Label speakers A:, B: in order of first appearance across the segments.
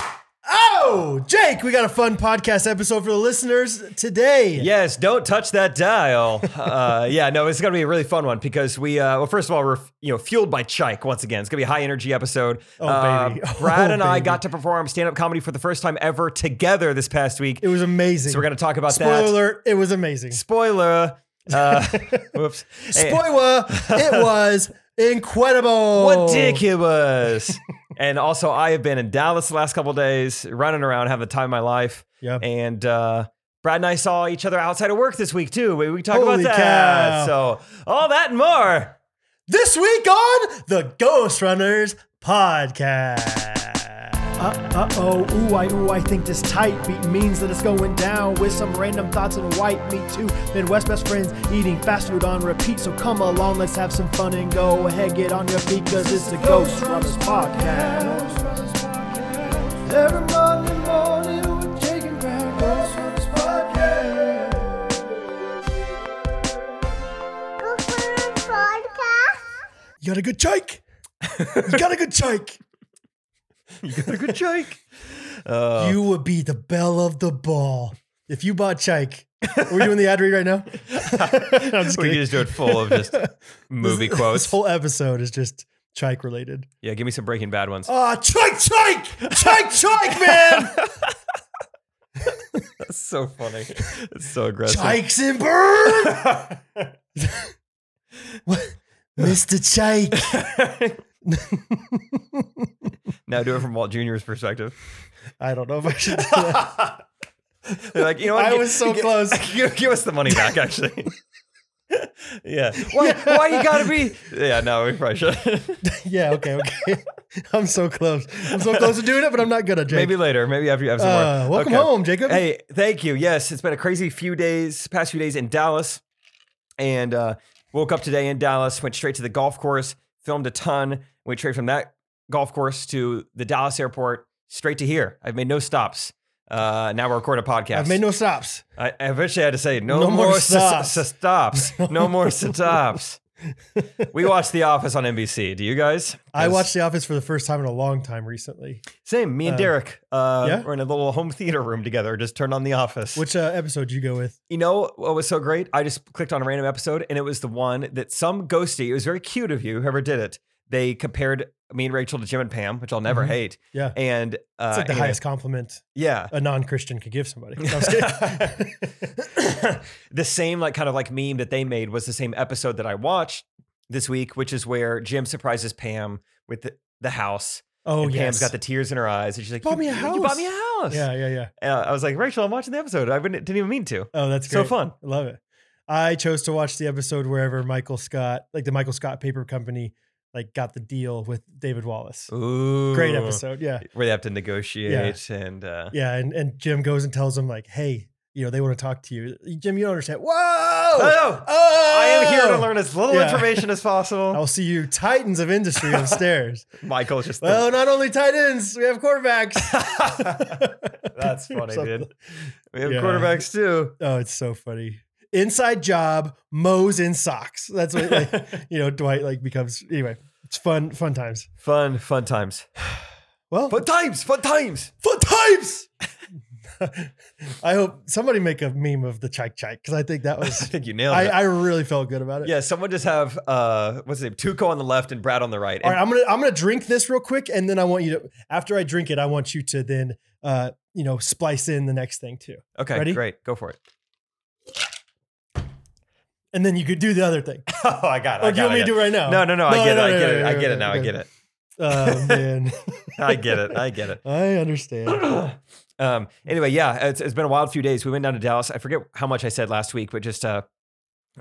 A: Yo, Oh, Jake, we got a fun podcast episode for the listeners today.
B: Yes, don't touch that dial. uh, yeah, no, it's going to be a really fun one because we, uh, well, first of all, we're you know fueled by Chike once again. It's going to be a high energy episode.
A: Oh,
B: Uh,
A: baby. Oh,
B: Brad and I
A: baby.
B: got to perform stand up comedy for the first time ever together this past week.
A: It was amazing.
B: so we're going to talk about
A: Spoiler
B: that.
A: alert, it was amazing.
B: Spoiler. Uh, whoops. Hey,
A: Spoiler, it was incredible.
B: What dick it was. and also, I have been in Dallas the last couple of days, running around, having the time of my life.
A: Yep.
B: And uh, Brad and I saw each other outside of work this week too. We, we can talk
A: Holy
B: about
A: cow.
B: that. So all that and more.
A: This week on the Ghost Runners podcast.
C: Uh oh, ooh, I ooh, I think this tight beat means that it's going down with some random thoughts and white meat too. Midwest best friends eating fast food on repeat. So come along, let's have some fun and go ahead, get on your feet, cause it's the Ghost Runners Podcast. Every Monday morning we're taking back Ghost Runners Podcast.
A: You got a good chike? you got a good chike.
B: Good joke.
A: You
B: Oh.
A: would be the belle of the ball if you bought chike. Are we doing the ad read right now? I'm just
B: We
A: kidding.
B: can just do it full of just movie
A: This
B: quotes.
A: whole episode is just chike related.
B: Yeah, give me some Breaking Bad ones.
A: Ah, chike, chike, chike, chike, man.
B: That's so funny. It's so aggressive.
A: Chikes and burn. What? Mr. Chike.
B: Now do it from Walt Jr.'s perspective.
A: I don't know if I should do that.
B: They're like, you know what?
A: I
B: Gi-
A: was so
B: gi-
A: close.
B: Give, give us the money back, actually. yeah. Why, why you gotta be? Yeah, no, we probably should.
A: Yeah, okay, okay. I'm so close. I'm so close to doing it, but I'm not gonna, Jake.
B: Maybe later. Maybe after you have some
A: Uh,
B: more.
A: welcome
B: Okay.
A: home, Jacob.
B: Hey, thank you. Yes, it's been a crazy few days, past few days in Dallas. And uh, woke up today in Dallas, went straight to the golf course, filmed a ton, went straight from that golf course to the Dallas airport, straight to here. I've made no stops. Uh, now we're recording a podcast.
A: I've made no stops.
B: I I eventually had to say no,
A: No more
B: more, stops.
A: stops.
B: stops. No more stops. we watched The Office on NBC. Do you guys?
A: I watched The Office for the first time in a long time recently.
B: Same. Me and
A: uh,
B: Derek. Uh,
A: yeah?
B: We're in a little home theater room together. Just turned on The Office.
A: Which uh, episode did you go with?
B: you know what was so great? I just clicked on a random episode, and it was the one that some ghosty. It was very cute of you, whoever did it. They compared me and Rachel to Jim and Pam, which I'll never
A: Mhm.
B: hate.
A: Yeah.
B: And uh,
A: It's like the
B: anyway,
A: highest compliment
B: Yeah.
A: a non-Christian could give somebody. No, I'm just kidding.
B: the same like kind of like meme that they made was the same episode that I watched this week, which is where Jim surprises Pam with the, the house.
A: oh
B: and
A: yes.
B: Pam's got the tears in her eyes, and she's like,
A: Bought me a
B: you- You
A: house."
B: bought me a house."
A: yeah, yeah, yeah.
B: And I I was like, "Rachel, I'm watching the episode. I wouldn't- didn't even mean to.
A: Oh, that's great.
B: So fun."
A: I love it. I chose to watch the episode wherever Michael Scott, like the Michael Scott Paper Company, like got the deal with David Wallace.
B: Ooh,
A: Great episode. Yeah.
B: where they have to negotiate and uh,
A: Yeah. And, and Jim goes and tells him, like, hey, you know, they want to talk to you. Jim, you don't understand. Whoa.
B: oh, no,
A: Oh,
B: I am here to learn as little
A: Yeah.
B: information as possible.
A: I'll see you titans of industry upstairs.
B: Michael's just the-
A: well, not only titans, we have quarterbacks.
B: that's funny,
A: Something.
B: dude. We have
A: Yeah.
B: quarterbacks too.
A: Oh, it's so funny. Inside job, Moe's in socks. That's what like, you know, Dwight like becomes anyway. It's fun, fun times.
B: Fun, fun times.
A: Well,
B: Fun times. Fun times.
A: fun times. I hope somebody make a meme of the chike chike because I think that
B: I
A: was
B: think you nailed it.
A: I, I really felt good about it.
B: Oh, Yeah, someone just have uh what's his name? Tuco on the left and Brad on the right.
A: All
B: And
A: right, I'm gonna I'm gonna drink this real quick, and then I want you to after I drink it, I want you to then uh you know splice in the next thing too,
B: okay,
A: ready?
B: great. Go for it.
A: and then you could do the other thing.
B: oh, I got it.
A: Or
B: I
A: do you
B: got
A: want me
B: it,
A: to do it right now?
B: No, no, no, I get it. I
A: no,
B: get
A: no,
B: it.
A: no,
B: I
A: no,
B: get
A: no,
B: it now. I
A: okay.
B: get it.
A: Oh man,
B: I get it. I get it.
A: I understand.
B: Um anyway, yeah, it's, it's been a wild few days. We went down to Dallas. I forget how much I said last week, but just uh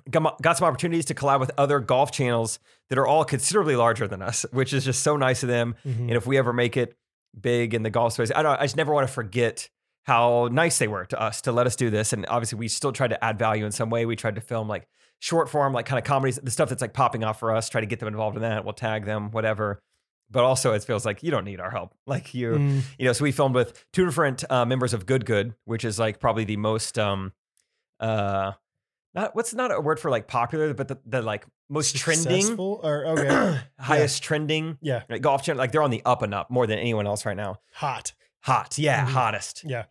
B: got mo- got some opportunities to collab with other golf channels that are all considerably larger than us, which is just so nice of them.
A: Mhm.
B: And if we ever make it big in the golf space, I don't. I just never want to forget how nice they were to us to let us do this. And obviously, we still tried to add value in some way. We tried to film like short form, like kind of comedies, the stuff that's like popping off for us. Try to get them involved in that. We'll tag them, whatever. But also, it feels like you don't need our help. Like you,
A: Mm.
B: you know. So we filmed with two different uh, members of Good Good, which is like probably the most um, uh, not what's not a word for like popular, but the, the like most trending,
A: Successful or okay
B: highest trending
A: yeah
B: like golf channel like they're on the up and up more than anyone else right now
A: hot
B: Hot. Yeah,
A: Mhm.
B: hottest.
A: Yeah.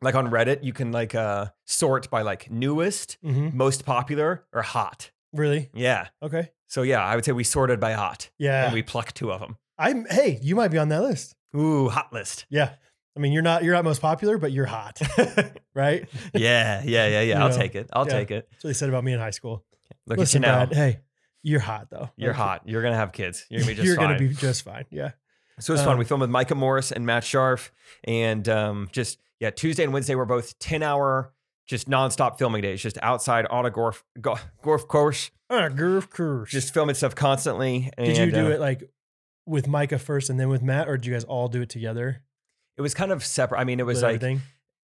B: Like on Reddit, you can like uh sort by like newest,
A: hmm
B: most popular, or hot.
A: Really?
B: Yeah.
A: Okay.
B: So yeah, I would say we sorted by hot.
A: Yeah.
B: And we plucked two of them.
A: I'm. Hey, you might be on that list.
B: Ooh, hot list.
A: Yeah. I mean, you're not you're not most popular, but you're hot, right? That's
B: Yeah, yeah, yeah, yeah. I'll
A: know,
B: take it. I'll
A: yeah.
B: take it.
A: what they said about me in high school.
B: Look
A: Listen,
B: at you now.
A: Brad, hey, you're hot though.
B: You're
A: Like,
B: hot. You're gonna have kids. You're gonna be just
A: you're
B: fine.
A: gonna be just fine. Yeah.
B: So it was fun.
A: Um,
B: We filmed with Micah Morris and Matt Sharf, and um, just yeah, Tuesday and Wednesday were both ten hour, just nonstop filming days, just outside on a golf go- golf course,
A: Uh, girl curse.
B: just filming stuff constantly.
A: did you
B: and,
A: do
B: uh,
A: it like with Micah first and then with Matt, or did you guys all do it together?
B: It was kind of separate. I mean, it was
A: with
B: like
A: everything?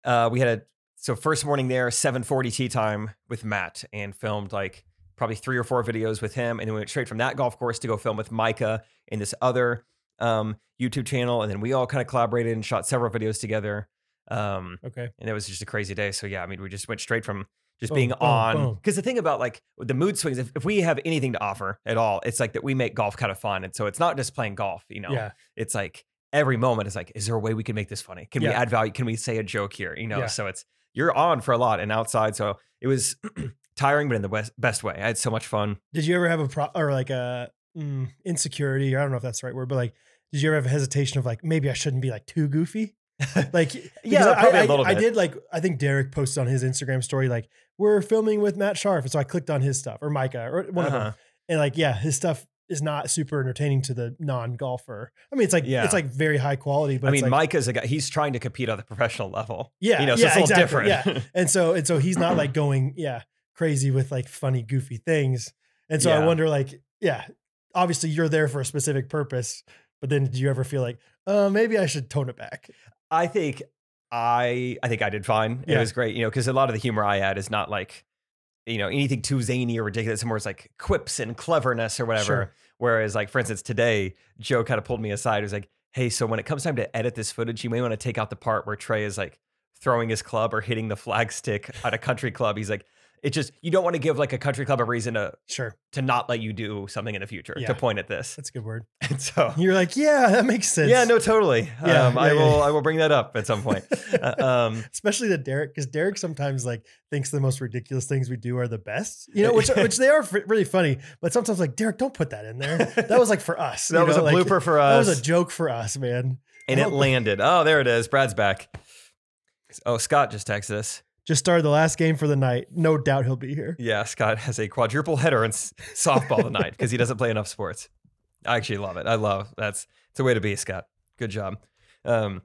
B: uh, we had a so first morning there, seven forty tea time with Matt, and filmed like probably three or four videos with him, and then we went straight from that golf course to go film with Micah in this other um, YouTube channel, and then we all kind of collaborated and shot several videos together. Um,
A: Okay.
B: and it was just a crazy day. So yeah, I mean, we just went straight from just
A: Boom,
B: being
A: boom,
B: on.
A: boom.
B: Because the thing about like the mood swings, if, if we have anything to offer at all, it's like that we make golf kind of fun, and so it's not just playing golf. You know,
A: Yeah.
B: it's like every moment is like, is there a way we can make this funny? Can we
A: Yeah.
B: add value? Can we say a joke here? You know,
A: Yeah.
B: so it's you're on for a lot and outside. So it was tiring, but in the best best way. I had so much fun.
A: Did you ever have a pro or like a mm, insecurity? Or I don't know if that's the right word, but like, did you ever have a hesitation of like maybe I shouldn't be like too goofy? Like, because I,
B: probably a
A: I-
B: little
A: I
B: bit.
A: did like I think Derek posted on his Instagram story like we're filming with Matt Sharf, and so I clicked on his stuff or Micah or one of
B: Uh-huh.
A: them, and like yeah, his stuff is not super entertaining to the non golfer. I mean, it's like
B: Yeah.
A: it's like very high quality, but
B: I
A: it's,
B: mean,
A: like,
B: Micah's a guy. He's trying to compete on the professional level.
A: yeah,
B: you know, so
A: yeah,
B: it's a little
A: exactly, yeah.
B: different.
A: And so and so he's not like going, yeah, crazy with like funny, goofy things. And so
B: Yeah.
A: I wonder, like, yeah, obviously you're there for a specific purpose, but then do you ever feel like, uh, maybe I should tone it back?
B: I think I I think I did fine. It
A: Yeah.
B: was great, you know, because a lot of the humor I add is not like, you know, anything too zany or ridiculous. More it's like quips and cleverness or whatever.
A: Sure.
B: Whereas, like for instance, today Joe kind of pulled me aside. He was like, "Hey, so when it comes time to edit this footage, you may want to take out the part where Trey is like throwing his club or hitting the flag stick at a country club." He's like, "It just you don't want to give like a country club a reason to
A: Sure.
B: to not let you do something in the future
A: Yeah.
B: to point at this."
A: That's a good word.
B: And so
A: You're like, yeah, that makes sense.
B: yeah, no, totally.
A: Yeah,
B: um, I
A: yeah, yeah,
B: will.
A: yeah.
B: I will bring that up at some point. Uh, um,
A: Especially the Derek, because Derek sometimes like thinks the most ridiculous things we do are the best,
B: Eh,
A: you know, which which they are f- really funny. But sometimes like Derek, don't put that in there. That was like for us.
B: that
A: you
B: was
A: know,
B: a
A: like,
B: blooper for
A: That
B: us,
A: was a joke for us, man.
B: and it landed. Oh, there it is. Brad's back. Oh, Scott just texted us.
A: Just started the last game for the night. No doubt he'll be here.
B: Yeah, Scott has a quadruple header in s- softball tonight because he doesn't play enough sports. I actually love it. I love that's it's a way to be, Scott. Good job. Um,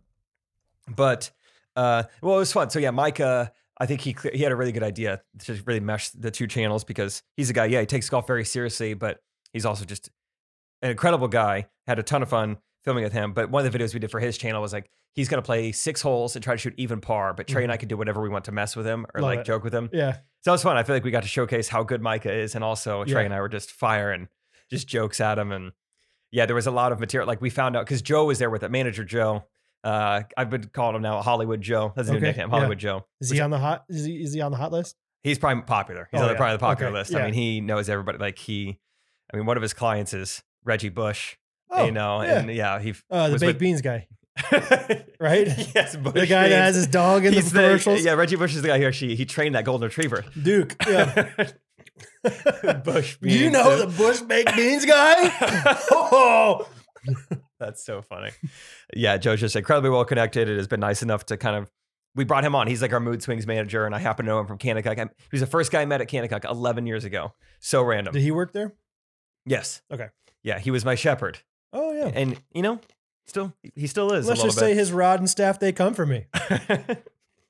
B: but uh, well, it was fun. So yeah, Micah, I think he cle- he had a really good idea to really mesh the two channels because he's a guy. Yeah, he takes golf very seriously, but he's also just an incredible guy. Had a ton of fun filming with him. But one of the videos we did for his channel was like he's gonna play six holes and try to shoot even par, but Trey and I can do whatever we want to mess with him or
A: Mm-hmm. Love
B: like
A: it.
B: joke with him.
A: Yeah.
B: So that was fun. I feel like we got to showcase how good Micah is, and also Trey
A: Yeah.
B: and I were just firing just jokes at him, and yeah, there was a lot of material. Like we found out because Joe was there with it, manager Joe. Uh, I've been calling him now Hollywood Joe. That's his new
A: Okay,
B: nickname,
A: yeah.
B: Hollywood Joe.
A: Is he on the hot? Is he, is he on the hot list?
B: He's probably popular. He's
A: Oh,
B: on the,
A: yeah.
B: probably the popular
A: Okay,
B: list. I
A: yeah.
B: mean, he knows everybody. Like he, I mean, one of his clients is Reggie Bush. you know,
A: Oh, yeah.
B: and Oh, yeah, he
A: uh, the
B: was
A: baked
B: with-
A: beans guy, right?
B: yes, Bush
A: the guy that
B: means-
A: has his dog in the
B: he's the-
A: commercials.
B: yeah, Reggie Bush is the guy who actually he trained that golden retriever.
A: Duke. Yeah.
B: Bush
A: Do you
B: beans
A: know
B: is-
A: the Bush baked beans guy? oh,
B: That's so funny. Yeah, Joe's just incredibly well connected. It has been nice enough to kind of we brought him on. He's like our mood swings manager, and I happen to know him from Kanakuk. I'm- He was the first guy I met at Kanakuk 11 years ago. So random.
A: did he work there?
B: yes.
A: Okay.
B: Yeah, he was my shepherd,
A: Oh yeah.
B: and you know, still he still is.
A: Let's
B: a
A: just
B: little
A: say
B: bit.
A: his rod and staff they come for me. All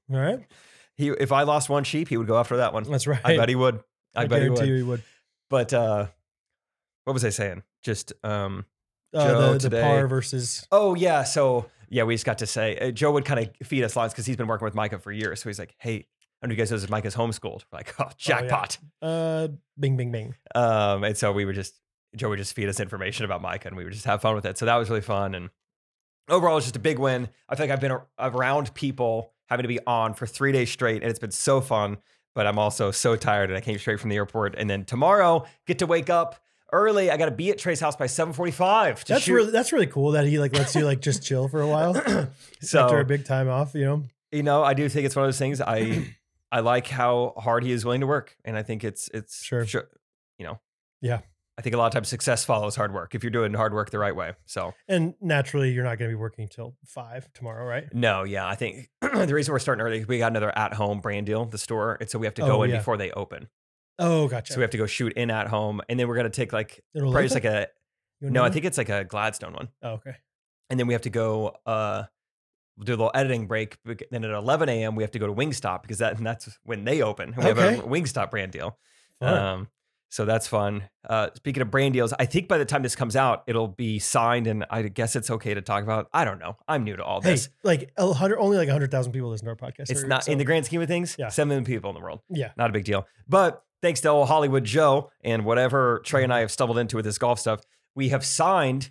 A: right,
B: he if I lost one sheep, he would go after that one.
A: that's right.
B: I bet he would. I, bet he
A: guarantee
B: would.
A: you he would.
B: But uh, what was I saying? Just um, Joe
A: Uh, the, the
B: today.
A: par versus
B: Oh yeah, so yeah, we just got to say uh, Joe would kind of feed us lines because he's been working with Micah for years. So he's like, "Hey, I know you guys know this. Micah's homeschooled. We're like, oh, jackpot!"
A: uh, Bing Bing Bing.
B: um, and so we would just Joe would just feed us information about Micah, and we would just have fun with it. So that was really fun, and overall, it was just a big win. I feel like I've been ar- around people having to be on for three days straight, and it's been so fun. But I'm also so tired, and I came straight from the airport, and then tomorrow get to wake up early. I got to be at Trey's house by 7:45 to
A: That's
B: shoot.
A: really that's really cool that he like lets you like just chill for a while after
B: so
A: a big time off. You know,
B: you know, I do think it's one of those things. I I like how hard he is willing to work, and I think it's it's
A: Sure.
B: you know,
A: Yeah.
B: I think a lot of times success follows hard work if you're doing hard work the right way. So
A: and naturally you're not going to be working till five tomorrow, right?
B: no, yeah, I think the reason we're starting early is we got another at home brand deal, the store, and so we have to
A: Oh,
B: go in
A: yeah.
B: before they open.
A: Oh, gotcha.
B: So we have to go shoot in at home, and then we're gonna take like
A: It'll
B: probably
A: look
B: just like a
A: you
B: no, I
A: know?
B: think it's like a Gladstone one.
A: Oh, okay.
B: and then we have to go uh we'll do a little editing break bec- then at 11 a.m we have to go to wingstop because that and that's when they open we
A: Okay.
B: have a wingstop brand deal
A: Fun.
B: um so that's fun uh speaking of brand deals i think by the time this comes out it'll be signed and i guess it's okay to talk about i don't know i'm new to all
A: hey,
B: this
A: like a hundred, only like hundred thousand people listen to our podcast.
B: it's
A: every
B: not
A: week, so-
B: in the grand scheme of things
A: Yeah.
B: seven million people in the world
A: yeah.
B: not a big deal but thanks to old hollywood joe and whatever trey
A: Mm-hmm.
B: and i have stumbled into with this golf stuff we have signed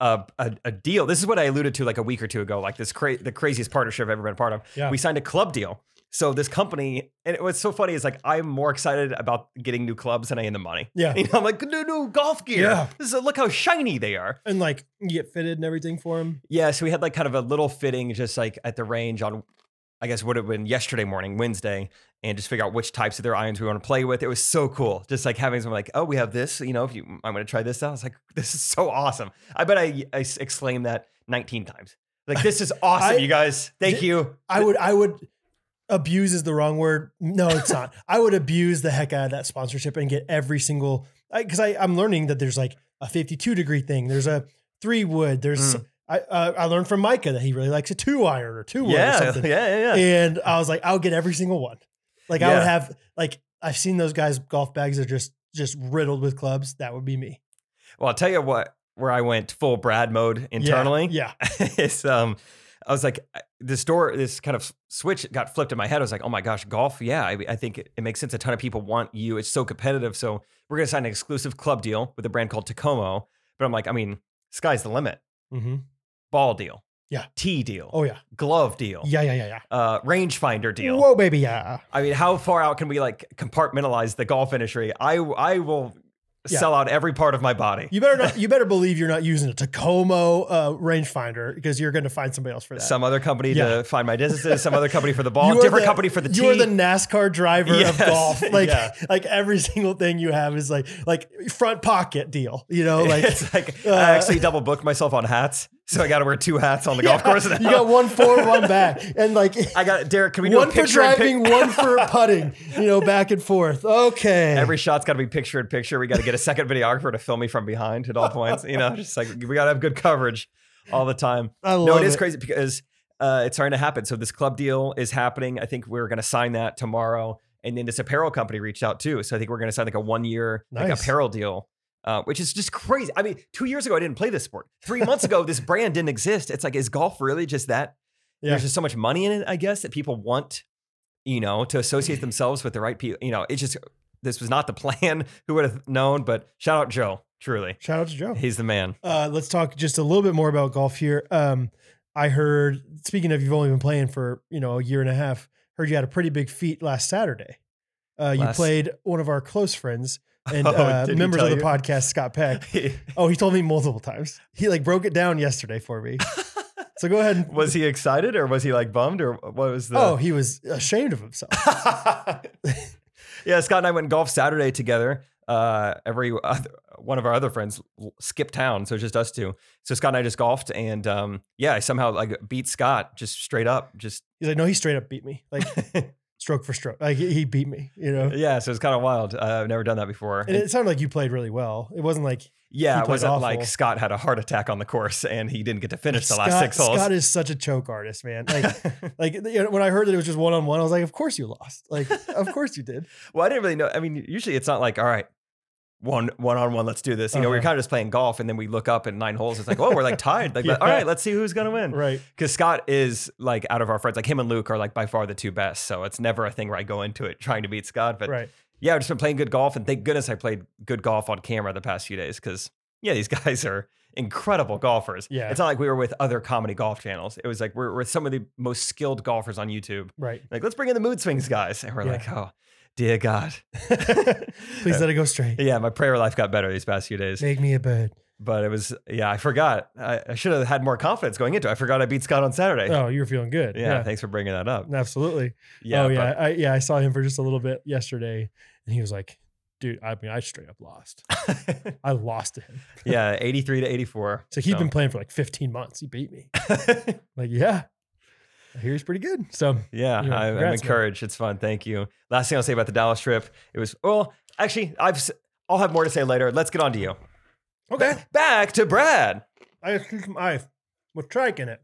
B: a, a, a deal this is what i alluded to like a week or two ago like this cra- the craziest partnership i've ever been a part of
A: Yeah.
B: we signed a club deal so this company and what's so funny is like i'm more excited about getting new clubs than i am the money
A: Yeah.
B: you know, i'm like new, new golf gear
A: Yeah.
B: this is, look how shiny they are
A: And like you get fitted and everything for him.
B: yeah, so we had like kind of a little fitting just like at the range on I guess would have been yesterday morning, Wednesday, and just figure out which types of their irons we want to play with. It was so cool. Just like having someone like, oh, we have this, you know, if you I'm gonna try this out. I was like, this is so awesome. I bet I, I s- exclaimed that 19 times. Like, this is
A: I-
B: awesome, you guys. Thank
A: Di-
B: you.
A: I would, I would abuse is the wrong word. No, it's not. I would abuse the heck out of that sponsorship and get every single because I, I'm learning that there's like a 52 degree thing. There's a three wood. There's
B: Mm.
A: I uh, I learned from Micah that he really likes a two iron or two wood or
B: Yeah, yeah,
A: something.
B: yeah, yeah.
A: And I was like, I'll get every single one. Like I would
B: Yeah.
A: have like I've seen those guys golf bags that are just just riddled with clubs. That would be me.
B: Well, I'll tell you what, where I went full Brad mode
A: Yeah,
B: internally.
A: Yeah.
B: it's um I was like I- this door this kind of switch got flipped in my head. I was like, "Oh my gosh, golf! Yeah, I, I think it, it makes sense. A ton of people want you. It's so competitive. So we're gonna sign an exclusive club deal with a brand called Tacomo." But I'm like, I mean, sky's the limit.
A: Mm-hmm.
B: Ball deal,
A: Yeah.
B: tee deal,
A: Oh yeah.
B: glove deal,
A: Yeah, yeah, yeah, yeah.
B: uh, rangefinder deal.
A: Whoa, baby, yeah.
B: I mean, how far out can we like compartmentalize the golf industry? I I will
A: Yeah.
B: sell out every part of my body.
A: You better not. You better believe you're not using a Tacomo uh, rangefinder because you're going to find somebody else for that.
B: Some other company
A: Yeah.
B: to find my distances, some other company for the ball,
A: You are
B: different
A: the-
B: company for the tee.
A: you are the NASCAR driver
B: Yes,
A: of golf. Like,
B: yeah.
A: like every single thing you have is like, like front pocket deal. You know, Oh, like
B: it's like
A: uh,
B: I actually double booked myself on hats, so I got to wear two hats on the golf
A: Yeah,
B: course. Now.
A: You got one forward, one back, and like
B: I got Derek. Can we do
A: one
B: a
A: for
B: picture? in pic-
A: driving, one for putting. You know, back and forth. Okay.
B: Every shot's got to be picture in picture. We got to get a second videographer to film me from behind at all points. You know, just like we got to have good coverage all the time.
A: I love
B: no, it is
A: it.
B: crazy because uh, it's starting to happen. So this club deal is happening. I think we're going to sign that tomorrow. And then this apparel company reached out too. So I think we're going to sign like a one year like
A: Nice.
B: apparel deal, uh, which is just crazy. I mean, two years ago I didn't play this sport. Three months ago this brand didn't exist. It's like is golf really just that?
A: Yeah.
B: There's just so much money in it, I guess, that people want, you know, to associate themselves with the right people. You know, it's just this was not the plan. Who would have known? But shout out Joe, truly,
A: Shout out to Joe.
B: he's the man.
A: Uh, let's talk just a little bit more about golf here. Um, I heard. Speaking of, you've only been playing for you know a year and a half. Heard you had a pretty big feat last Saturday. Uh, you
B: Last-
A: played one of our close friends and
B: Oh,
A: uh,
B: did he
A: members of the
B: tell you?
A: podcast, Scott Peck. Oh, he told me multiple times. He like broke it down yesterday for me. so go ahead. And,
B: was he excited or was he like bummed or what was the?
A: oh, he was ashamed of himself.
B: yeah, Scott and I went golf Saturday together. Uh, every other, one of our other friends l- skipped town, so it's just us two. So Scott and I just golfed, and um, yeah, I somehow like beat Scott just straight up. Just
A: He's like, no, he straight up beat me, like stroke for stroke. Like he he beat me, you know.
B: yeah, so it's kind of wild. Uh, I've never done that before.
A: And it sounded like you played really well. It wasn't like he
B: yeah, it
A: played
B: wasn't
A: awful.
B: like Scott had a heart attack on the course and he didn't get to finish the
A: Scott,
B: last six holes.
A: Scott is such a choke artist, man. Like, like you know, when I heard that it was just one on one, I was like, of course you lost. Like, of course you did.
B: well, I didn't really know. I mean, usually it's not like all right. One one on one, let's do this. You know, we we're
A: Uh-huh.
B: kind of just playing golf, and then we look up in nine holes. It's like, oh, we're like tied. Like,
A: Yeah.
B: all right, let's see who's gonna win.
A: Right.
B: because Scott is like out of our friends, like him and Luke are like by far the two best. So it's never a thing where I go into it trying to beat Scott. But
A: right.
B: yeah, I've just been playing good golf, and thank goodness I played good golf on camera the past few days because yeah, these guys are incredible golfers.
A: Yeah.
B: it's not like we were with other comedy golf channels. It was like we're with some of the most skilled golfers on YouTube.
A: Right.
B: Like let's bring in the mood swings guys, and we're like, oh, Dear God.
A: Please let it go straight.
B: Yeah, my prayer life got better these past few days.
A: Make me a bird.
B: But it was, yeah, I forgot. I, I should have had more confidence going into it. I forgot I beat Scott on Saturday.
A: Oh, you were feeling good.
B: yeah, thanks for bringing that up.
A: absolutely.
B: Yeah,
A: oh
B: but-
A: yeah, I, yeah. I saw him for just a little bit yesterday, and he was like, "Dude, I mean, I straight up lost. I lost to him.
B: yeah, 83 to 84.
A: So he'd been playing for like 15 months. He beat me.
B: playing.
A: Like, yeah, I hear he's pretty good. So
B: yeah,
A: You know,
B: I, am
A: congrats, man.
B: encouraged. It's fun. Thank you. Last thing I'll say about the Dallas trip, it was, well, actually, I've, s- I'll have more to say later. Let's get on to you.
A: okay,
B: Back to Brad.
A: I just some ice with trike in it.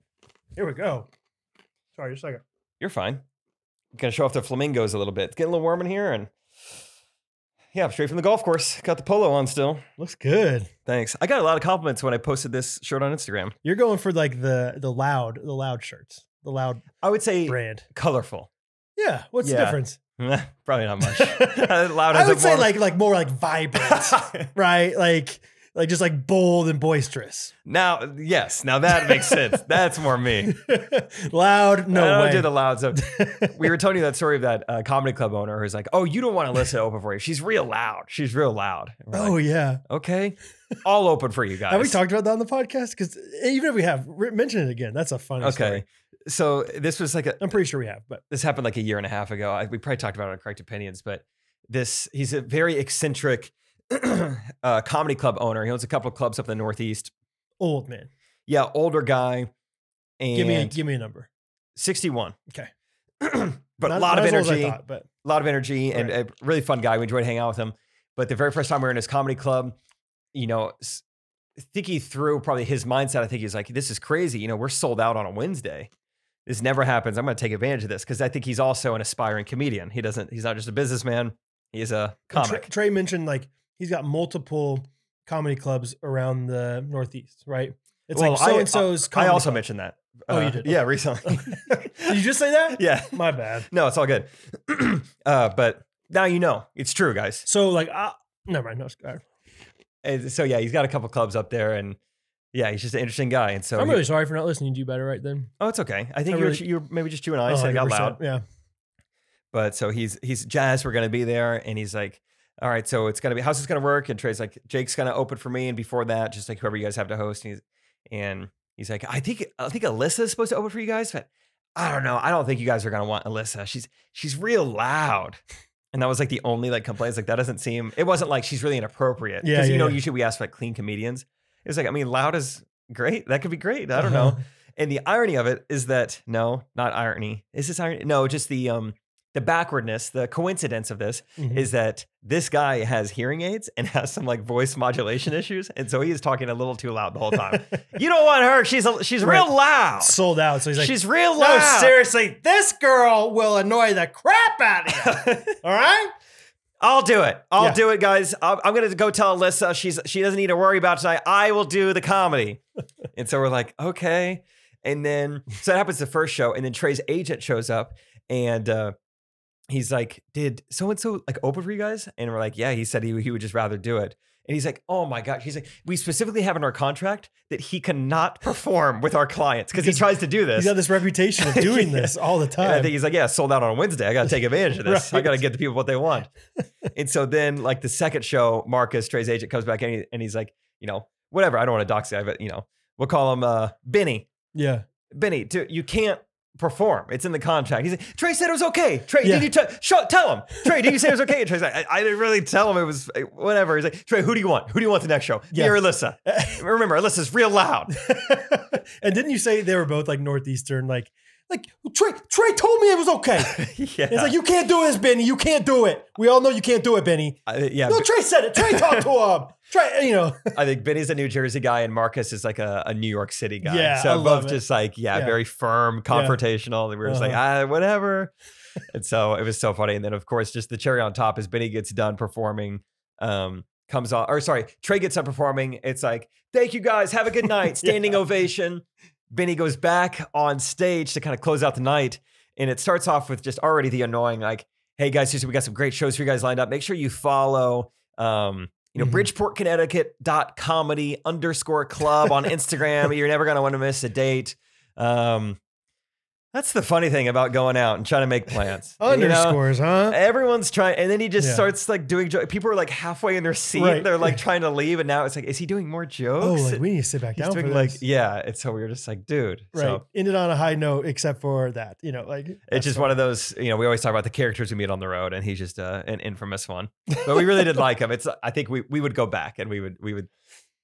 A: Here we go. Sorry, just a second.
B: You're fine. Gonna show off the flamingos a little bit. It's getting a little warm in here, and yeah, straight from the golf course. Got the polo on still.
A: Looks good.
B: Thanks. I got a lot of compliments when I posted this shirt on Instagram.
A: You're going for like the the loud the loud shirts, the loud
B: I would say
A: brand.
B: colorful.
A: Yeah, what's
B: Yeah.
A: the difference?
B: Meh, Probably not much. Loud
A: I
B: as
A: would
B: a
A: say
B: warm-
A: like like more like vibrant, right? Like like just like bold and boisterous.
B: now, yes, now that makes sense. That's more me.
A: loud, no
B: I don't
A: way.
B: do the loud stuff. we were telling you that story of that uh, comedy club owner who's like, "Oh, you don't want to listen to open for you. She's real loud. She's real loud." And we're
A: oh
B: like,
A: yeah,
B: okay, all open for you guys.
A: have we talked about that on the podcast? Because even if we have, re- mention it again. That's a funny.
B: Okay,
A: story.
B: so this was like a
A: I'm pretty sure we have, but
B: this happened like a year and a half ago. I, we probably talked about it on Correct Opinions, but this he's a very eccentric uh, comedy club owner. He owns a couple of clubs up in the Northeast.
A: old man,
B: Yeah, older guy, and
A: give me a, give me a number.
B: sixty-one.
A: Okay.
B: but a
A: Not-
B: lot
A: not
B: of
A: as old as I
B: energy, a
A: thought, but
B: lot of energy, and a really fun guy. We enjoyed hanging out with him. But the very first time we were in his comedy club, you know, s- thinking through probably his mindset, I think he's like, "This is crazy." You know, we're sold out on a Wednesday. This never happens. I'm going to take advantage of this because I think he's also an aspiring comedian. He doesn't. He's not just a businessman. He's a
A: and Tra-
B: comic.
A: Trey mentioned like he's got multiple comedy clubs around the Northeast, right? It's
B: Well,
A: like
B: I- uh,
A: so and so's.
B: I also mentioned that. uh,
A: Oh, you did.
B: Yeah, recently.
A: Did you just say that?
B: yeah.
A: My bad.
B: No, it's all good. uh, but now you know it's true, guys.
A: So like, uh, never mind. No, it's- all right.
B: And so yeah, he's got a couple clubs up there, and yeah, he's just an interesting guy. And so
A: I'm
B: he-
A: really sorry for not listening to you better right then.
B: oh, it's okay. I think
A: I
B: you're
A: really- Oh,
B: you're maybe just you and I saying out
A: 100%,
B: loud.
A: Yeah.
B: But so he's he's jazzed. We're gonna be there, and he's like, all right, so it's gonna be how's this gonna work? And Trey's like, Jake's gonna open for me, and before that, just like whoever you guys have to host. And he's and he's like, I think I think Alyssa's supposed to open for you guys, but I don't know. I don't think you guys are gonna want Alyssa. She's she's real loud. And that was like the only like complaints. Like that doesn't seem. It wasn't like she's really inappropriate.
A: Yeah,
B: Because you
A: yeah,
B: know
A: yeah.
B: usually we ask for like clean comedians. It was like I mean loud is great. That could be great. I don't
A: Uh-huh.
B: know. And the irony of it is that no, not irony. Is this irony? No, just the um the backwardness, the coincidence of this
A: Mhm.
B: is that this guy has hearing aids and has some like voice modulation issues, and so he is talking a little too loud the whole time. you don't want her. She's a, she's
A: Right.
B: real loud.
A: sold out. So he's like,
B: she's real
A: no,
B: loud.
A: seriously, this girl will annoy the crap out of you. All right.
B: I'll do it. I'll
A: Yeah.
B: do it, guys. I'm, I'm gonna go tell Alyssa she's she doesn't need to worry about tonight. I will do the comedy. and so we're like, okay. And then so that happens the first show, and then Trey's agent shows up, and uh, he's like, "Did so and so like open for you guys?" And we're like, "Yeah." He said he he would just rather do it. And he's like, "Oh my gosh!" He's like, "We specifically have in our contract that he cannot perform with our clients because he tries to do this."
A: He's got this reputation of doing this all the
B: And I
A: time.
B: think he's like, yeah, sold out on Wednesday. I got to take advantage of this. I
A: Right.
B: got to get the people what they want. and so then, like the second show, Marcus Trey's agent comes back in and, he- and he's like, you know, whatever. I don't want to dox the guy, but you know, we'll call him uh, Benny.
A: yeah.
B: Benny, dude, you can't perform. It's in the contract. He's like, Trey said it was okay. Trey,
A: Yeah.
B: did you t- show, tell him? Trey, did you say it was okay? And Trey's like, I, I didn't really tell him it was whatever. He's like, Trey, who do you want? Who do you want the next show?
A: Yeah.
B: Me or Alyssa? Remember, Alyssa's real loud.
A: and didn't you say they were both like Northeastern, like, like Trey, Trey told me it was okay.
B: yeah.
A: It's like, you can't do this, Benny. You can't do it. We all know you can't do it, Benny.
B: I- yeah,
A: No, Trey said it. Trey talked to him. Trey, you know.
B: I think Benny's a New Jersey guy and Marcus is like a, a New York City guy.
A: Yeah,
B: so
A: I love
B: both
A: it.
B: just like, yeah,
A: Yeah. Uh-huh.
B: very firm, confrontational. We were just like, ah, whatever. and so it was so funny. And then of course, just the cherry on top is Benny gets done performing, um, comes on or sorry, Trey gets done performing. It's like, thank you guys, have a good night. Standing ovation. Benny goes back on stage to kind of close out the night. And it starts off with just already the annoying, like, hey guys, seriously, we got some great shows for you guys lined up. Make sure you follow um, you know,
A: Mhm.
B: bridgeportconnecticut.comedy underscore club on Instagram. You're never gonna want to miss a date. Um, That's the funny thing about going out and trying to make plans. You know?
A: Underscores, huh?
B: Everyone's trying, and then he just
A: Yeah.
B: starts like doing jokes. People are like halfway in their seat.
A: Right.
B: They're like trying to leave, and now it's like, is he doing more
A: Oh,
B: jokes?
A: like, we need to sit back
B: He's
A: down for
B: doing
A: this.
B: like, yeah. And so we were just like, dude.
A: right.
B: So
A: Ended on a high note, except for that. You know, like
B: it's just one of those, you know, we always talk about the characters we meet on the road, and he's just uh, an infamous one. But we really did like him. It's, I think we we would go back and we would we would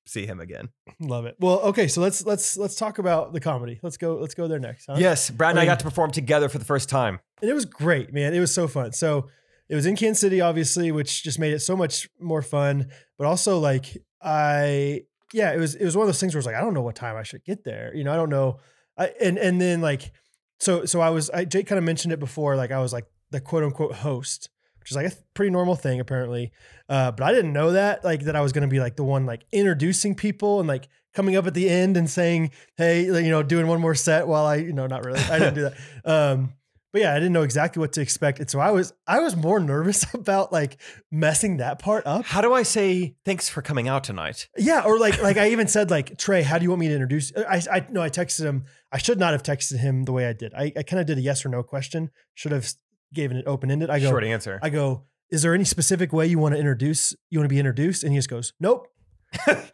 B: see him again.
A: love it. Well, okay, so let's let's let's talk about the comedy. Let's go let's go there next. Huh?
B: Yes, Brad and
A: I
B: I
A: mean-
B: got to perform together for the first time.
A: and it was great, man. It was so fun. So it was in Kansas City, obviously, which just made it so much more fun. But also, like I, yeah, it was it was one of those things where it's like I don't know what time I should get there. You know, I don't know. I and and then like so so I was I Jake kind of mentioned it before. Like I was like the quote unquote host, which is like a th- pretty normal thing apparently. Uh, but I didn't know that like that I was gonna be like the one like introducing people and like coming up at the end and saying hey like, you know doing one more set while I you know not really I didn't do that. Um, but yeah, I didn't know exactly what to expect, and so I was I was more nervous about like messing that part up.
B: How do I say thanks for coming out tonight?
A: Yeah, or like like I even said like Trey, how do you want me to introduce? I I no, I texted him. I should not have texted him the way I did. I, I kind of did a yes or no question. Should have given it open ended. I go
B: Short answer.
A: I go. Is there any specific way you want to introduce? You want to be introduced? And he just goes, Nope.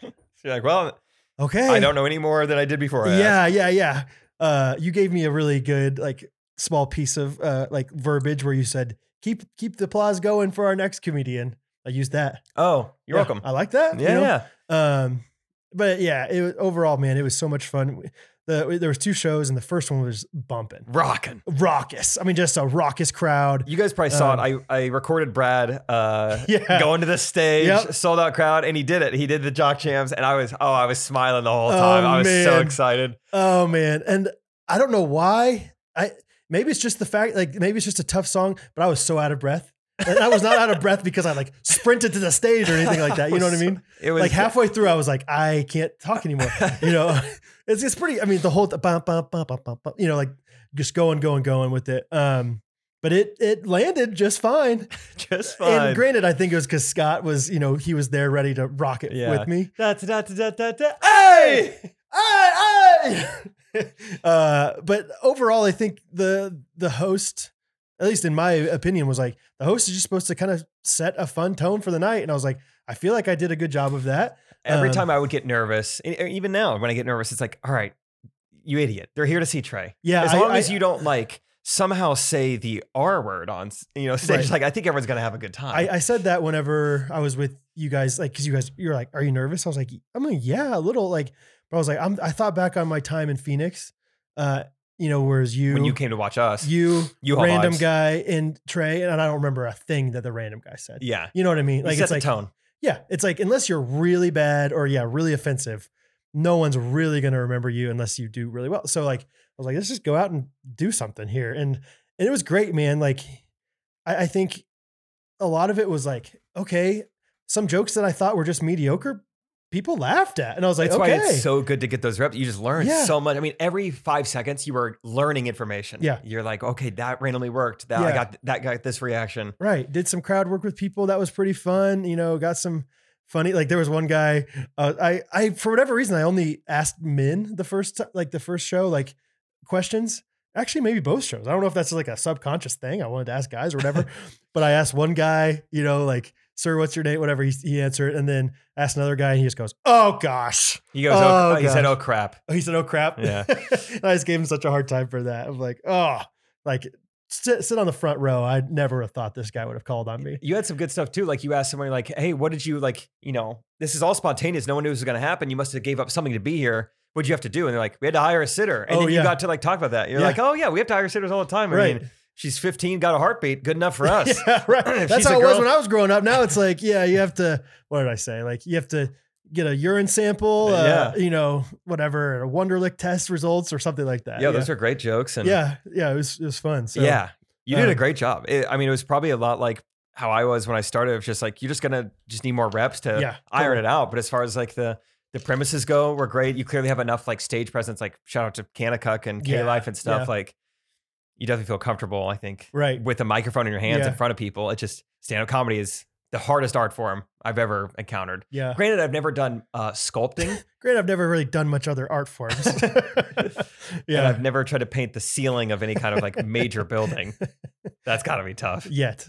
B: You're like, well,
A: Okay.
B: I don't know any more than I did before. I asked.
A: Yeah, yeah, yeah. Uh, you gave me a really good like small piece of uh, like verbiage where you said keep keep the applause going for our next comedian. I used that.
B: Oh, you're
A: Yeah,
B: welcome.
A: I like that. you
B: yeah,
A: know?
B: yeah.
A: Um, but yeah, it was, overall, man, it was so much fun. The, there was two shows, and the first one was bumping,
B: Rocking.
A: raucous. I mean, just a raucous crowd.
B: You guys probably saw it. I, I recorded Brad uh,
A: Um, Yeah.
B: going to the stage,
A: Yep.
B: sold out crowd, and he did it. He did the jock jams, and I was, oh, I was smiling the whole
A: Oh,
B: time. I was so
A: man.
B: excited.
A: Oh man, and I don't know why. I maybe it's just the fact, like maybe it's just a tough song, but I was so out of breath. And I was not out of breath because I like sprinted to the stage or anything like that. You know what I mean?
B: It was
A: Like halfway through, I was like, I can't talk anymore. You know, it's it's pretty. I mean, the whole th- bum, bum, bum, bum, bum, bum, you know, like just going, going, going with it. Um, but it it landed just fine.
B: just fine.
A: And granted, I think it was because Scott was, you know, he was there ready to rock it
B: Yeah.
A: with me.
B: Da, da, da, da, da, da. Hey!
A: uh, but overall, I think the the host, at least in my opinion, was like the host is just supposed to kind of set a fun tone for the night, and I was like, I feel like I did a good job of that.
B: Every
A: Um,
B: time I would get nervous, e- e- even now when I get nervous, it's like, all right, you idiot. They're here to see Trey.
A: Yeah,
B: as
A: I-
B: long
A: I-
B: as you don't like somehow say the R word on s- you know stage,
A: Right.
B: like I think everyone's gonna have a good time.
A: I, I said that whenever I was with you guys, like, cause you guys, you're like, are you nervous? I was like, I mean, yeah, a little like, but I was like, I'm, I thought back on my time in Phoenix, uh, you know, whereas you,
B: when you came to watch us,
A: you,
B: You all
A: random
B: vibes.
A: guy and Trey, and I don't remember a thing that the random guy said.
B: yeah,
A: You know what I mean?
B: you
A: Like
B: set
A: it's
B: the
A: like,
B: tone.
A: yeah, it's like unless you're really bad or yeah, really offensive, no one's really gonna remember you unless you do really well. So like I was like, let's just go out and do something here. And and it was great, man. Like I, I think a lot of it was like, okay, some jokes that I thought were just mediocre, people laughed at. And I was like,
B: That's
A: okay.
B: why it's so good to get those reps. You just learn
A: Yeah.
B: so much. I mean, every five seconds you are learning information.
A: Yeah.
B: you're like, okay, that randomly worked. That I
A: Yeah.
B: got that got this reaction.
A: Right. Did some crowd work with people. That was pretty fun. You know, got some funny. Like there was one guy. Uh, I I for whatever reason I only asked men the first ti- like the first show like questions. Actually, maybe both shows. I don't know if that's like a subconscious thing. I wanted to ask guys or whatever, but I asked one guy. You know, like sir, what's your name? Whatever. He he answered, and then asked another guy, and he just goes, "Oh gosh."
B: He goes,
A: Oh,
B: oh, he said,
A: gosh.
B: oh crap.
A: Oh, he said, "Oh crap!"
B: Yeah.
A: and I just gave him such a hard time for that. I'm like, "Oh, like sit sit on the front row." I never have thought this guy would have called on me.
B: you had some good stuff too. Like you asked somebody, like, "Hey, what did you like? You know, this is all spontaneous. No one knew this was going to happen. You must have gave up something to be here. What'd you have to do?" And they're like, "We had to hire a sitter." And
A: Oh,
B: then you
A: yeah.
B: got to like talk about that. You're
A: Yeah.
B: like, "Oh yeah, we have to hire sitters all the time." I
A: Right.
B: mean, she's 15, got a heartbeat, good enough for us.
A: Yeah, right.
B: If
A: That's
B: she's
A: how
B: a
A: it was
B: girl-
A: when I was growing up. Now it's like, yeah, you have to. What did I say? Like you have to get a urine sample. Uh,
B: Yeah.
A: You know, whatever, a Wonderlick test results or something like that.
B: yeah, those are great jokes. And
A: yeah, yeah. It was it was fun. So
B: yeah, you did
A: um,
B: a great job. It, I mean, it was probably a lot like how I was when I started. It was just like you're just gonna just need more reps to
A: Yeah,
B: iron uh, it out. But as far as like the the premises go, were great. You clearly have enough like stage presence. Like shout out to Kanakuk and
A: Yeah,
B: K Life and stuff.
A: yeah.
B: Like you definitely feel comfortable. I think
A: Right.
B: with a microphone in your hands
A: Yeah.
B: in front of people. It just stand up comedy is the hardest art form I've ever encountered.
A: Yeah.
B: Granted, I've never done uh, sculpting,
A: Great. I've never really done much other art forms.
B: and
A: yeah.
B: I've never tried to paint the ceiling of any kind of like major building. That's got to be tough.
A: Yet.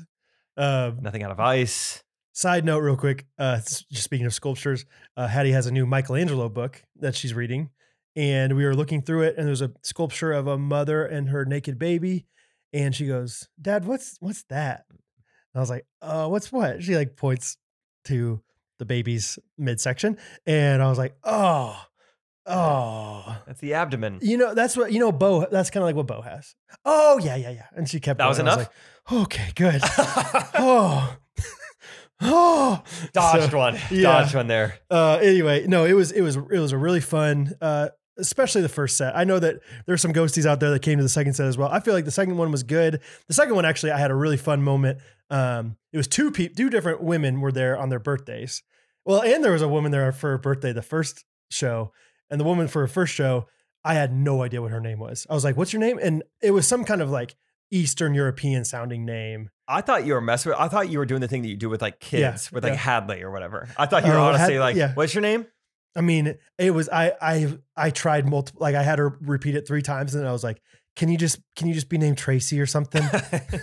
A: Um,
B: Nothing out of ice.
A: Side note, real quick. Uh, s- just speaking of sculptures, uh, Hattie has a new Michelangelo book that she's reading, and we were looking through it, and there's a sculpture of a mother and her naked baby, and she goes, "Dad, what's what's that?" And I was like, "Uh, what's what?" She like points to the baby's midsection, and I was like, "Oh, oh."
B: That's the abdomen.
A: You know, that's what you know. Bo, that's kind of like what Bo has. Oh yeah, yeah, yeah. And she kept.
B: That was
A: going. I
B: enough?
A: like, okay, good. oh, oh,
B: Dodged
A: So,
B: one.
A: yeah.
B: Dodged one there.
A: uh, anyway, no, it was it was it was a really fun, uh, especially the first set. I know that there's some ghosties out there that came to the second set as well. I feel like the second one was good. The second one actually, I had a really fun moment. Um, it was two people, two different women were there on their birthdays. Well, and there was a woman there for her birthday the first show, and the woman for her first show, I had no idea what her name was. I was like, "What's your name?" And it was some kind of like Eastern European sounding name.
B: I thought you were messing with. I thought you were doing the thing that you do with like
A: Yeah,
B: kids, with like
A: yeah.
B: Hadley or whatever. I thought you were
A: Oh, Had-
B: honestly like,
A: yeah.
B: "What's your name?"
A: I mean, it was I I I tried multiple like I had her repeat it three times and then I was like, can you just can you just be named Tracy or something?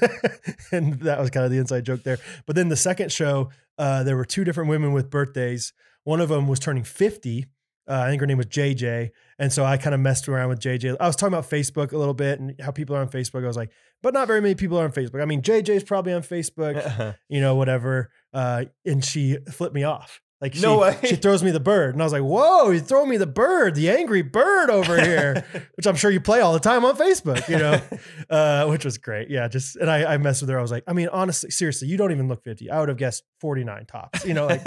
A: and that was kind of the inside joke there. But then the second show, uh, there were two different women with birthdays. One of them was turning 50. Uh, I think her name was JJ. And so I kind of messed around with JJ. I was talking about Facebook a little bit and how people are on Facebook. I was like, but not very many people are on Facebook. I mean, JJ's probably on Facebook you know, whatever. Uh, and she flipped me off. Like she,
B: No way.
A: she throws me the bird. And I was like, whoa, you throw me the bird, the angry bird over here, which I'm sure you play all the time on Facebook, you know, uh, which was great. Yeah. Just, and I, I messed with her. I was like, I mean, honestly, seriously, you don't even look 50. I would have guessed 49 tops, you know, like,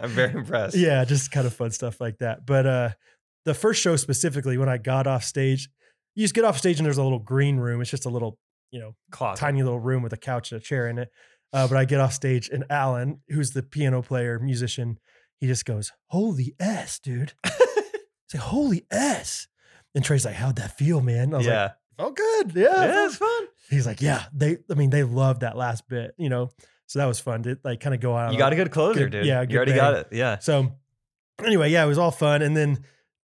B: I'm very impressed.
A: yeah, just kind of fun stuff like that. But uh the first show specifically, when I got off stage, you just get off stage and there's a little green room. It's just a little, you know,
B: Closet.
A: tiny little room with a couch and a chair in it. Uh, but I get off stage and Alan, who's the piano player, musician, he just goes, Holy S, dude. I say, Holy S. And Trey's like, How'd that feel, man? I was like,
B: yeah,
A: Oh, good. Yeah. it
B: yeah,
A: felt
B: it's fun.
A: He's like, Yeah. They, I mean, they loved that last bit, you know? So that was fun to like kind of go out. on
B: You
A: a-
B: got a good closer,
A: Good-
B: dude.
A: yeah,
B: you
A: good
B: already got it. Yeah,
A: so anyway, yeah, it was all fun. And then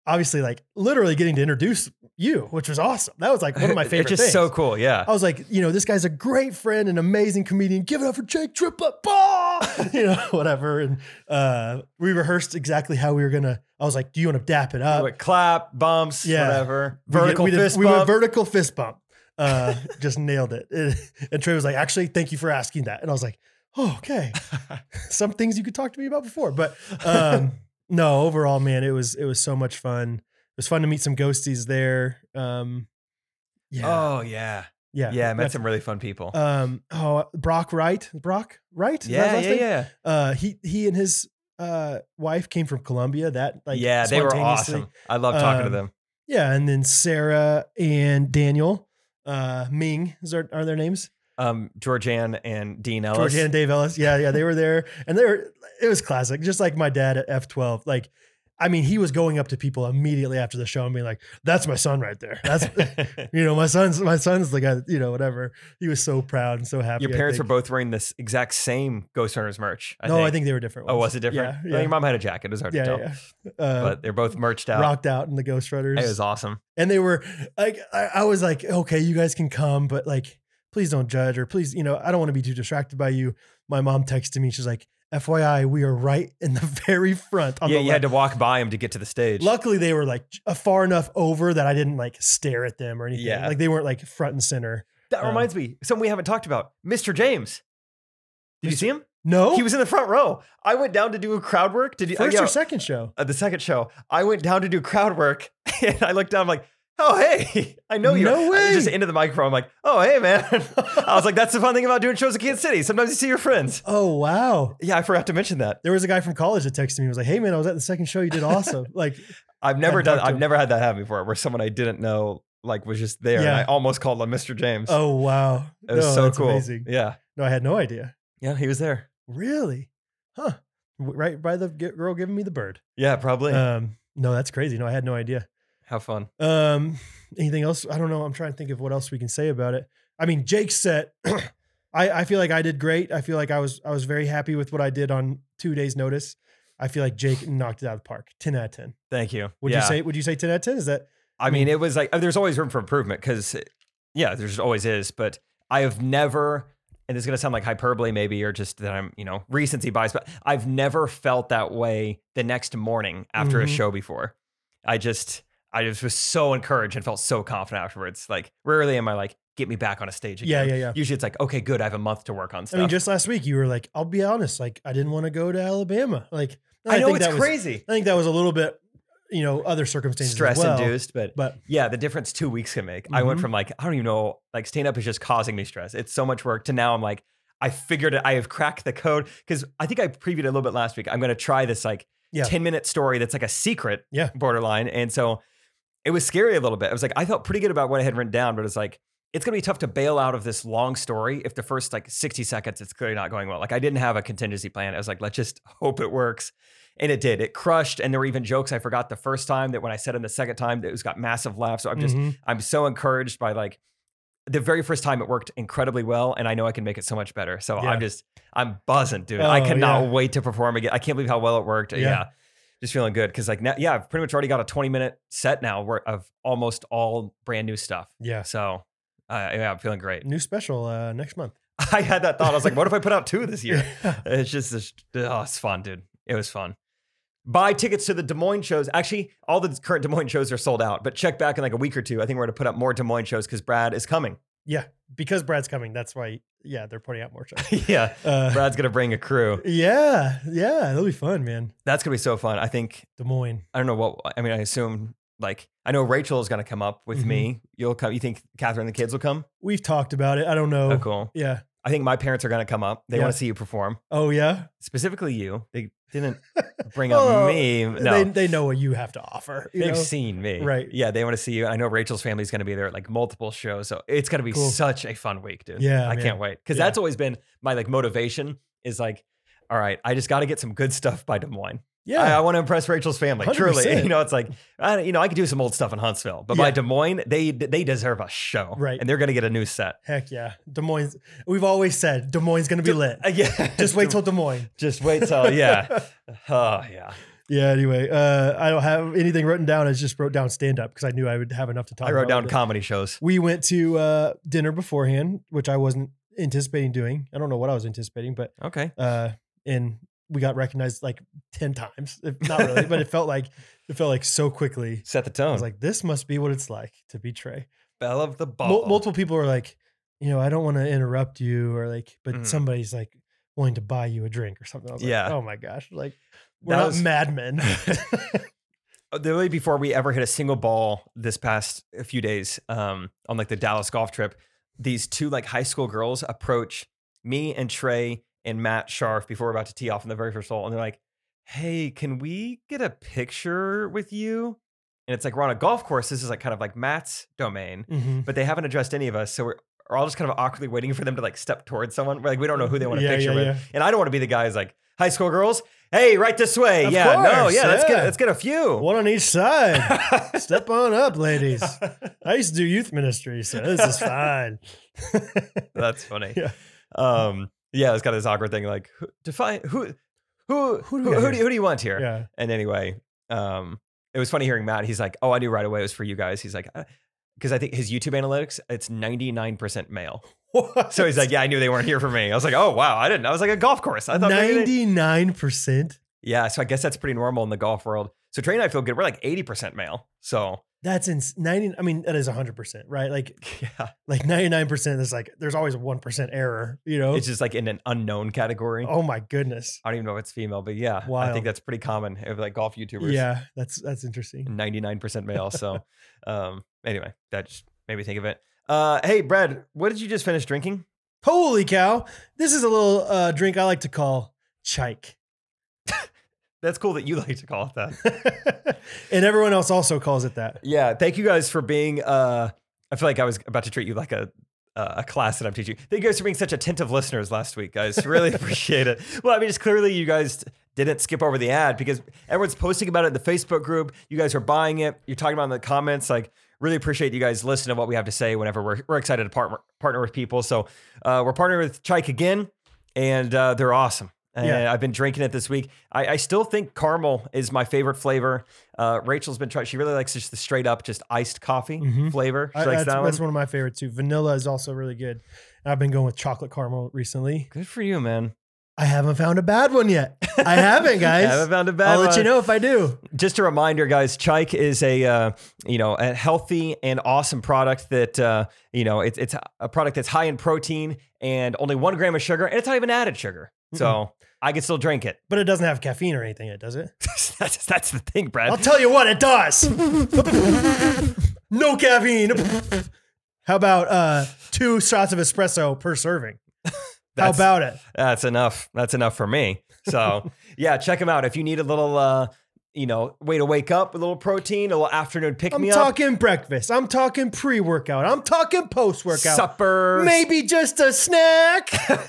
A: obviously, like literally getting to introduce you, which was awesome. That was like one of my favorite
B: It's just
A: things.
B: so cool. Yeah,
A: I was like, you know, this guy's a great friend, an amazing comedian. Give it up for Jake Triplett. Bah! you know, whatever. And uh, we rehearsed exactly how we were gonna. I was like, do you want to dap it up?
B: Like clap, bumps,
A: Uh, yeah.
B: whatever.
A: We did-
B: Vertical
A: we did-
B: fist
A: We went
B: bump.
A: vertical fist bump. Uh, just nailed it. And Trey was like, actually, thank you for asking that. And I was like, oh, okay. Some things you could talk to me about before, but um, no, overall, man, it was it was so much fun. It was fun to meet some ghosties there. Um, yeah,
B: Oh yeah,
A: yeah,
B: yeah. I met
A: that's-
B: some really fun people.
A: um oh Brock Wright Brock Wright Is that
B: yeah,
A: his
B: yeah,
A: last name?
B: yeah.
A: uh he he and his uh wife came from Colombia that like
B: yeah, they were
A: spontaneously.
B: awesome. I love talking
A: Um,
B: to them.
A: yeah and then Sarah and Daniel uh Ming is their, are their names
B: Um, Georgianne and Dean Ellis.
A: Georgia and Dave Ellis yeah yeah they were there and they were it was classic just like my dad at F twelve like I mean he was going up to people immediately after the show and being like that's my son right there that's you know my son's my son's the guy that- you know whatever he was so proud and so happy
B: Your
A: I
B: parents were
A: think.
B: both wearing this exact same Ghost Hunters merch. I
A: no
B: think.
A: I think they were different
B: Oh,
A: ones.
B: was it different?
A: yeah,
B: Well,
A: yeah.
B: your mom had a jacket. It was hard to
A: yeah,
B: tell.
A: yeah, yeah. Uh,
B: But they're both merched out.
A: rocked out in the Ghost Runners,
B: It was awesome.
A: and they were like, I, I was like, okay, you guys can come, but like, please don't judge or please, you know, I don't want to be too distracted by you. My mom texted me, she's like, FYI, we are right in the very front. On
B: yeah,
A: the
B: you had to walk by him to get to the stage.
A: Luckily, they were like uh, far enough over that I didn't like stare at them or anything.
B: Yeah.
A: Like they weren't like front and center.
B: that
A: um,
B: reminds me, something we haven't talked about. Mr. James. Did you
A: Mr.
B: see him?
A: No,
B: He was uh, in the front row. I went down to do crowd work. Did you?
A: first
B: yeah,
A: or second show.
B: uh, the second show, I went down to do crowd work and I looked down, I'm like, oh, hey, I know you.
A: No
B: I just
A: way.
B: into the microphone, I'm like, oh, hey, man. I was like, that's the fun thing about doing shows in Kansas City. Sometimes you see your friends.
A: Oh wow.
B: Yeah, I forgot to mention that.
A: There was a guy from college that texted me. He was like, "Hey man, I was at the second show. You did awesome." like,
B: I've never
A: Hadn't
B: done,
A: talked to
B: I've
A: him.
B: never had that happen before where someone I didn't know like was just there. And
A: Yeah.
B: I almost called him Mr. James.
A: oh wow,
B: it was
A: No,
B: so
A: that's
B: cool.
A: Amazing.
B: Yeah.
A: No, I had no idea.
B: Yeah, he was there.
A: Really? Huh. W- Right by the g- girl giving me the bird.
B: Yeah, probably.
A: Um, no, that's crazy. No, I had no idea.
B: Have fun.
A: Um, anything else? I don't know. I'm trying to think of what else we can say about it. I mean, Jake's set I, I feel like I did great. I feel like I was I was very happy with what I did on two days' notice. I feel like Jake knocked it out of the park. Ten out of ten.
B: Thank you.
A: Would you
B: Yeah.
A: say? Would you say ten out of ten? Is that
B: I mean,
A: Hmm.
B: it was like oh, there's always room for improvement because, yeah, there's always is. But I have never, and this is gonna sound like hyperbole, maybe, or just that I'm, you know, recency bias, but I've never felt that way the next morning after a
A: Mhm.
B: show before. I just, I just was so encouraged and felt so confident afterwards. Like, rarely am I like, get me back on a stage
A: Yeah,
B: again.
A: yeah, yeah.
B: Usually it's like, okay, good, I have a month to work on
A: I
B: stuff.
A: mean, just last week you were like, I'll be honest, like I didn't want to go to Alabama. Like
B: I know it's
A: that was,
B: crazy,
A: I think that was a little bit, you know, other circumstances. as
B: stress
A: well,
B: induced, but
A: But
B: Yeah, the difference two weeks can make. I went
A: Mhm.
B: from like, I don't even know, like stand up is just causing me stress. It's so much work to now I'm like, I figured it. I have cracked the code because I think I previewed it a little bit last week. I'm going to try this like
A: Yeah.
B: 10 minute story that's like a secret
A: Yeah.
B: borderline. And so it was scary a little bit. I was like, I felt pretty good about what I had written down, but it's like, it's going to be tough to bail out of this long story if the first like 60 seconds it's clearly not going well. Like I didn't have a contingency plan. I was like, let's just hope it works. And it did. It crushed. And there were even jokes I forgot the first time that when I said them the second time, that it was got massive laughs. So I'm just,
A: Mhm.
B: I'm so encouraged by like the very first time it worked incredibly well, and I know I can make it so much better. So
A: Yeah.
B: I'm just, I'm buzzing, dude. I
A: Oh,
B: cannot
A: yeah.
B: wait to perform again. I can't believe how well it worked.
A: Yeah.
B: Yeah. Just feeling good. Cause like now, yeah, I've pretty much already got a 20 minute set now where of almost all brand new stuff.
A: yeah,
B: So uh, yeah, I'm feeling great.
A: new special uh, next month.
B: I had that thought. I was like, what if I put out two this year? It's just, it's, oh, it's fun, dude. It was fun. Buy tickets to the Des Moines shows. Actually, all the current Des Moines shows are sold out, but check back in like a week or two. I think we're going to put up more Des Moines shows because Brad is coming.
A: yeah, because Brad's coming. That's why. Yeah, they're putting out more shows.
B: yeah.
A: Uh,
B: Brad's going to bring a crew.
A: yeah, yeah, that'll be fun, man.
B: That's going to be so fun. I think,
A: Des Moines.
B: I don't know what, I mean, I assume like, I know Rachel is going to come up with
A: Mm-hmm.
B: me. You'll come. You think Catherine and the kids will come?
A: We've talked about it. I don't know.
B: Oh, cool.
A: Yeah.
B: I think my parents are going to come up. They
A: Yeah.
B: want to see you perform,
A: Oh yeah.
B: specifically you. They didn't bring
A: Oh,
B: up me. No.
A: They they know what you have to offer. you
B: They've
A: know?
B: seen me.
A: Right.
B: Yeah, they want to see you. I know Rachel's family's going to be there at like multiple shows. So it's going to be
A: Cool.
B: such a fun week, dude.
A: Yeah,
B: I
A: man.
B: can't wait. Cause
A: Yeah.
B: that's always been my like motivation is like, all right, I just got to get some good stuff by Des Moines.
A: Yeah.
B: I, want to impress Rachel's family. Truly.
A: 100%.
B: You know, it's like, I, you know, I could do some old stuff in Huntsville, but
A: Yeah.
B: by Des Moines, they, they deserve a show.
A: Right.
B: And they're going to get a new set.
A: Heck yeah. Des Moines. We've always said Des Moines is gonna be lit.
B: Uh, yeah.
A: Just wait till Des Moines.
B: just wait till, yeah. Oh, yeah.
A: Yeah. Anyway, uh, I don't have anything written down. I just wrote down stand up because I knew I would have enough to talk.
B: I wrote
A: about
B: down
A: with it.
B: comedy shows.
A: we went to uh, dinner beforehand, which I wasn't anticipating doing. I don't know what I was anticipating, but
B: Okay.
A: uh, and we got recognized like ten times. If- Not really, but it felt like it felt like so quickly.
B: Set the
A: I
B: tone.
A: was like, this must be what it's like to be Trey.
B: Bell of the
A: Mul-
B: Ball.
A: multiple people were like, you know, I don't want to interrupt you, or like, but
B: Mhm.
A: somebody's like willing to buy you a drink or something. I was
B: Yeah.
A: Like, oh my gosh, like we're
B: That
A: not
B: was-
A: madmen.
B: literally uh, before we ever hit a single ball this past uh, few days um, on like the Dallas golf trip, these two like high school girls approach me and Trey and Matt Sharf before we're about to tee off in the very first hole, and they're like, "Hey, can we get a picture with you?" And it's like we're on a golf course. This is like kind of like Matt's domain,
A: Mhm.
B: but they haven't addressed any of us, so we're, we're all just kind of awkwardly waiting for them to like step towards someone. We're like, we don't know who they want a
A: Yeah,
B: picture
A: yeah,
B: with,
A: yeah.
B: and I don't want to be the guy who's like, "High school girls, hey, right this way,
A: Of
B: yeah, no,
A: course,
B: yeah, let's
A: yeah.
B: get let's get a few."
A: One on each side. Step on up, ladies. I used to do youth ministry, so this is fine.
B: That's funny.
A: Yeah.
B: Um, yeah, it's kind of this awkward thing like who, define who who
A: Who
B: who
A: do
B: do
A: we got
B: who,
A: here?
B: do, you- who do you want here?
A: yeah.
B: And anyway, um, it was funny hearing Matt. He's like, "Oh, I knew right away it was for you guys." He's like, "Because I think his YouTube analytics, it's ninety nine percent male." So he's like, "Yeah, I knew they weren't here for me." I was like, "Oh wow, I didn't." I was like a golf course. I thought maybe they-"
A: ninety nine percent.
B: Yeah, so I guess that's pretty normal in the golf world. So Trey and I feel good. We're like eighty percent male. So
A: That's in ninety. I mean, that is hundred percent, right? Like,
B: yeah,
A: like ninety nine percent is like there's always a one percent error. You know.
B: it's just like in an unknown category.
A: oh my goodness.
B: I don't even know if it's female, but yeah, I
A: Wild.
B: think that's pretty common of like golf YouTubers.
A: Yeah, that's that's interesting.
B: 99% male. So, um, anyway, that just made me think of it. Uh, hey, Brad, what did you just finish drinking?
A: Holy cow! This is a little uh, drink I like to call chike,
B: That's cool that you like to call it that.
A: and everyone else also calls it that.
B: Yeah. Thank you guys for being, uh, I feel like I was about to treat you like a, uh, a class that I'm teaching. Thank you guys for being such attentive listeners last week, guys. Really appreciate it. Well, I mean, just clearly you guys didn't skip over the ad because everyone's posting about it in the Facebook group. You guys are buying it. You're talking about it in the comments, like really appreciate you guys listening to what we have to say whenever we're, we're excited to partner, partner with people. So uh, we're partnering with Chike again, and uh, they're awesome. And
A: Yeah.
B: I've been drinking it this week. I, I still think caramel is my favorite flavor. Uh, Rachel's been trying, she really likes just the straight up, just iced coffee
A: Mhm.
B: flavor. She
A: I-
B: likes
A: that's,
B: that
A: that's
B: one.
A: one of my favorites too. Vanilla is also really good. And I've been going with chocolate caramel recently.
B: Good for you, man.
A: I haven't found a bad one yet. I haven't, guys.
B: haven't found a bad
A: I'll let you
B: one.
A: know if I do.
B: just a reminder, guys, Chike is a uh, you know a healthy and awesome product that uh, you know it's it's a product that's high in protein and only one gram of sugar, and it's not even added sugar, so I can still drink it.
A: But it doesn't have caffeine or anything, it does it?
B: that's that's the thing,
A: I'll
B: Brad.
A: tell you what, it does. no caffeine. How about uh, two shots of espresso per serving? How
B: That's-
A: about it?
B: that's enough. That's enough for me. So yeah, check them out if you need a little uh, you know way to wake up, a little protein, a little afternoon pick
A: I'm
B: me up,
A: talking breakfast. I'm talking pre workout. I'm talking post workout.
B: supper,
A: Maybe just a snack.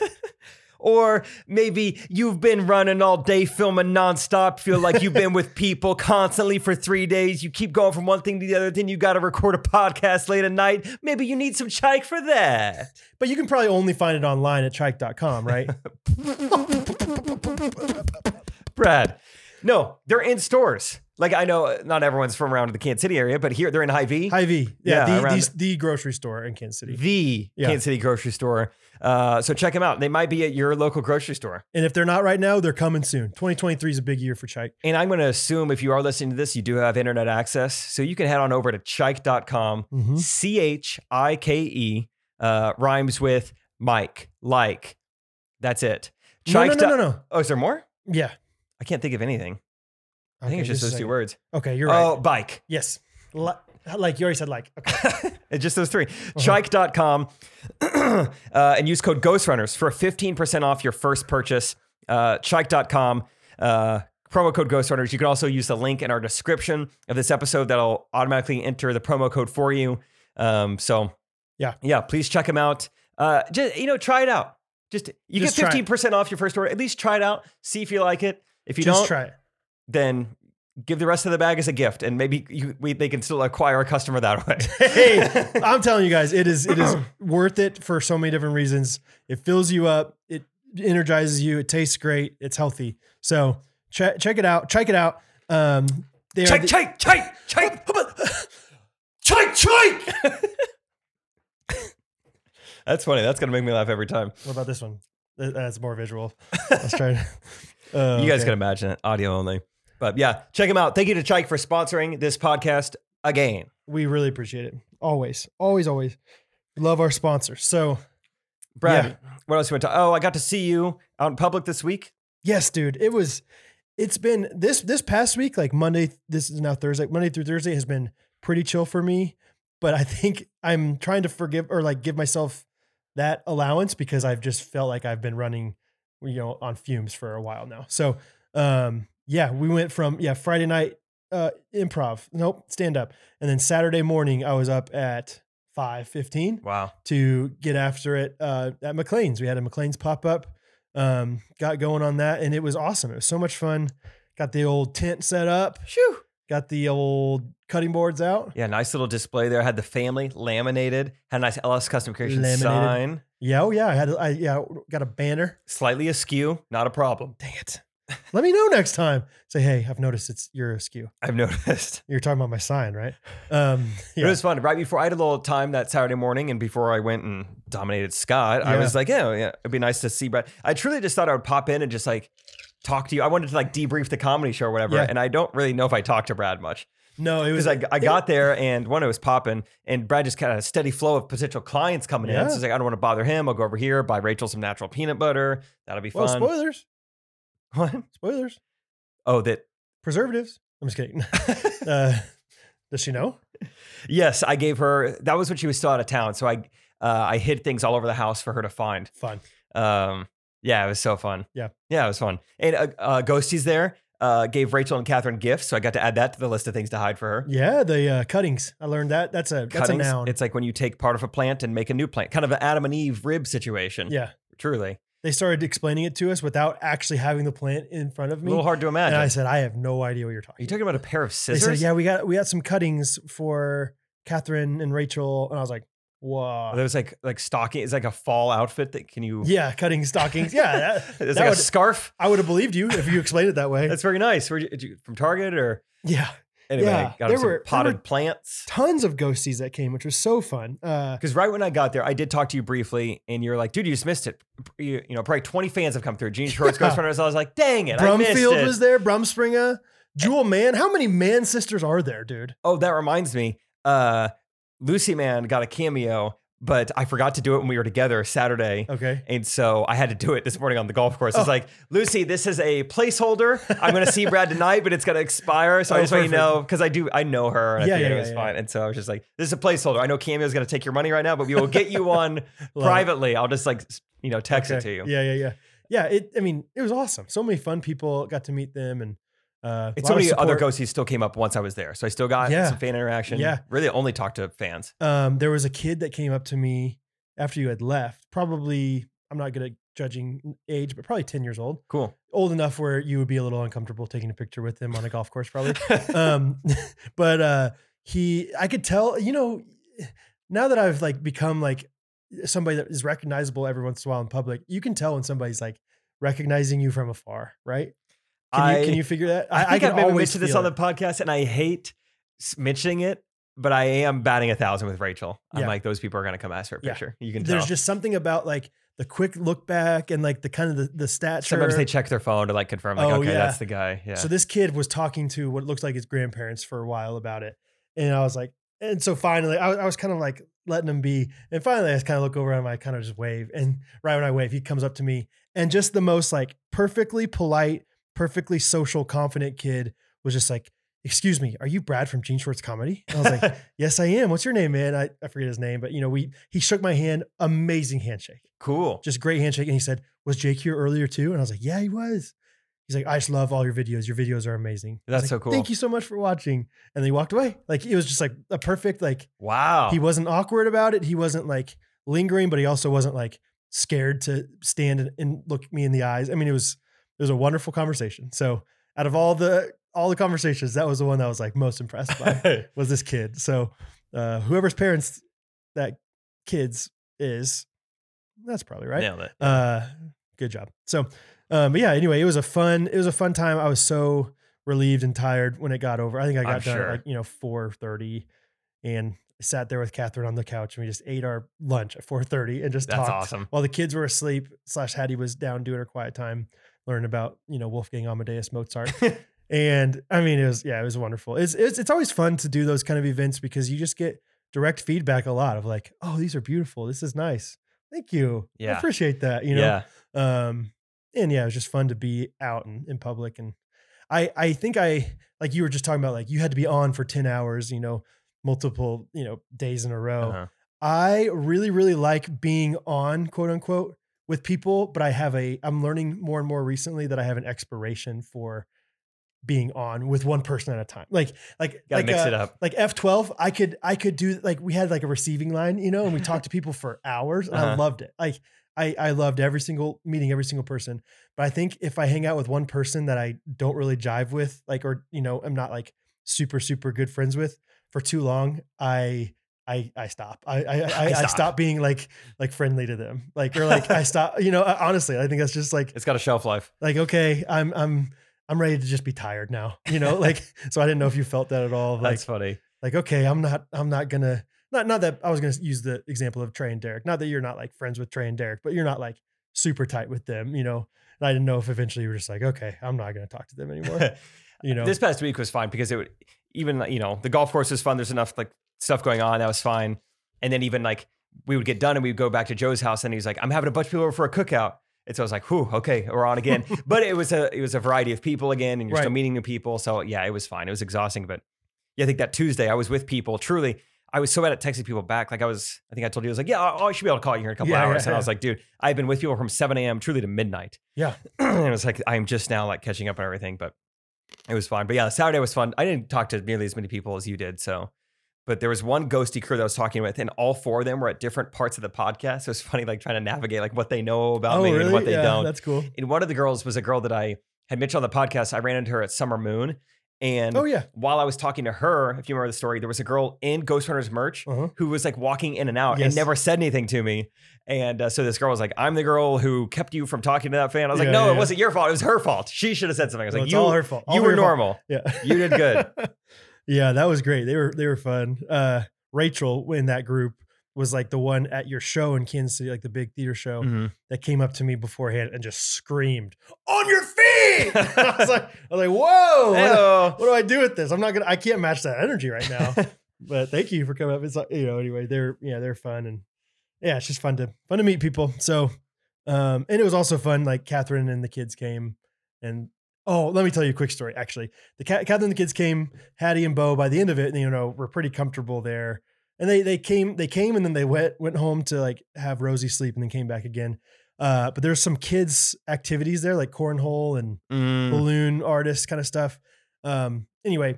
B: Or maybe you've been running all day filming nonstop, feel like you've been with people constantly for three days. You keep going from one thing to the other, then you got to record a podcast late at night. Maybe you need some chike for that.
A: but you can probably only find it online at trike.com, right?
B: Brad. No, they're in stores. Like I know uh, not everyone's from around the Kansas City area, but here they're in Hy-Vee.
A: Hy-Vee. Yeah,
B: Yeah,
A: the,
B: around- Mm-hmm.
A: the, the grocery store in Kansas City.
B: the
A: Yeah.
B: Kansas City grocery store. Uh, so check them out. They might be at your local grocery store.
A: And if they're not right now, they're coming soon. 2023 is a big year for Chike.
B: And I'm going to assume if you are listening to this, you do have internet access. So you can head on over to chike.com.
A: Mhm.
B: C H I K E uh, rhymes with Mike, like. That's it.
A: No, no,
B: Chike
A: no, no,
B: dot-
A: no.
B: Oh, is there more?
A: Yeah.
B: I can't think of anything. I think
A: Okay,
B: it's just those
A: a
B: two
A: second.
B: words.
A: Okay, you're right.
B: Oh, bike.
A: Yes. Li- Like you already said, like. Okay.
B: It's just those 3
A: Uh-huh.
B: Chike.com uh, and use code Ghostrunners for 15% off your first purchase. Uh, Chike.com, uh, promo code Ghostrunners. You can also use the link in our description of this episode that'll automatically enter the promo code for you. Um, so,
A: Yeah.
B: Yeah, please check them out. Uh, just, you know, try it out. Just, you
A: Just try
B: get
A: it.
B: 15% off your first order. At least try it out. See if you like it. If you
A: Just
B: don't,
A: try it.
B: then give the rest of the bag as a gift and maybe you, we, they can still acquire a customer that way.
A: Hey, I'm telling you guys, it is it is worth it for so many different reasons. It fills you up. It energizes you. It tastes great. It's healthy. So check check it out. Check it out. Um, they are
B: Chike,
A: the-
B: chike, chike, chike, chike, chike. That's funny. That's gonna make me laugh every time.
A: What about this one? That- That's more visual. Let's try. it. Uh,
B: You guys
A: okay.
B: can imagine it, audio only. But yeah, check him out. Thank you to Chike for sponsoring this podcast again.
A: we really appreciate it. Always, always, always. Love our sponsors. So
B: Brad, what else you want to? Oh, I got to see you out in public this week.
A: Yes, dude. It was. It's been this this past week, like Monday. This is now Thursday. Monday through Thursday has been pretty chill for me, but I think I'm trying to forgive or like give myself that allowance because I've just felt like I've been running, you know, on fumes for a while now. So, um, yeah, we went from yeah Friday night uh, improv, nope, stand up, and then Saturday morning I was up at five fifteen
B: Wow.
A: to get after it uh, at McLean's. We had a McLean's pop up, um, got going on that, and it was awesome. It was so much fun. Got the old tent set up,
B: Phew.
A: got the old cutting boards out.
B: Yeah, nice little display there. Had the family laminated. Had a nice LS custom creation
A: Laminated.
B: sign,
A: Yeah, oh yeah, I had, I yeah, got a banner.
B: slightly askew. Not a problem.
A: Dang it! Let me know next time. Say, hey, I've noticed it's you're askew.
B: I've noticed.
A: You're talking about my sign, right? Um,
B: It
A: yeah,
B: was fun. Right before I had a little time that Saturday morning, and before I went and dominated Scott, I
A: Yeah.
B: was like, "Oh, yeah, yeah, it'd be nice to see Brad. I truly just thought I would pop in and just like talk to you. I wanted to like debrief the comedy show or whatever,
A: Yeah.
B: and I don't really know if I talked to Brad much
A: no, it was
B: because I, I got there and one it was popping, and Brad just kind of a steady flow of potential clients coming in.
A: Yeah.
B: So it's like, I don't want to bother him. I'll go over here, buy Rachel some natural peanut butter. That'll be
A: well,
B: fun.
A: spoilers,
B: What?
A: spoilers,
B: Oh, that
A: preservatives. I'm just kidding. uh, does she know?
B: yes, I gave her. That was when she was still out of town, so I uh, I hid things all over the house for her to find.
A: Fun.
B: Um, yeah, it was so fun.
A: Yeah.
B: yeah, it was fun. And uh, uh, Ghosties there uh, gave Rachel and Catherine gifts, so I got to add that to the list of things to hide for her.
A: Yeah, the uh, cuttings. I learned that. That's a that's a
B: Cuttings,
A: noun.
B: It's like when you take part of a plant and make a new plant, kind of an Adam and Eve rib situation.
A: yeah.
B: truly,
A: they started explaining it to us without actually having the plant in front of
B: a
A: me.
B: little hard to
A: and
B: imagine.
A: I said, I have no idea what you're
B: Are you
A: talking.
B: talking about a pair of
A: They
B: scissors?
A: said, Yeah, we got we got some cuttings for Catherine and Rachel, and I was like,
B: Are
A: "Whoa,
B: those like like stocking? It's like a fall outfit that can you?
A: yeah, cutting stockings, yeah." That,
B: it's
A: that
B: like a
A: would-
B: scarf.
A: I would have believed you if you explained it that way.
B: That's very nice. Where did you from Target or
A: yeah,
B: anyway?
A: Yeah,
B: got
A: there
B: him some
A: were- there
B: potted
A: were-
B: plants.
A: tons of ghosties that came, which was so fun. Uh,
B: Because right when I got there, I did talk to you briefly, and you're like, "Dude, you just missed it." You, you know, probably 20 fans have come through. Gene Schwartz,
A: Yeah.
B: Ghost Runners. I was like, "Dang it, I missed
A: Brumfield
B: it."
A: was there, Brumspringa, Jewel Man. How many man sisters are there, dude?
B: oh, that reminds me. Uh, Lucy Man got a cameo, but I forgot to do it when we were together Saturday.
A: Okay,
B: And so I had to do it this morning on the golf course. It's
A: Oh.
B: like, Lucy, this is a placeholder. I'm going to see Brad tonight, but it's going to expire. So
A: Oh,
B: I just want you to
A: perfect.
B: know because I do, I know her. And
A: Yeah,
B: I figured
A: yeah,
B: it was
A: yeah,
B: fine. And so I was just like, this is a placeholder. I know Cameo's going to take your money right now, but we will get you one privately. I'll just like, s- you know, text it
A: Okay.
B: to you.
A: Yeah, yeah, yeah, yeah. It. I mean, it was awesome. So many fun people got to meet them, and uh,
B: And
A: lot
B: so
A: of
B: many other
A: support.
B: ghosties still came up once I was there. So I still got
A: Yeah.
B: some fan interaction.
A: Yeah.
B: Really only talked to fans.
A: um, there was a kid that came up to me after you had left. Probably, I'm not good at judging age, but probably 10 years old,
B: Cool.
A: old enough where you would be a little uncomfortable taking a picture with him on a golf course, probably. um, but uh, he, I could tell, you know, now that I've like become like somebody that is recognizable every once in a while in public, you can tell when somebody's like recognizing you from afar, right? Can, you, can you figure that?
B: I, think I have
A: can
B: maybe
A: always
B: mentioned this
A: feel
B: on the
A: it.
B: podcast, and I hate s- mentioning it, but I am batting a thousand with Rachel. I'm
A: Yeah.
B: like, those people are going to come ask for a
A: Yeah.
B: picture. You can
A: There's
B: tell.
A: just something about like the quick look back and like the kind of the, the stature.
B: Sometimes they check their phone to like confirm, like,
A: Oh,
B: okay,
A: yeah.
B: that's the guy. Yeah.
A: So this kid was talking to what looks like his grandparents for a while about it, and I was like, and so finally, I, was- I was kind of like letting him be, and finally, I just kind of look over at him, I kind of just wave, and right when I wave, he comes up to me, and just the most like perfectly polite, perfectly social, confident kid was just like. Excuse me, are you Brad from Gene Schwartz Comedy? And I was like, Yes, I am. What's your name, man? I, I forget his name, but you know, we he shook my hand, amazing handshake
B: cool.
A: just great handshake. And he said, Was Jake here earlier too? And I was like, Yeah, he was. He's like, I just love all your videos. Your videos are amazing. I was
B: That's
A: like,
B: so cool.
A: Thank you so much for watching. And then he walked away. Like it was just like a perfect, like
B: wow.
A: he wasn't awkward about it. He wasn't like lingering, but he also wasn't like scared to stand and, and look me in the eyes. I mean, it was it was a wonderful conversation. So out of all the all the conversations, that was the one that I was like most impressed by was this kid. So uh whoever's parents that kids is, that's probably right.
B: Nailed it.
A: Uh, good job. So, um, but yeah, anyway, it was a fun, it was a fun time. I was so relieved and tired when it got over. I think I got
B: I'm
A: done
B: sure.
A: at like, you know, four thirty and sat there with Catherine on the couch and we just ate our lunch at four thirty and just
B: That's
A: talked
B: awesome.
A: while the kids were asleep slash Hattie was down doing her quiet time, learning about, you know, Wolfgang Amadeus Mozart. and I mean, it was, yeah, it was wonderful. It's, it's, it's always fun to do those kind of events because you just get direct feedback a lot of like, oh, these are beautiful. This is nice. Thank you. I
B: Yeah.
A: appreciate that. You know,
B: yeah.
A: um and yeah it was just fun to be out and in public and i i think i like you were just talking about like you had to be on for 10 hours you know multiple you know days in a row
B: Uh-huh.
A: i really really like being on quote unquote with people but i have a i'm learning more and more recently that i have an expiration for being on with one person at a time like like
B: Gotta
A: like
B: mix
A: uh,
B: it up.
A: like F12, I could I could do like we had like a receiving line, you know, and we talked to people for hours and I
B: Uh-huh.
A: loved it. Like I I loved every single meeting, every single person. But I think if I hang out with one person that I don't really jive with, like or you know, I'm not like super super good friends with for too long, I I I stop. I I I, I, stop.
B: stop.
A: being like like friendly to them. Like or like I stop, you know, honestly, I think that's just like
B: It's got a shelf life.
A: like okay, I'm I'm I'm ready to just be tired now, you know. Like, so I didn't know if you felt that at all. Like,
B: That's funny.
A: like okay i'm not i'm not gonna not not that i was gonna use the example of trey and derek not that you're not like friends with trey and derek but you're not like super tight with them you know and i didn't know if eventually you were just like okay i'm not gonna talk to them anymore you know
B: This past week was fine because it would even like, you know the golf course was fun. There's enough like stuff going on that was fine. And then even like we would get done and we'd go back to Joe's house and he's like, I'm having a bunch of people over for a cookout. And so I was like, whew, okay, we're on again. but it was a it was a variety of people again, and you're still
A: Right.
B: meeting new people. So yeah, it was fine. It was exhausting, but yeah, I think that Tuesday I was with people. Truly, I was so bad at texting people back. Like I was, I think I told you I was like, yeah, I, I should be able to call you here in a couple
A: Yeah,
B: hours.
A: yeah,
B: and
A: yeah.
B: I was like, dude, I've been with people from 7 a.m. truly to midnight.
A: Yeah.
B: and it was like I'm just now like catching up on everything, but it was fun. But yeah, Saturday was fun. I didn't talk to nearly as many people as you did, so. But there was one ghosty crew that I was talking with, and all four of them were at different parts of the podcast. So it's funny, like trying to navigate like what they know about me and what they
A: "Oh, yeah,
B: don't.
A: that's cool
B: And one of the girls was a girl that I had mentioned on the podcast. I ran into her at Summer Moon, And
A: Oh yeah.
B: while I was talking to her, if you remember the story, there was a girl in Ghost Runner's merch
A: Uh-huh.
B: who was like walking in and out
A: Yes.
B: and never said anything to me. And uh, so this girl was like, "I'm the girl who kept you from talking to that fan." I was
A: Yeah,
B: like, "No,
A: yeah,
B: it
A: yeah.
B: wasn't your fault. It was her fault. She should have said something." I was
A: No,
B: like,
A: it's
B: "You,
A: all her fault. All
B: you
A: her
B: were
A: fault.
B: normal.
A: Yeah.
B: You did good."
A: yeah, that was great. They were they were fun. Uh Rachel in that group was like the one at your show in Kansas City, like the big theater show that came up to me beforehand and just screamed, On your feet. I was like, I was like, whoa, what, the-
B: Hello.
A: what do I do with this? I'm not gonna I can't match that energy right now. but thank you for coming up. It's like, you know, anyway, they're yeah, they're fun and yeah, it's just fun to fun to meet people. So um and it was also fun, like Catherine and the kids came and oh, let me tell you a quick story actually. The Ca- Catherine and the kids came, Hattie and Bo by the end of it, you know, were pretty comfortable there. And they they came they came and then they went went home to like have Rosie sleep and then came back again. Uh, but there's some kids activities there like cornhole and
B: Mm.
A: balloon artist kind of stuff. Um, anyway,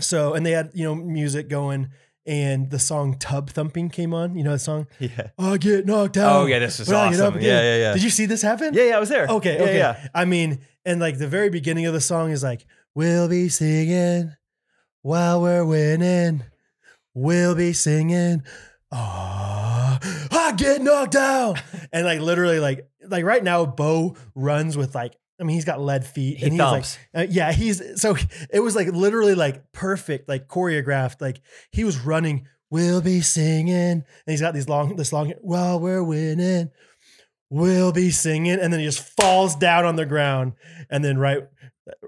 A: so and they had you know music going, and the song "Tub Thumping" came on. You know that song?
B: Yeah.
A: I get knocked out.
B: Oh yeah, this was
A: but I get up
B: awesome. Yeah, yeah,
A: again.
B: yeah.
A: Did you see this happen?
B: yeah, yeah, I was there.
A: Okay.
B: Yeah,
A: Okay.
B: yeah.
A: I mean, and like the very beginning of the song is like, "We'll be singing while we're winning. We'll be singing." Ah, I get knocked out, and like literally, like like right now, Bo runs with like I mean, he's got lead feet, and
B: He
A: he's like
B: thumps.
A: uh, yeah, he's so it was like literally like perfect, like choreographed. Like he was running, we'll be singing, and he's got these long, this long. While we're winning, we'll be singing, and then he just falls down on the ground, and then right,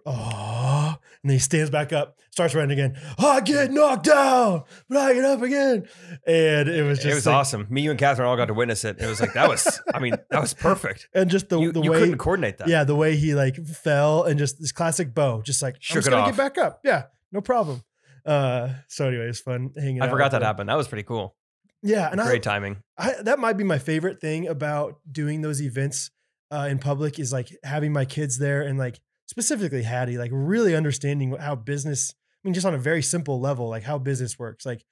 A: oh, and then he stands back up, starts running again. I get knocked down, but I get up again, and it was just
B: it was
A: like-
B: awesome. Me, you, and Catherine all got to witness it. It was like that was. I mean, that was perfect.
A: and just the
B: you
A: the
B: you
A: way
B: couldn't coordinate that.
A: Yeah, the way he like fell and just this classic bow, just like I'm
B: Shook
A: just
B: it
A: gonna
B: off.
A: get back up. Yeah, no problem. Uh, so anyway, it's fun hanging.
B: I
A: out
B: forgot
A: with
B: that
A: him.
B: happened. That was pretty cool.
A: Yeah, and
B: Great timing.
A: I, I that might be my favorite thing about doing those events uh, in public is like having my kids there and like specifically Hattie, like really understanding how business. I mean, just on a very simple level, like how business works. Like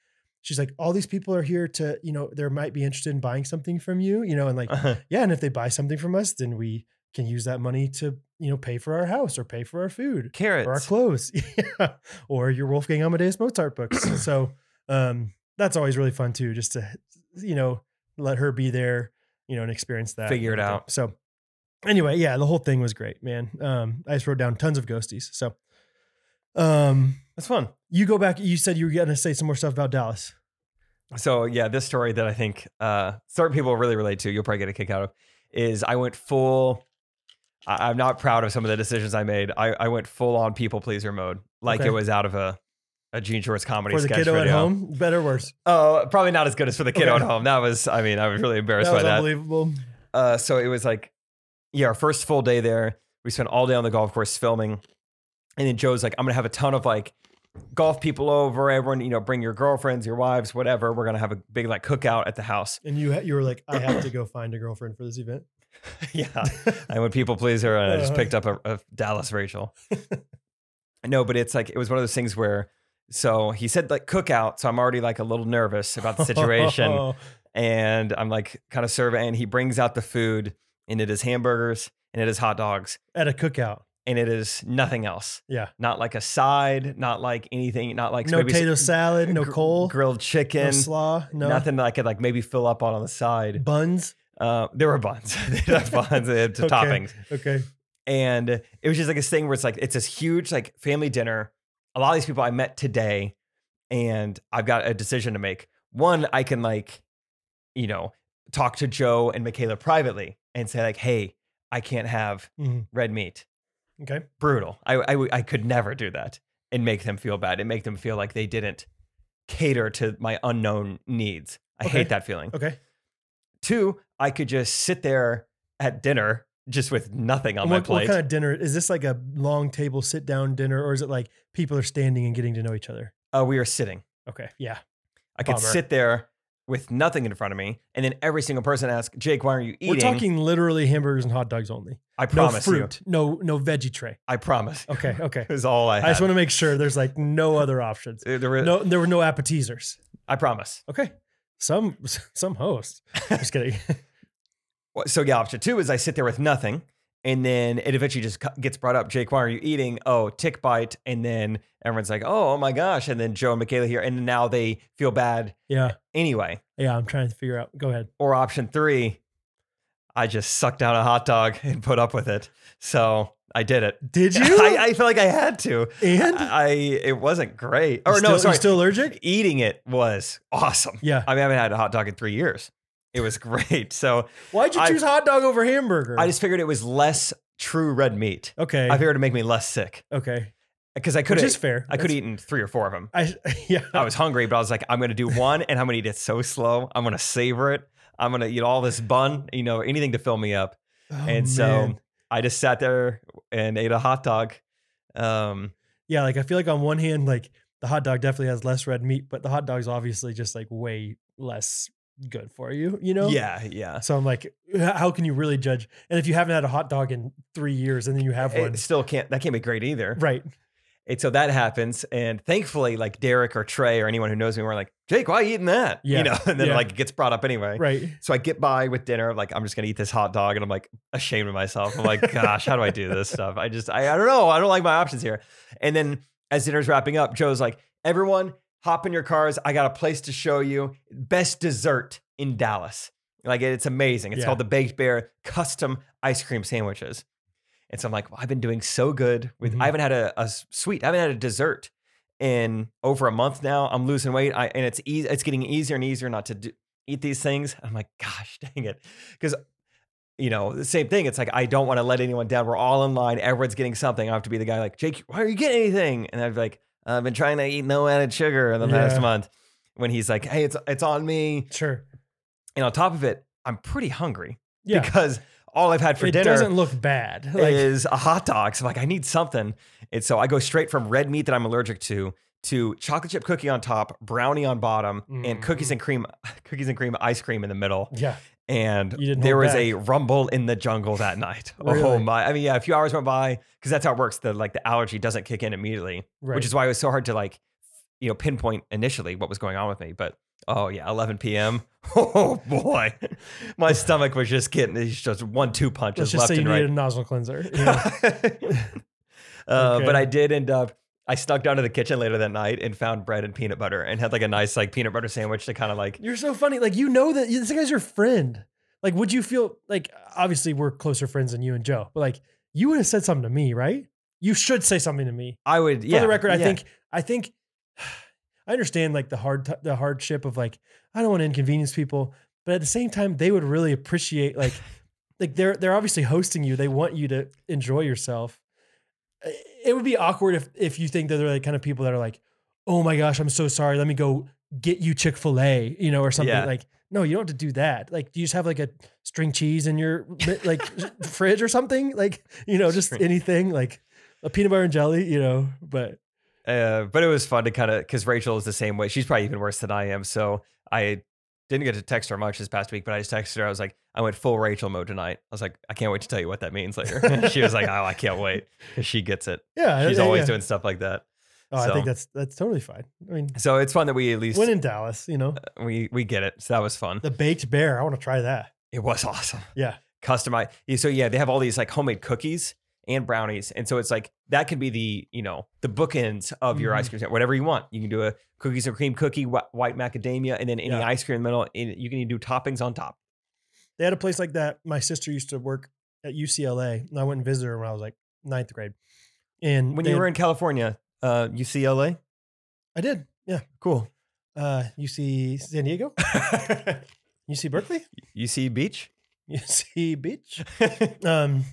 A: she's like, all these people are here to, you know, there might be interested in buying something from you, you know, and like yeah and if they buy something from us then we can use that money to you know pay for our house or pay for our food or our
B: Carrots.
A: clothes yeah. or your wolfgang amadeus mozart books so um that's always really fun too just to you know let her be there you know and experience that
B: Figure it out.
A: so anyway yeah the whole thing was great man um i just wrote down tons of ghosties so um
B: That's fun.
A: you go back you said you were gonna say some more stuff about dallas
B: So yeah, this story that I think uh, certain people really relate to, you'll probably get a kick out of, is I went full. I, I'm not proud of some of the decisions I made. I, I went full on people pleaser mode, like
A: Okay.
B: it was out of a a Gene Shorts comedy
A: for the
B: sketch
A: kiddo
B: video.
A: at home better or worse
B: Oh, probably not as good as for the kiddo
A: Okay.
B: at home. That was, I mean, I was really embarrassed
A: that was
B: by that.
A: unbelievable
B: Uh, so it was like, yeah, our first full day there. We spent all day on the golf course filming, and then Joe's like, "I'm gonna have a ton of like golf people over. Everyone, you know, bring your girlfriends, your wives, whatever. We're gonna have a big like cookout at the house."
A: And you you were like, I have to go find a girlfriend for this event.
B: yeah, I went people pleaser, and I just
A: Uh-huh.
B: picked up a, a Dallas Rachel. no, but it's like it was one of those things where. So he said like cookout, so I'm already like a little nervous about the situation. and I'm like kind of surveying. He brings out the food, and it is hamburgers, and it is hot dogs,
A: at a cookout.
B: and it is nothing else.
A: Yeah.
B: Not like a side, not like anything, not like
A: no
B: maybe s-
A: potato salad, no
B: gr-
A: coal,
B: grilled
A: no
B: chicken,
A: slaw, no
B: nothing that I could like maybe fill up on on the side.
A: buns.
B: Uh, there were buns, they had buns, they had
A: Okay.
B: toppings,
A: Okay.
B: and it was just like this thing where it's like it's this huge like family dinner. A lot of these people I met today, and I've got a decision to make. One, I can like, you know, talk to Joe and Michaela privately and say like, "Hey, I can't have
A: Mhm.
B: red meat.
A: Okay.
B: Brutal. I, I w- I could never do that and make them feel bad and make them feel like they didn't cater to my unknown needs. I
A: Okay.
B: hate that feeling.
A: Okay.
B: Two, I could just sit there at dinner just with nothing on
A: And
B: my
A: what,
B: plate.
A: what kind of dinner is this? Like a long table sit down dinner, or is it like people are standing and getting to know each other?
B: uh, we are sitting.
A: Okay. Yeah.
B: I could
A: Bummer.
B: sit there with nothing in front of me, and then every single person asks, "Jake, why are you eating?"
A: We're talking literally hamburgers and hot dogs only.
B: I
A: No
B: promise you.
A: fruit. No no veggie tray.
B: I promise.
A: Okay. Okay.
B: Is all I.
A: I just
B: had.
A: want to make sure there's like no other options.
B: There- there were-
A: No, there were no appetizers.
B: I promise.
A: Okay. Some some host. Just kidding.
B: Well, So yeah, option two is I sit there with nothing, And then it eventually just co- gets brought up. Jake, why are you eating? Oh, tick bite. And then everyone's like, oh, oh my gosh. And then Joe and Michaela here. And now they feel bad
A: Yeah.
B: anyway.
A: Yeah. I'm trying to figure out. Go ahead.
B: Or option three, I just sucked down a hot dog and put up with it. So I did it.
A: Did you?
B: I, I feel like I had to.
A: and
B: I, I- it wasn't great. Or
A: You're
B: no,
A: still,
B: sorry.
A: You're still allergic?
B: eating it was awesome.
A: Yeah.
B: I mean, I haven't had a hot dog in three years. It was great. So
A: Why'd you
B: I-
A: choose hot dog over hamburger?
B: I just figured it was less true red meat.
A: okay.
B: I figured it'd make me less sick
A: okay.
B: because I could
A: Which is
B: have
A: fair.
B: I could have eaten three or four of them.
A: I yeah.
B: I was hungry, but I was like, I'm gonna do one, and I'm gonna eat it so slow. I'm gonna savor it. I'm gonna eat all this bun, you know, anything to fill me up.
A: Oh,
B: and so
A: man.
B: I just sat there and ate a hot dog. Um,
A: yeah, like I feel like on one hand, like the hot dog definitely has less red meat, but the hot dog's obviously just like way less good for you. You know?
B: Yeah, yeah.
A: So I'm like, h- how can you really judge? And if you haven't had a hot dog in three years, and then you have one,
B: It still can't. That can't be great either.
A: right?
B: And so that happens. And thankfully, like Derek or Trey or anyone who knows me, we're like, Jake, why are you eating that?
A: Yeah.
B: You know, and then
A: Yeah.
B: like it gets brought up anyway.
A: Right.
B: So I get by with dinner, like I'm just gonna eat this hot dog, and I'm like ashamed of myself. I'm like, gosh, how do I do this stuff? I just I, I don't know. I don't like my options here. And then as dinner's wrapping up, Joe's like, everyone, hop in your cars. I got a place to show you. Best dessert in Dallas. Like it's amazing. It's
A: Yeah.
B: called the Baked Bear Custom Ice Cream Sandwiches. And so I'm like, well, I've been doing so good with
A: Mhm.
B: I haven't had a, a s- sweet, I haven't had a dessert in over a month now. I'm losing weight. I and it's easy, it's getting easier and easier not to do, eat these things. I'm like, gosh, dang it. Because you know, the same thing. It's like I don't want to let anyone down. We're all in line. Everyone's getting something. I have to be the guy like, Jake, why are you getting anything? And I'd be like, I've been trying to eat no added sugar in the
A: Yeah.
B: last month. When he's like, hey, it's it's on me.
A: Sure.
B: And on top of it, I'm pretty hungry
A: Yeah.
B: because all I've had for
A: it
B: dinner
A: doesn't look bad. Like
B: is a hot dog. So like I need something. And so I go straight from red meat that I'm allergic to to chocolate chip cookie on top, brownie on bottom, and
A: Mm.
B: cookies and cream cookies and cream ice cream in the middle.
A: yeah.
B: And
A: You didn't
B: there
A: hold
B: was a rumble in the jungle that night.
A: Really?
B: Oh my. I mean, yeah, a few hours went by because that's how it works. The like the allergy doesn't kick in immediately,
A: Right.
B: which is why it was so hard to like, you know, pinpoint initially what was going on with me. But oh yeah, 11 p.m. Oh boy, my stomach was just getting it's just one two
A: Let's
B: punches
A: just
B: left
A: say you
B: and
A: need
B: right.
A: a nozzle cleanser. you know?
B: uh,
A: Okay.
B: But I did end up. I snuck down to the kitchen later that night and found bread and peanut butter and had like a nice like peanut butter sandwich to kind of like.
A: You're so funny. Like you know that this guy's your friend. Like, would you feel like obviously we're closer friends than you and Joe, but like you would have said something to me, right? You should say something to me.
B: I would.
A: For
B: Yeah.
A: the record, I
B: yeah.
A: think I think I understand like the hard t- the hardship of like I don't want to inconvenience people, but at the same time they would really appreciate like like they're they're obviously hosting you. They want you to enjoy yourself. It would be awkward if if you think that they're the kind of people that are like, "Oh my gosh, I'm so sorry. Let me go get you Chick-fil-A," you know, or something
B: Yeah.
A: like no, you don't have to do that. Like, you just have like a string cheese in your like fridge or something. Like, you know, just
B: String-
A: anything. Like, a peanut butter and jelly, you know, but
B: Uh, but it was fun to kind of because Rachel is the same way. She's probably even worse than I am. So I didn't get to text her much this past week, but I just texted her. I was like, I went full Rachel mode tonight. I was like, I can't wait to tell you what that means later. she was like, Oh, I can't wait. 'Cause She gets it.
A: yeah,
B: She's
A: yeah,
B: always
A: yeah.
B: doing stuff like that.
A: Oh, I
B: so.
A: think that's that's totally fine. I mean,
B: So it's fun that we at least
A: when in Dallas, you know,
B: we we get it. So that was fun.
A: the baked bear. I want to try that.
B: It was awesome.
A: Yeah.
B: Customized. yeah, So yeah, they have all these like homemade cookies and brownies. And so it's like that could be the, you know, the bookends of your
A: Mm-hmm.
B: ice cream, sandwich, whatever you want. You can do a cookies and cream cookie, wh- white macadamia, and then any
A: Yeah.
B: ice cream in the middle. And you can do toppings on top.
A: They had a place like that. My sister used to work at UCLA, and I went and visited her when I was like ninth grade. And
B: When
A: they
B: you
A: had-
B: were in California, uh, UCLA.
A: I did, yeah.
B: Cool.
A: Uh, UC San Diego, UC Berkeley,
B: UC Beach.
A: UC Beach. Um,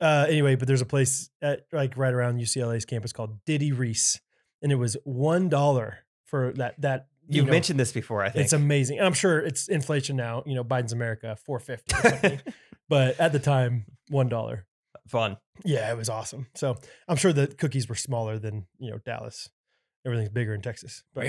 A: uh, anyway, but there's a place at like right around UCLA's campus called Diddy Reese, and it was one dollar for that that
B: You,
A: know,
B: mentioned this before, I think.
A: It's amazing. And I'm sure it's inflation now, you know, Biden's America, 450 or something. but at the time, one dollar.
B: fun.
A: Yeah, it was awesome. So I'm sure the cookies were smaller than, you know, Dallas. Everything's bigger in Texas. But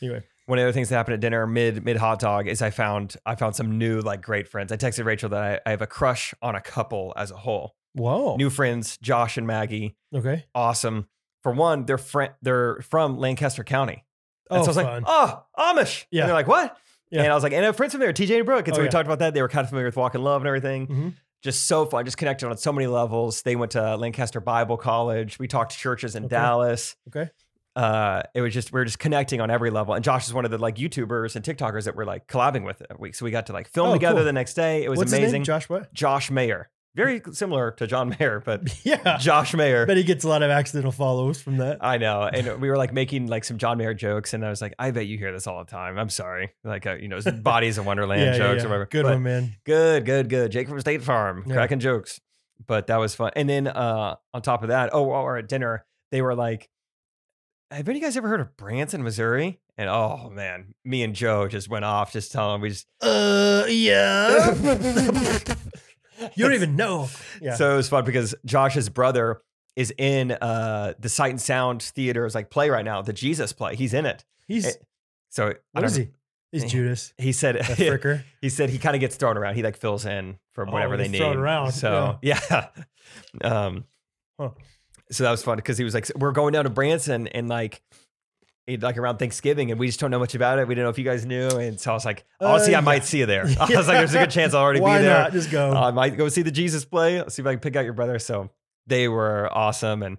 A: anyway.
B: one of the other things that happened at dinner mid mid hot dog is I found I found some new like great friends. I texted Rachel that I, I have a crush on a couple as a whole.
A: Whoa.
B: New friends, Josh and Maggie,
A: okay.
B: awesome. For one, they're friend they're from Lancaster County. And
A: Oh,
B: so I was
A: fun.
B: like, oh, Amish.
A: Yeah.
B: And they're like, what?
A: Yeah.
B: And I was like, and I have friends from there, TJ and Brooke. And so
A: Oh,
B: we
A: yeah.
B: talked about that. They were kind of familiar with Walk in Love and everything.
A: Mhm.
B: just so fun, just connected on so many levels. They went to Lancaster Bible College. We talked to churches in
A: Okay.
B: Dallas.
A: Okay.
B: Uh, it was just we were just connecting on every level. And Josh is one of the like YouTubers and TikTokers that we're like collabing with every week. So we got to like film
A: Oh,
B: together
A: cool.
B: the next day. It was
A: What's his name?
B: amazing.
A: Josh what?
B: Josh Mayer, very similar to John Mayer, but
A: Yeah.
B: Josh Mayer.
A: bet he gets a lot of accidental follows from that.
B: I know. And we were like making like some John Mayer jokes, and I was like, I bet you hear this all the time. I'm sorry. Like, uh, you know, bodies in Wonderland jokes or whatever.
A: Good
B: But
A: one, man.
B: Good, good, good. Jake from State Farm,
A: Yeah.
B: cracking jokes. But that was fun. And then uh, on top of that, oh, while we're at dinner, they were like, have any of you guys ever heard of Branson, Missouri? And oh man, me and Joe just went off, just telling we just
A: Uh, yeah. you don't even know. Yeah.
B: So it was fun because Josh's brother is in uh, the Sight and Sound Theater's like play right now, the Jesus play. He's in it.
A: he's
B: it- So I
A: what
B: eh, don't
A: is
B: know.
A: he? He's
B: Yeah.
A: Judas.
B: He said
A: That fricker.
B: he said he kind of gets thrown around. He like fills in for
A: Oh,
B: whatever they
A: he's
B: need.
A: thrown around,
B: So yeah. um,
A: Huh.
B: so that was fun because he was like, "We're going down to Branson and like." it- Like around Thanksgiving, and we just don't know much about it. We didn't know if you guys knew, and so I was like,
A: Uh,
B: "Honestly, I
A: yeah.
B: might see you there." I was like, "There's a good chance I'll already
A: Why
B: be there." Uh,
A: not? Just go.
B: I might go see the Jesus play. I'll see if I can pick out your brother. So they were awesome, and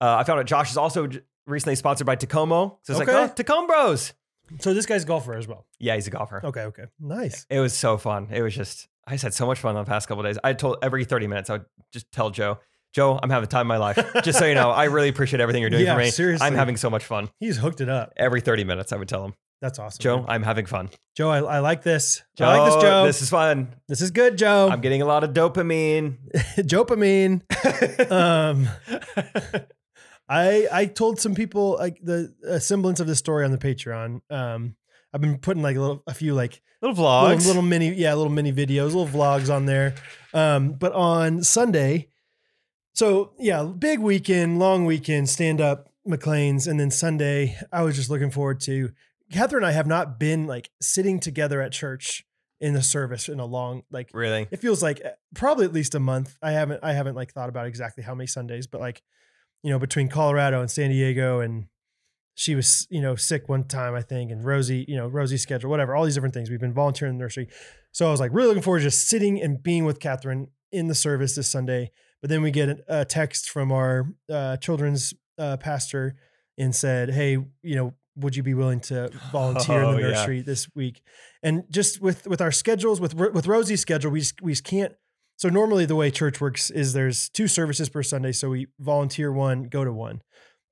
B: uh, I found out Josh is also j- recently sponsored by Tacomo. So it's
A: Okay.
B: like, oh, Tacom Bros.
A: so this guy's a golfer as well.
B: Yeah, he's a golfer.
A: Okay. Okay. Nice.
B: It was so fun. It was just I just had so much fun the past couple of days. I told every thirty minutes I would just tell Joe, Joe, I'm having the time of my life. just so you know, I really appreciate everything you're doing
A: Yeah,
B: for me.
A: seriously.
B: I'm having so much fun.
A: He's hooked it up.
B: Every thirty minutes, I would tell him,
A: That's awesome.
B: Joe,
A: man.
B: I'm having fun.
A: Joe, I, I like this.
B: Joe,
A: I like this, Joe. Oh. This
B: This
A: is,
B: is fun.
A: good, Joe.
B: I'm getting a lot of dopamine.
A: Dopamine. um, I I told some people like the a semblance of this story on the Patreon. Um, I've been putting like a little a few like
B: little
A: little,
B: vlogs.
A: little mini yeah little mini videos little vlogs on there um but on sunday so yeah big weekend long weekend stand up mclean's and then sunday i was just looking forward to catherine and i have not been like sitting together at church in the service in a long like
B: really.
A: it feels like uh, probably at least a month i haven't i haven't like thought about exactly how many sundays but like you know between colorado and san diego and she was you know sick one time i think and rosie you know rosie's schedule whatever all these different things we've been volunteering in the nursery so i was like really looking forward to just sitting and being with catherine in the service this sunday but then we get a- a text from our uh, children's uh, pastor and said hey you know would you be willing to volunteer in
B: Oh,
A: the
B: yeah.
A: nursery this week and just with with our schedules with Ro- with rosie's schedule we just, we just can't so normally the way church works is there's two services per sunday so we volunteer one go to one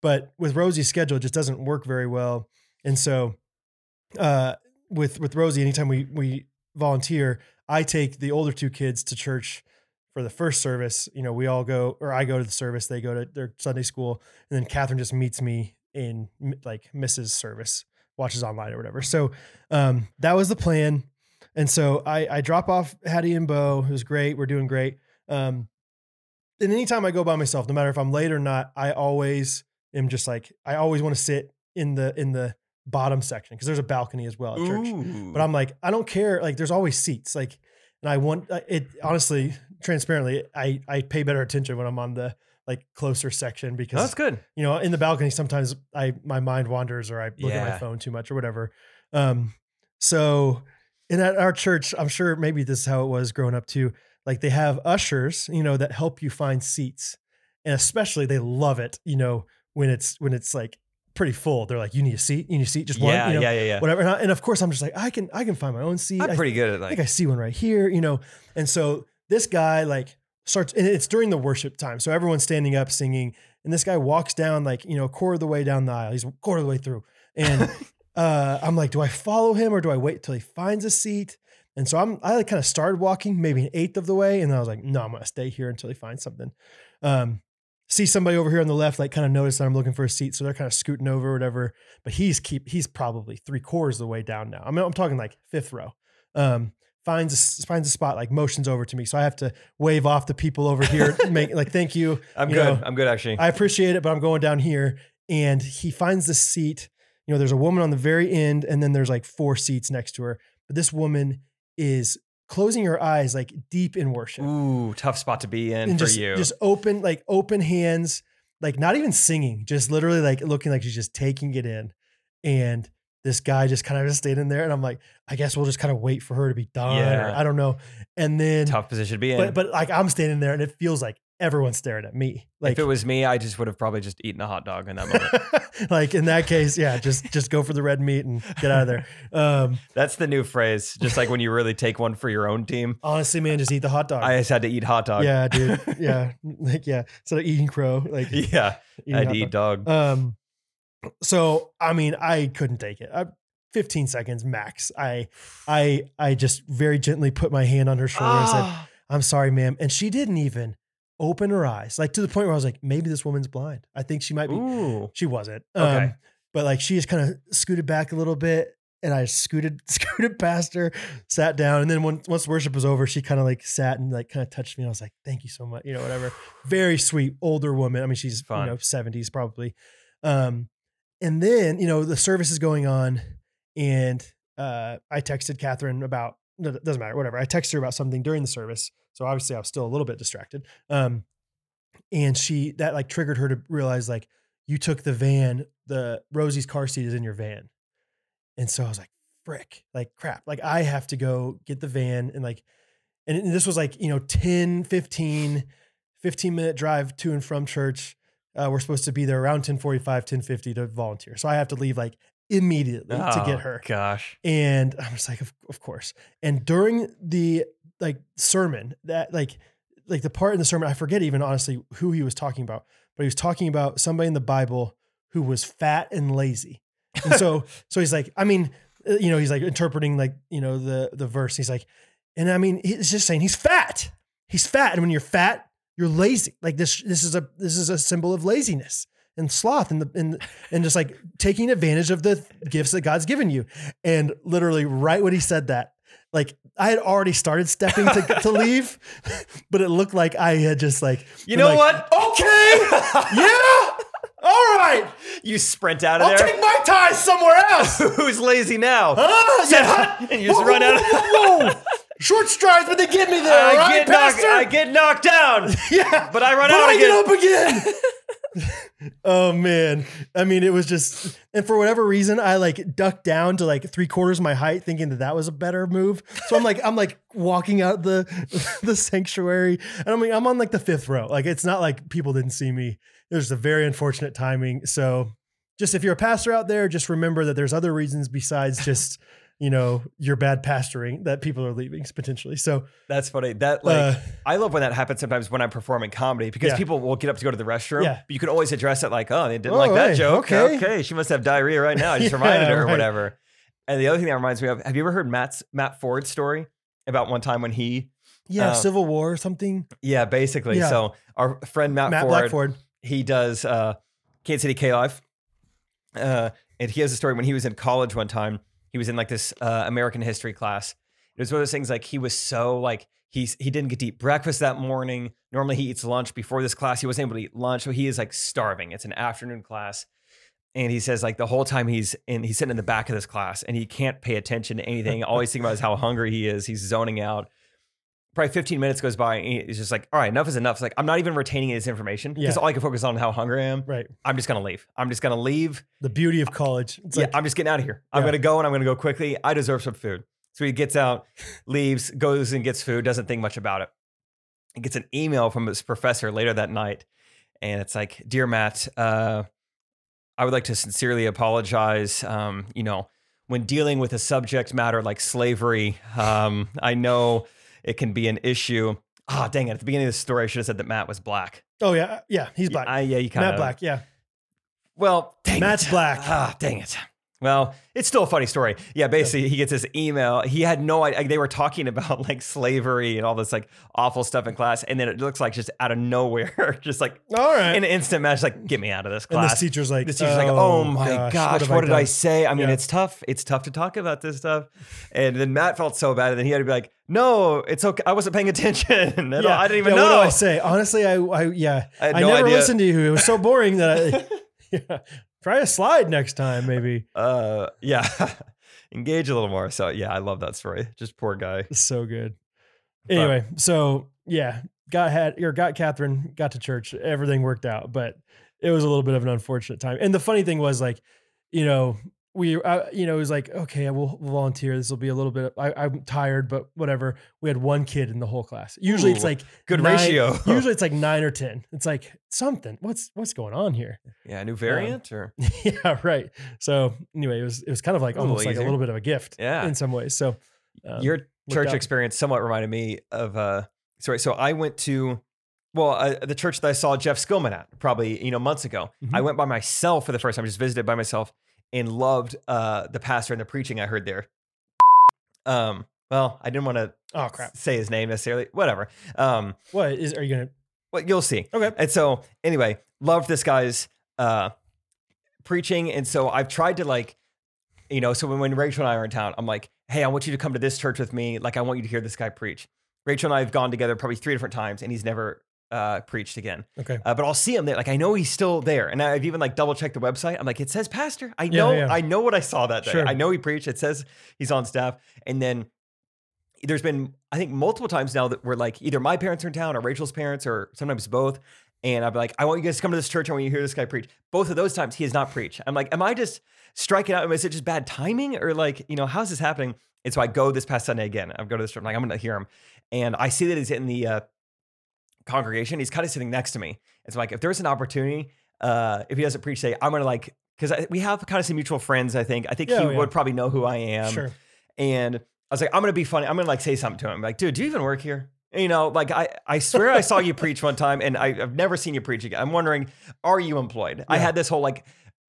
A: but with Rosie's schedule, it just doesn't work very well. And so, uh, with with Rosie, anytime we we volunteer, I take the older two kids to church for the first service. You know, we all go, or I go to the service, they go to their Sunday school, and then Catherine just meets me in m- like Mrs. Service, watches online or whatever. So um, that was the plan. And so I I drop off Hattie and Bo. It was great. We're doing great. Um, and anytime I go by myself, no matter if I'm late or not, I always am just like I always want to sit in the in the bottom section because there's a balcony as well at church. But I'm like, I don't care. Like, there's always seats. Like, and I want uh, it honestly, transparently. I I pay better attention when I'm on the like closer section because
B: that's good.
A: you know in the balcony sometimes I my mind wanders or I look at my
B: Yeah.
A: phone too much or whatever. Um, so and at our church, I'm sure maybe this is how it was growing up too. Like they have ushers, you know, that help you find seats, and especially they love it, you know, when it's when it's like pretty full. They're like, you need a seat, you need a seat, just one,
B: yeah,
A: you know,
B: yeah, yeah, yeah.
A: whatever. And, I- and of course, I'm just like, I can, I can find my own seat.
B: I'm
A: I
B: pretty good at
A: I
B: like.
A: think I see one right here, you know. And so this guy like starts, and it's during the worship time, so everyone's standing up singing, and this guy walks down like you know a quarter of the way down the aisle. He's a quarter of the way through, and uh, I'm like, do I follow him or do I wait till he finds a seat? And so I'm, I like kind of started walking maybe an eighth of the way, and I was like, no, I'm gonna stay here until he finds something. Um, see somebody over here on the left, like kind of notice that I'm looking for a seat, so they're kind of scooting over, or whatever. But he's keep, he's probably three quarters of the way down now. I mean, I'm talking like fifth row. Um, finds a, finds a spot, like motions over to me, so I have to wave off the people over here, make like thank you.
B: I'm
A: you
B: good.
A: know,
B: I'm good actually.
A: I appreciate it, but I'm going down here. And he finds this seat. You know, there's a woman on the very end, and then there's like four seats next to her. But this woman is closing her eyes, like deep in worship,
B: Ooh, tough spot to be in for
A: just
B: you.
A: just open, like open hands, like not even singing, just literally like looking like she's just taking it in. And this guy just kind of just stayed in there, and I'm like, I guess we'll just kind of wait for her to be done. or
B: Yeah.
A: I don't know. And then,
B: Tough position to be in.
A: but but like I'm standing there, and it feels like everyone's staring at me. Like
B: if it was me, I just would have probably just eaten a hot dog in that moment.
A: like in that case, yeah, just just go for the red meat and get out of there. Um,
B: That's the new phrase. Just like when you really take one for your own team.
A: honestly, man, just eat the hot dog.
B: I just had to eat hot dog.
A: yeah, dude. Yeah, like yeah. Instead of eating crow, like eating
B: yeah. I had
A: hot
B: to eat dog.
A: dog. Um, so I mean, I couldn't take it. I, Fifteen seconds max. I I I just very gently put my hand on her shoulder and Oh, said,
B: Ah.
A: "I'm sorry, ma'am," and she didn't even open her eyes. Like to the point where I was like, maybe this woman's blind. I think she might be.
B: Ooh.
A: She wasn't.
B: Okay.
A: Um, but like she just kind of scooted back a little bit and I scooted scooted past her, sat down, and then when, once worship was over, she kind of like sat and like kind of touched me. And I was like, "Thank you so much," you know, whatever. Very sweet older woman. I mean, she's
B: Fun.
A: you know seventies probably. Um, and then you know the service is going on, and uh, I texted Catherine about no, it doesn't matter whatever. I texted her about something during the service, so obviously I was still a little bit distracted. Um, and she that like triggered her to realize like you took the van, the Rosie's car seat is in your van. And so I was like, frick, like crap. Like I have to go get the van and like, and this was like, you know, 10, 15, 15 minute drive to and from church. Uh, we're supposed to be there around 1045, 1050 to volunteer. So I have to leave like immediately to
B: Oh,
A: get her.
B: Gosh.
A: And I'm just like, of, of course. And during the like sermon, that like like the part in the sermon, I forget even honestly who he was talking about, but he was talking about somebody in the Bible who was fat and lazy. And so so he's like, I mean, uh, you know, he's like interpreting like, you know, the the verse. He's like, and I mean, he's just saying he's fat. He's fat. And when you're fat, you're lazy. Like this this is a this is a symbol of laziness and sloth and the and and just like taking advantage of the gifts that God's given you. And literally, right when he said that, like I had already started stepping to, to leave, but it looked like I had just like
B: You
A: been
B: know
A: like,
B: what? Okay.
A: Yeah, all right.
B: you sprint out of
A: I'll
B: there.
A: take my ties somewhere else.
B: Who's lazy now?
A: Ah, yeah, hot.
B: and you just run out of
A: Whoa, whoa. Short strides, but they get me there.
B: I,
A: all right,
B: get knocked,
A: Pastor?
B: I get knocked down,
A: yeah,
B: but I run
A: But
B: out
A: I
B: again.
A: get up again. oh man. I mean, it was just, and for whatever reason, I like ducked down to like three quarters of my height thinking that that was a better move. So I'm like, I'm like walking out the, the sanctuary and I'm like, I'm on like the fifth row. Like, it's not like people didn't see me. It was a very unfortunate timing. So just if you're a pastor out there, just remember that there's other reasons besides just, you know, your bad pastoring that people are leaving potentially. So,
B: That's funny. That like
A: Uh,
B: I love when that happens sometimes when I'm performing comedy because
A: Yeah.
B: people will get up to go to the restroom.
A: Yeah.
B: But you can always address it like, oh, they didn't
A: Oh,
B: like that
A: hey,
B: joke.
A: okay.
B: Okay. She must have diarrhea right now. I just
A: Yeah,
B: reminded her or
A: right.
B: whatever. And the other thing that reminds me of, have you ever heard Matt's Matt Ford's story about one time when he
A: yeah,
B: Um,
A: Civil War or something.
B: Yeah, basically.
A: Yeah.
B: So our friend Matt,
A: Matt
B: Ford,
A: Blackford.
B: he does uh, Kansas City K Live. Uh, and he has a story when he was in college one time. He was in like this uh, American history class. It was one of those things like he was so like he's he didn't get to eat breakfast that morning. Normally he eats lunch before this class. He wasn't able to eat lunch, so he is like starving. It's an afternoon class, and he says like the whole time he's in he's sitting in the back of this class and he can't pay attention to anything. All he's thinking about is how hungry he is. He's zoning out. Probably 15 minutes goes by, and he's just like, "All right, enough is enough." It's like I'm not even retaining his information because
A: Yeah.
B: all I can focus on is how hungry I am.
A: Right.
B: I'm just gonna leave. I'm just gonna leave.
A: The beauty of college. It's
B: yeah,
A: like,
B: I'm just getting out of here. I'm
A: Yeah.
B: gonna go and I'm gonna go quickly. I deserve some food. So he gets out, leaves, goes and gets food, doesn't think much about it. He gets an email from his professor later that night, and it's like, Dear Matt, uh, I would like to sincerely apologize. Um, you know, when dealing with a subject matter like slavery, um, I know it can be an issue. Ah, dang it. At the beginning of this story, I should have said that Matt was black.
A: oh yeah, yeah, he's black.
B: I, yeah, you kind
A: Matt
B: of.
A: Black, yeah.
B: Well, dang
A: Matt's
B: it.
A: black.
B: Ah, dang it. Well, it's still a funny story. Yeah, basically, he gets this email. He had no idea. They were talking about like slavery and all this like awful stuff in class, and then it looks like just out of nowhere, just like
A: All right.
B: in an
A: And,
B: instant match, like get me out of this
A: this
B: class.
A: teacher's like,
B: this teacher's like, oh my gosh, what,
A: have
B: did I
A: done?"
B: say? I mean,
A: Yeah.
B: it's tough. It's tough to talk about this stuff. And then Matt felt so bad, and then he had to be like, no, it's okay. I wasn't paying attention. at all. I didn't even
A: yeah,
B: know.
A: What do I say? Honestly, I, I yeah,
B: I
A: I,
B: had no
A: never
B: idea.
A: listened to you. It was so boring that I, yeah. Try a slide next time, maybe.
B: uh, yeah, engage a little more. So yeah, I love that story. Just poor guy.
A: It's so good. Anyway, so yeah, got had or got Catherine, got to church, everything worked out, but it was a little bit of an unfortunate time. And the funny thing was, like, you know, we, uh, you know, it was like, okay, I will volunteer. This will be a little bit. I, I'm tired, but whatever. We had one kid in the whole class. Usually, it's
B: Ooh,
A: like
B: Good
A: nine-
B: ratio.
A: Usually, it's like nine or ten. It's like something. What's what's going on here?
B: yeah, new variant or
A: yeah, right. So anyway, it was it was kind of like
B: A little
A: almost like a
B: easier.
A: little bit of a gift
B: Yeah. Uh,
A: in some ways. So um,
B: your church
A: up.
B: experience somewhat reminded me of uh sorry so i went to well uh, the church that i saw jeff skillman at probably you know months ago
A: Mhm.
B: i went by myself for the first time just visited by myself and loved uh the pastor and the preaching i heard there um well i didn't want to
A: oh crap.
B: say his name necessarily whatever um
A: What is? Are you gonna?
B: well, you'll see
A: Okay.
B: and so, anyway, loved this guy's uh, preaching. And so I've tried to like, you know, so when, when Rachel and I are in town, I'm like, hey, I want you to come to this church with me. Like, I want you to hear this guy preach. Rachel and I have gone together probably three different times, and he's never uh, preached again.
A: Okay.
B: Uh, but I'll see him there. Like, I know he's still there. And I've even like double checked the website. I'm like, it says pastor. I know,
A: yeah.
B: I know what I saw that day.
A: Sure.
B: I know he preached. It says he's on staff. And then there's been I think multiple times now that we're like either my parents are in town or Rachel's parents or sometimes both. And I'd be like, I want you guys to come to this church. I want you to hear this guy preach. Both of those times, he has not preached. I'm like, am I just striking out? Is it just bad timing? Or like, you know, how's this happening? And so I go this past Sunday again. I go to this church. I'm like, I'm going to hear him. And I see that he's in the uh, congregation. He's kind of sitting next to me. It's like, if there's an opportunity, uh, if he doesn't preach, say, I'm going to like, because we have kind of some mutual friends, I think. I think
A: Yeah,
B: he
A: oh, yeah.
B: would probably know who I am.
A: sure.
B: And I was like, I'm gonna be funny. I'm gonna like say something to him. Like, dude, do you even work here? And, you know, like I, I swear I saw you preach one time and I, I've never seen you preach again. I'm wondering, are you employed? I
A: Yeah.
B: had this whole like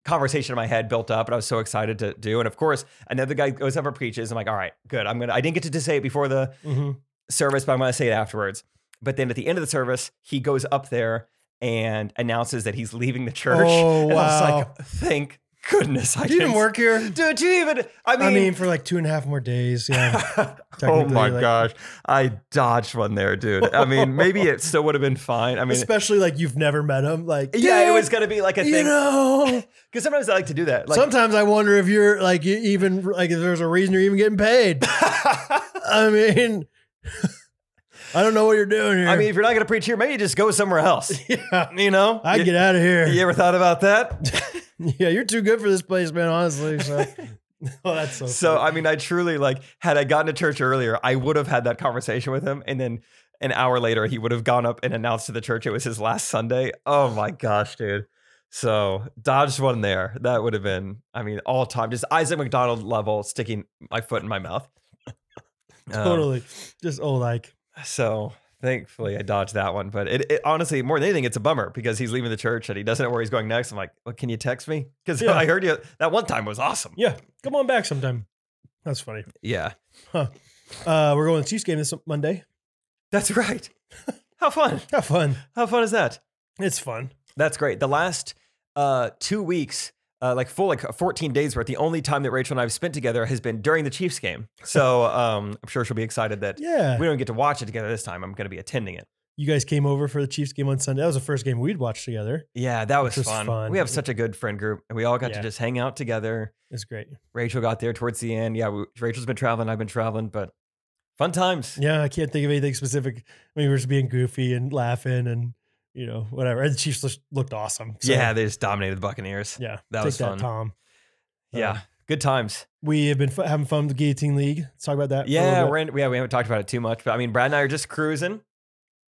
B: conversation in my head built up and I was so excited to do. And of course, another guy goes up and preaches. I'm like, all right, good. I'm gonna I didn't get to say it before the
A: hmm
B: service, but I'm gonna say it afterwards. But then at the end of the service, he goes up there and announces that he's leaving the church.
A: Oh,
B: and I was
A: wow.
B: like, thank goodness I
A: You didn't work here.
B: Dude, you even
A: I mean, for like two and a half more days. Yeah.
B: oh
A: Technically,
B: my
A: like-
B: gosh, I dodged one there, dude. I mean, maybe it still would have been fine. I mean,
A: Especially like you've never met him. Like,
B: yeah, it
A: "Dude,
B: was gonna be like a
A: You
B: thing because
A: know,
B: sometimes I like to do that. Like,
A: sometimes I wonder if you're like you even like if there's a reason you're even getting paid. I mean, I don't know what you're doing here.
B: I mean, if you're not gonna preach here, maybe just go somewhere else.
A: yeah,
B: You know,
A: I
B: you,
A: get out of here.
B: You
A: Yeah.
B: ever thought about that?
A: you're too good for this place, man. Honestly, so oh, that's so.
B: so,
A: funny.
B: I mean, I truly like had I gotten to church earlier, I would have had that conversation with him, and then an hour later, he would have gone up and announced to the church it was his last Sunday. Oh my gosh, dude. So dodged one there. That would have been, I mean, all time, just Isaac McDonald level, sticking my foot in my mouth. Um,
A: totally just oh like
B: so thankfully, I dodged that one. But it, it honestly, more than anything, it's a bummer because he's leaving the church and he doesn't know where he's going next. I'm like, well, can you text me? Because
A: Yeah.
B: I heard you that one time was awesome.
A: yeah. Come on back sometime. That's funny.
B: Yeah,
A: Uh, we're going to Chiefs game this Monday.
B: that's right. How fun!
A: Have fun.
B: How fun is that?
A: It's fun.
B: That's great. The last uh, two weeks, uh, like full like 14 days worth, the only time that Rachel and I have spent together has been during the Chiefs game. So um, I'm sure she'll be excited that
A: Yeah.
B: we don't get to watch it together this time. I'm going to be attending it.
A: you guys came over for the Chiefs game on Sunday. That was the first game we'd watched together.
B: Yeah, that was,
A: was
B: fun.
A: fun.
B: We have such a good friend group, and we all got
A: Yeah.
B: to just hang out together.
A: It's great.
B: Rachel got there towards the end. Yeah, we, Rachel's been traveling. I've been traveling, but fun times.
A: Yeah, I can't think of anything specific. I mean, we were just being goofy and laughing and you know whatever. And the Chiefs looked- looked awesome. So,
B: yeah, they just dominated the Buccaneers.
A: yeah.
B: that
A: Take
B: was fun.
A: that, Tom.
B: yeah,
A: Uh,
B: good times.
A: we have been f- having fun with the Guillotine League. Let's talk about that. for a
B: Yeah,
A: little bit.
B: we're in, yeah, we haven't talked about it too much, but I mean, Brad and I are just cruising.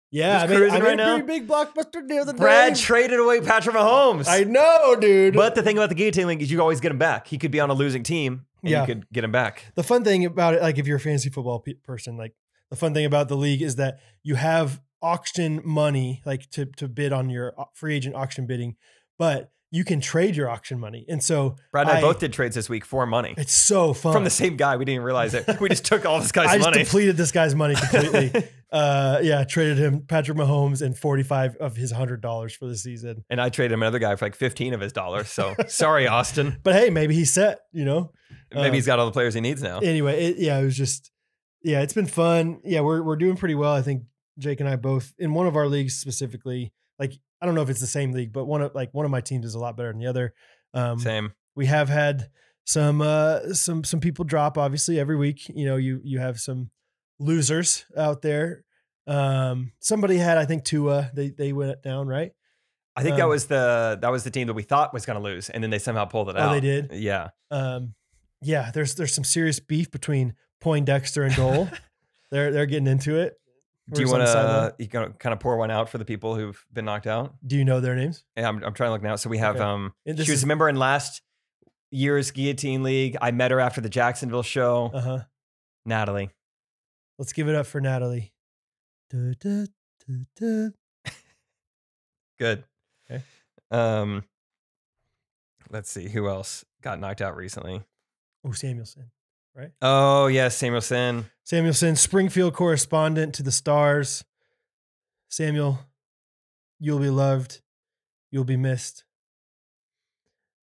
A: yeah.
B: just
A: I made, I
B: cruising
A: made
B: right
A: a
B: now.
A: pretty big blockbuster deal the
B: Brad traded away Patrick Mahomes.
A: I know, dude.
B: But the thing about the guillotine link is you always get him back. He could be on a losing team and
A: Yeah.
B: you could get him back.
A: the fun thing about it, like if you're a fantasy football pe- person, like the fun thing about the league is that you have auction money, like to to bid on your au- free agent auction bidding, but you can trade your auction money, and so
B: Brad and I,
A: I-
B: both did trades this week for money
A: it's so fun.
B: from the same guy. We didn't realize it. We just took all this guy's
A: I just
B: money.
A: depleted this guy's money completely. uh, yeah, traded him Patrick Mahomes and forty five of his hundred dollars for the season.
B: and I traded him another guy for like 15 of his dollars. So sorry, Austin.
A: But hey, maybe he's set. You know.
B: Maybe
A: Uh,
B: he's got all the players he needs now.
A: Anyway, it, yeah, it was just yeah, it's been fun. Yeah, we're we're doing pretty well. I think Jake and I both in one of our leagues specifically. Like I don't know if it's the same league, but one of like one of my teams is a lot better than the other. Um,
B: Same.
A: we have had some uh some some people drop obviously every week you know you you have some losers out there um somebody had i think Tua they they went down right
B: I think that
A: Um,
B: was the that was the team that we thought was going to lose, and then they somehow pulled it
A: Oh,
B: out.
A: they did.
B: Yeah,
A: Um, yeah, there's there's some serious beef between Poindexter and Dole. they're they're getting into it.
B: do
A: We're
B: you
A: just on
B: want
A: the sideline.
B: to you gonna kind of pour one out for the people who've been knocked out?
A: Do you know their names?
B: Yeah, I'm, I'm trying to look now. So we have
A: Okay.
B: um,
A: And
B: she
A: this
B: was
A: is-
B: a member in last year's Guillotine League. I met her after the Jacksonville show.
A: Uh huh.
B: Natalie.
A: Let's give it up for Natalie. Du- du- du- du.
B: Good.
A: Okay.
B: Um, let's see who else got knocked out recently.
A: Oh, Samuelson.
B: Oh yes, Samuelson.
A: Samuelson, Springfield correspondent to the stars. Samuel, you'll be loved. You'll be missed.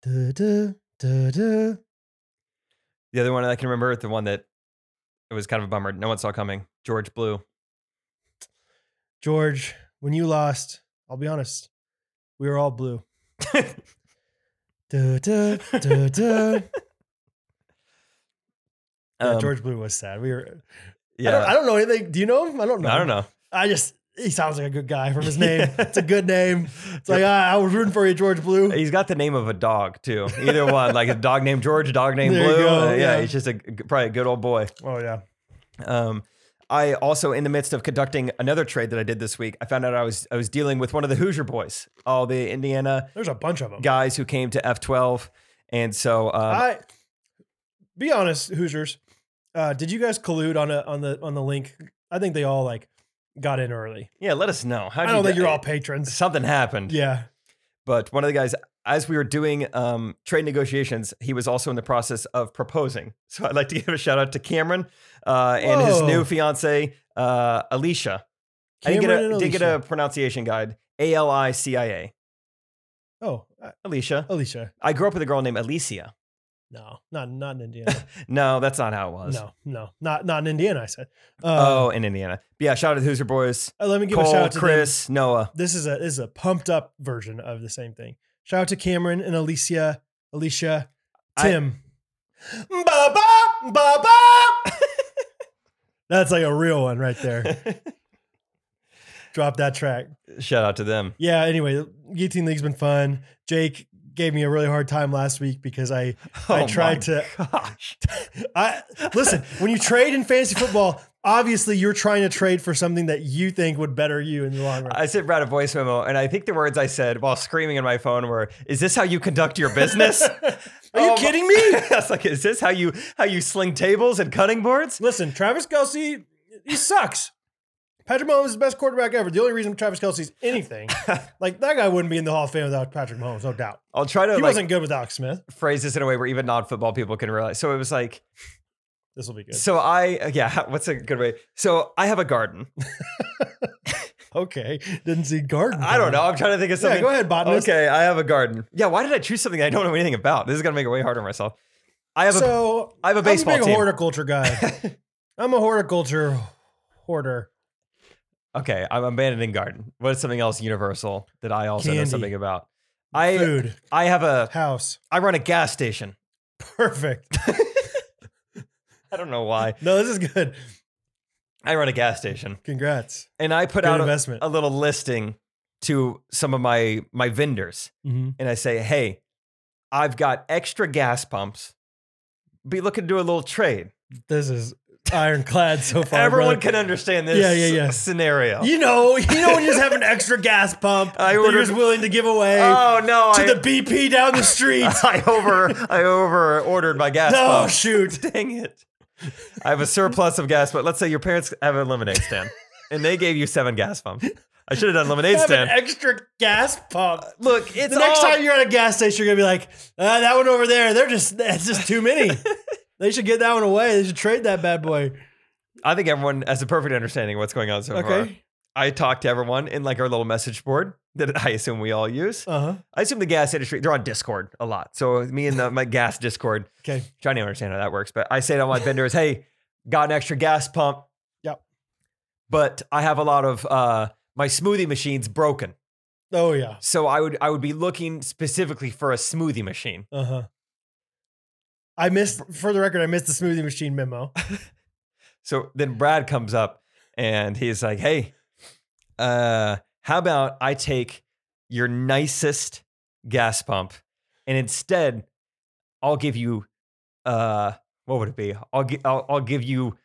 A: Du- du- du- du.
B: The other one I can remember, the one that it was kind of a bummer. No one saw coming. George Blue.
A: George, when you lost, I'll be honest, we were all blue. Du- du- du- du. Yeah,
B: Um,
A: George Blue was sad. We were.
B: Yeah.
A: I, don't, I don't know anything. Do you know him? I don't know.
B: I don't know.
A: I just he sounds like a good guy from his name. It's a good name. It's like
B: Yep.
A: ah, I was rooting for you, George Blue.
B: He's got the name of a dog too. Either one, like a dog named George, a dog named
A: There you
B: Blue.
A: go,
B: Uh, yeah,
A: yeah.
B: he's just a probably a good old boy.
A: Oh yeah.
B: Um, I also, in the midst of conducting another trade that I did this week, I found out I was I was dealing with one of the Hoosier boys, all the Indiana
A: There's a bunch of them.
B: guys who came to F12, and so um,
A: I be honest, Hoosiers. Uh, did you guys collude on a on the on the link? I think they all like got in early.
B: yeah, let us know. How
A: I
B: do
A: don't
B: you
A: think
B: d-
A: you're all patrons.
B: Something happened.
A: Yeah.
B: But one of the guys, as we were doing um, trade negotiations, he was also in the process of proposing. So I'd like to give a shout out to Cameron uh, and his
A: Whoa.
B: new fiance, uh, Alicia. I didn't
A: Cameron
B: get a,
A: and
B: did get a
A: Alicia.
B: pronunciation guide. A L I C I A.
A: Oh, uh,
B: Alicia.
A: Alicia.
B: I grew up with a girl named Alicia.
A: No, not not in Indiana.
B: No, that's not how it was.
A: no, no, not not in Indiana. I said. Uh,
B: Oh, in Indiana. But yeah, shout out to the Hoosier Boys.
A: uh, let me give a
B: Oh, Cole,
A: shout out to Chris.
B: Chris, Noah.
A: This is a this is a pumped up version of the same thing. Shout out to Cameron and Alicia, Alicia,
B: I-
A: Tim. Ba ba ba ba. That's like a real one right there. Drop that track.
B: shout out to them.
A: Yeah, anyway, Guillotine League's been fun. Jake gave me a really hard time last week because I I
B: Oh
A: tried
B: my
A: to
B: Gosh.
A: I listen, when you trade in fantasy football, obviously you're trying to trade for something that you think would better you in the long run.
B: I sent Brad a voice memo, and I think the words I said while screaming in my phone were, "Is this how you conduct your business?
A: Are you
B: Oh my-
A: kidding me?
B: I was like, "Is this how you how you sling tables and cutting boards?"
A: Listen, Travis Kelsey, he sucks. Patrick Mahomes is the best quarterback ever. The only reason Travis Kelsey's anything, like that guy wouldn't be in the Hall of Fame without Patrick Mahomes, no doubt.
B: I'll try to
A: He
B: like
A: wasn't good with Alex Smith.
B: phrase this in a way where even non football people can realize. So it was like,
A: This will be good.
B: so I yeah, what's a good way? So I have a garden.
A: Okay. Didn't see Garden.
B: I don't know. I'm trying to think of
A: Yeah,
B: something.
A: go ahead, botanist.
B: Okay, I have a garden. Yeah, why did I choose something I don't know anything about? This is gonna make it way harder on myself. I have a
A: So
B: I have a baseball
A: I'm a big
B: team.
A: horticulture guy. I'm a horticulture hoarder.
B: Okay, I'm abandoning garden. What is something else universal that I also know
A: Candy.
B: something about? I uh,
A: Food,
B: I have a
A: house,
B: I run a gas station.
A: perfect.
B: I don't know why.
A: No, this is good.
B: I run a gas station.
A: Congrats.
B: And I put
A: Good
B: out a,
A: investment.
B: a little listing to some of my my vendors
A: Mhm.
B: and I say, "Hey, I've got extra gas pumps. Be looking to do a little trade."
A: This is ironclad so far.
B: Everyone
A: brother.
B: can understand this
A: Yeah, yeah, yeah.
B: scenario.
A: You know, you know when you just have an extra gas pump
B: I
A: that you're
B: ordered-
A: just willing to give away
B: oh no.
A: to
B: I,
A: the BP down the street.
B: I over I over ordered my gas
A: no,
B: pump.
A: shoot.
B: Dang it. I have a surplus of gas, but let's say your parents have a lemonade stand and they gave you seven gas pumps. I should have done lemonade
A: Have an
B: stand.
A: extra gas pump.
B: Look, Uh, it's
A: The next
B: all-
A: time you're at a gas station, you're gonna be like, uh, that one over there. They're just that's just too many. they should get that one away. They should trade that bad boy.
B: I think everyone has a perfect understanding of what's going on so far.
A: Okay.
B: I talked to everyone in like our little message board that I assume we all use.
A: Uh huh.
B: I assume the gas industry, they're on Discord a lot. So me and the, my gas Discord,
A: Okay.
B: trying to understand how that works, but I say to all my vendors, hey, got an extra gas pump.
A: Yep.
B: But I have a lot of uh, my smoothie machine's broken.
A: Oh yeah.
B: So I would I would be looking specifically for a smoothie machine.
A: Uh huh. I missed for the record, I missed the smoothie machine memo.
B: So then Brad comes up and he's like, "Hey, uh, how about I take your nicest gas pump, and instead, I'll give you, uh, what would it be? I'll gi- I'll, I'll give you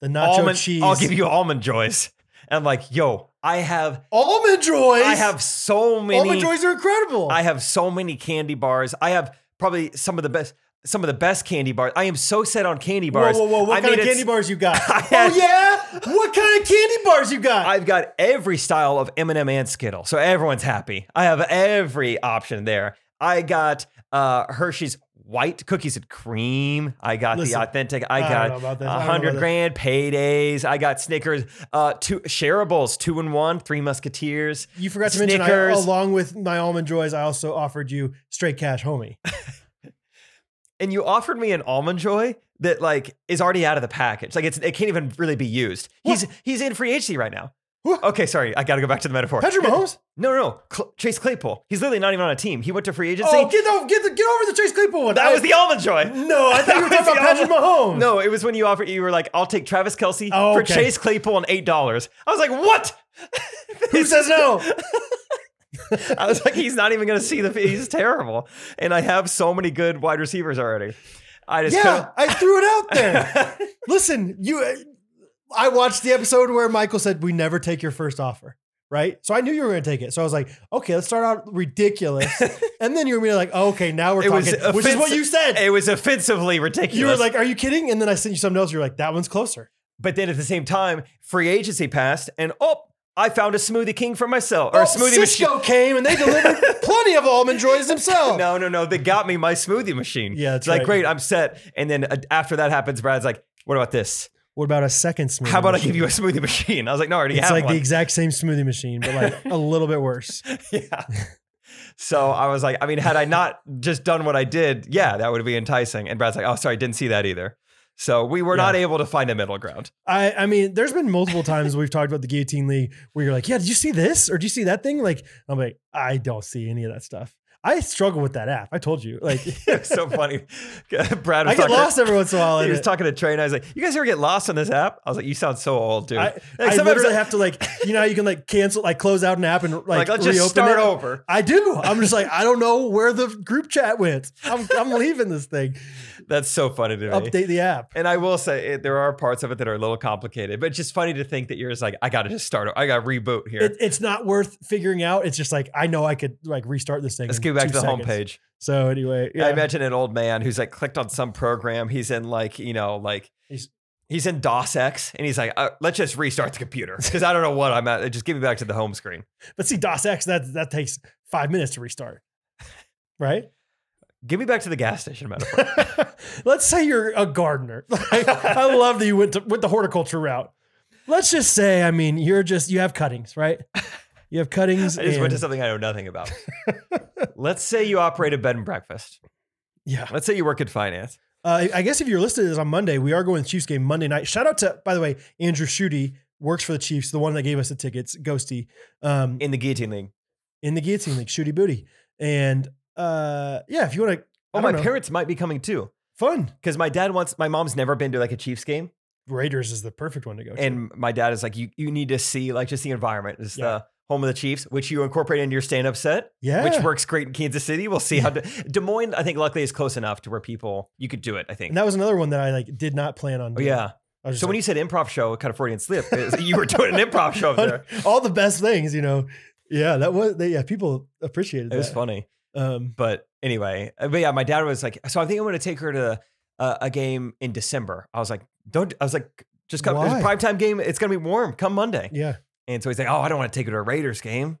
A: The nacho
B: almond.
A: cheese.
B: I'll give you almond joys. And I'm like, yo, I have,
A: almond joys.
B: I have so many.
A: almond joys are incredible.
B: I have so many candy bars. I have probably some of the best, some of the best candy bars. I am so set on candy
A: whoa,
B: bars.
A: whoa, whoa! What
B: I
A: kind
B: mean,
A: of
B: it's-
A: candy bars you got?
B: I had-
A: oh yeah, what kind of candy bars you got?
B: I've got every style of M&M and Skittle, so everyone's happy. I have every option there. I got uh, Hershey's white cookies and cream. I got
A: Listen,
B: the authentic. I
A: I don't know
B: got
A: about this. I
B: a
A: don't know
B: hundred
A: about
B: grand paydays. I got Snickers, uh, two shareables, two in one, three Musketeers.
A: you forgot to mention, I,
B: Snickers.
A: along with my almond joys, I also offered you straight cash, homie.
B: and you offered me an almond joy that like is already out of the package. Like it's it can't even really be used. He's he's in free agency right now.
A: What?
B: Okay, sorry, I got to go back to the metaphor.
A: Patrick Mahomes.
B: No, no, no. Cl- Chase Claypool. He's literally not even on a team. He went to free agency.
A: Oh, get the, get the, get over the Chase Claypool one.
B: that
A: I-
B: was the almond joy.
A: no. I thought you were
B: that
A: talking about
B: was the
A: Patrick Mahomes.
B: No, it was when you offered. You were like, "I'll take Travis Kelsey
A: Oh,
B: for
A: okay.
B: Chase Claypool and eight dollars." I was like, "What?"
A: who says no?
B: I was like, "He's not even going to see the. He's terrible." And I have so many good wide receivers already. I just
A: yeah, I threw it out there.
B: couldn't-
A: Listen, you. uh, I watched the episode where Michael said we never take your first offer, right? So I knew you were going to take it. So I was like, okay, let's start out ridiculous, and then you were going to be like, oh, okay, now we're
B: It was
A: talking, which is what
B: offensive.
A: you said.
B: It was offensively ridiculous.
A: You were like, are you kidding? And then I sent you something else. You're like, that one's closer.
B: but then at the same time, free agency passed, and oh, I found a smoothie king for myself or a smoothie
A: Oh, Cisco
B: machine.
A: came and they delivered plenty of almond joys themselves.
B: No, no, no. They got me my smoothie machine.
A: Yeah, that's
B: it's like
A: right.
B: great. I'm set. And then uh, after that happens, Brad's like, "What about this?
A: What about a second smoothie?
B: How about I
A: machine?
B: give you a smoothie machine?" I was like, "No, I already
A: It's
B: have
A: like the
B: one."
A: exact same smoothie machine, but like a little bit worse.
B: yeah. So I was like, I mean, had I not just done what I did, yeah, that would be enticing. And Brad's like, "Oh, sorry, didn't see that either." So we were
A: Yeah.
B: not able to find a middle ground.
A: I, I mean, there's been multiple times we've talked about the guillotine league where you're like, yeah, did you see this or do you see that thing? Like, I'm like, I don't see any of that stuff. I struggle with that app. I told you, like,
B: it was so funny. Brad
A: I
B: was
A: get
B: talking-
A: lost every once in a while. in
B: He was
A: it.
B: talking to Trey, and I was like, "You guys ever get lost on this app?" I was like, "You sound so old, dude."
A: I,
B: Like,
A: I
B: sometimes
A: literally
B: I-
A: have to like, you know, how you can like cancel, like close out an app and like,
B: like, let's just
A: reopen
B: start
A: it?
B: over.
A: I do. I'm just like, I don't know where the group chat went. I'm, I'm leaving this thing.
B: That's so funny to me.
A: Update the app.
B: And I will say it, there are parts of it that are a little complicated, but it's just funny to think that you're just like, I got to just start. o- I got to reboot here.
A: It, it's not worth figuring out. It's just like I know I could like restart this thing.
B: Let's
A: in
B: go back
A: two
B: to the
A: seconds.
B: homepage.
A: So anyway, yeah.
B: I imagine an old man who's like clicked on some program. He's in like you know like
A: He's-
B: he's he's in DOS X, and he's like, uh, let's just restart the computer because I don't know what I'm at. Just give me back to the home screen.
A: But see, DOS X that that takes five minutes to restart, right?
B: Give me back to the gas station metaphor.
A: Let's say you're a gardener. Like, I love that you went to, went the horticulture route. Let's just say, I mean, you're just you have cuttings, right? You have cuttings.
B: I just went to
A: and-
B: something I know nothing about. Let's say you operate a bed and breakfast.
A: yeah.
B: Let's say you work in finance.
A: Uh, I guess if you're listed as on Monday, we are going to Chiefs game Monday night. Shout out to, by the way, Andrew Schutte works for the Chiefs, the one that gave us the tickets, Ghosty, um,
B: in the guillotine league.
A: in the guillotine league, Schutte Booty. And uh, yeah, if you want to,
B: Oh, my parents might be coming too.
A: fun.
B: Because my dad wants my mom's never been to like a Chiefs game.
A: Raiders is the perfect one to go. to.
B: And my dad is like, you you need to see like just the environment. It's
A: Yeah.
B: the home of the Chiefs, which you incorporate into your stand-up set,
A: yeah,
B: which works great in Kansas City. We'll see how De, Des Moines, I think luckily is close enough to where people you could do it, I think.
A: and that was another one that I like did not plan on.
B: oh
A: Doing.
B: yeah.
A: I was just
B: So when
A: like,
B: you said improv show, kind of Freudian slip, is- you were doing an improv show up there.
A: all the best things, you know, yeah, that was they, yeah, people appreciated
B: It was
A: that.
B: funny.
A: Um,
B: But anyway, uh, but yeah, my dad was like, so I think I'm going to take her to uh, a game in December. I was like, don't, I was like, just come, it's
A: Why?
B: a primetime game. It's going to be warm. Come Monday.
A: yeah,
B: And so he's like, oh, I don't want to take her to a Raiders game.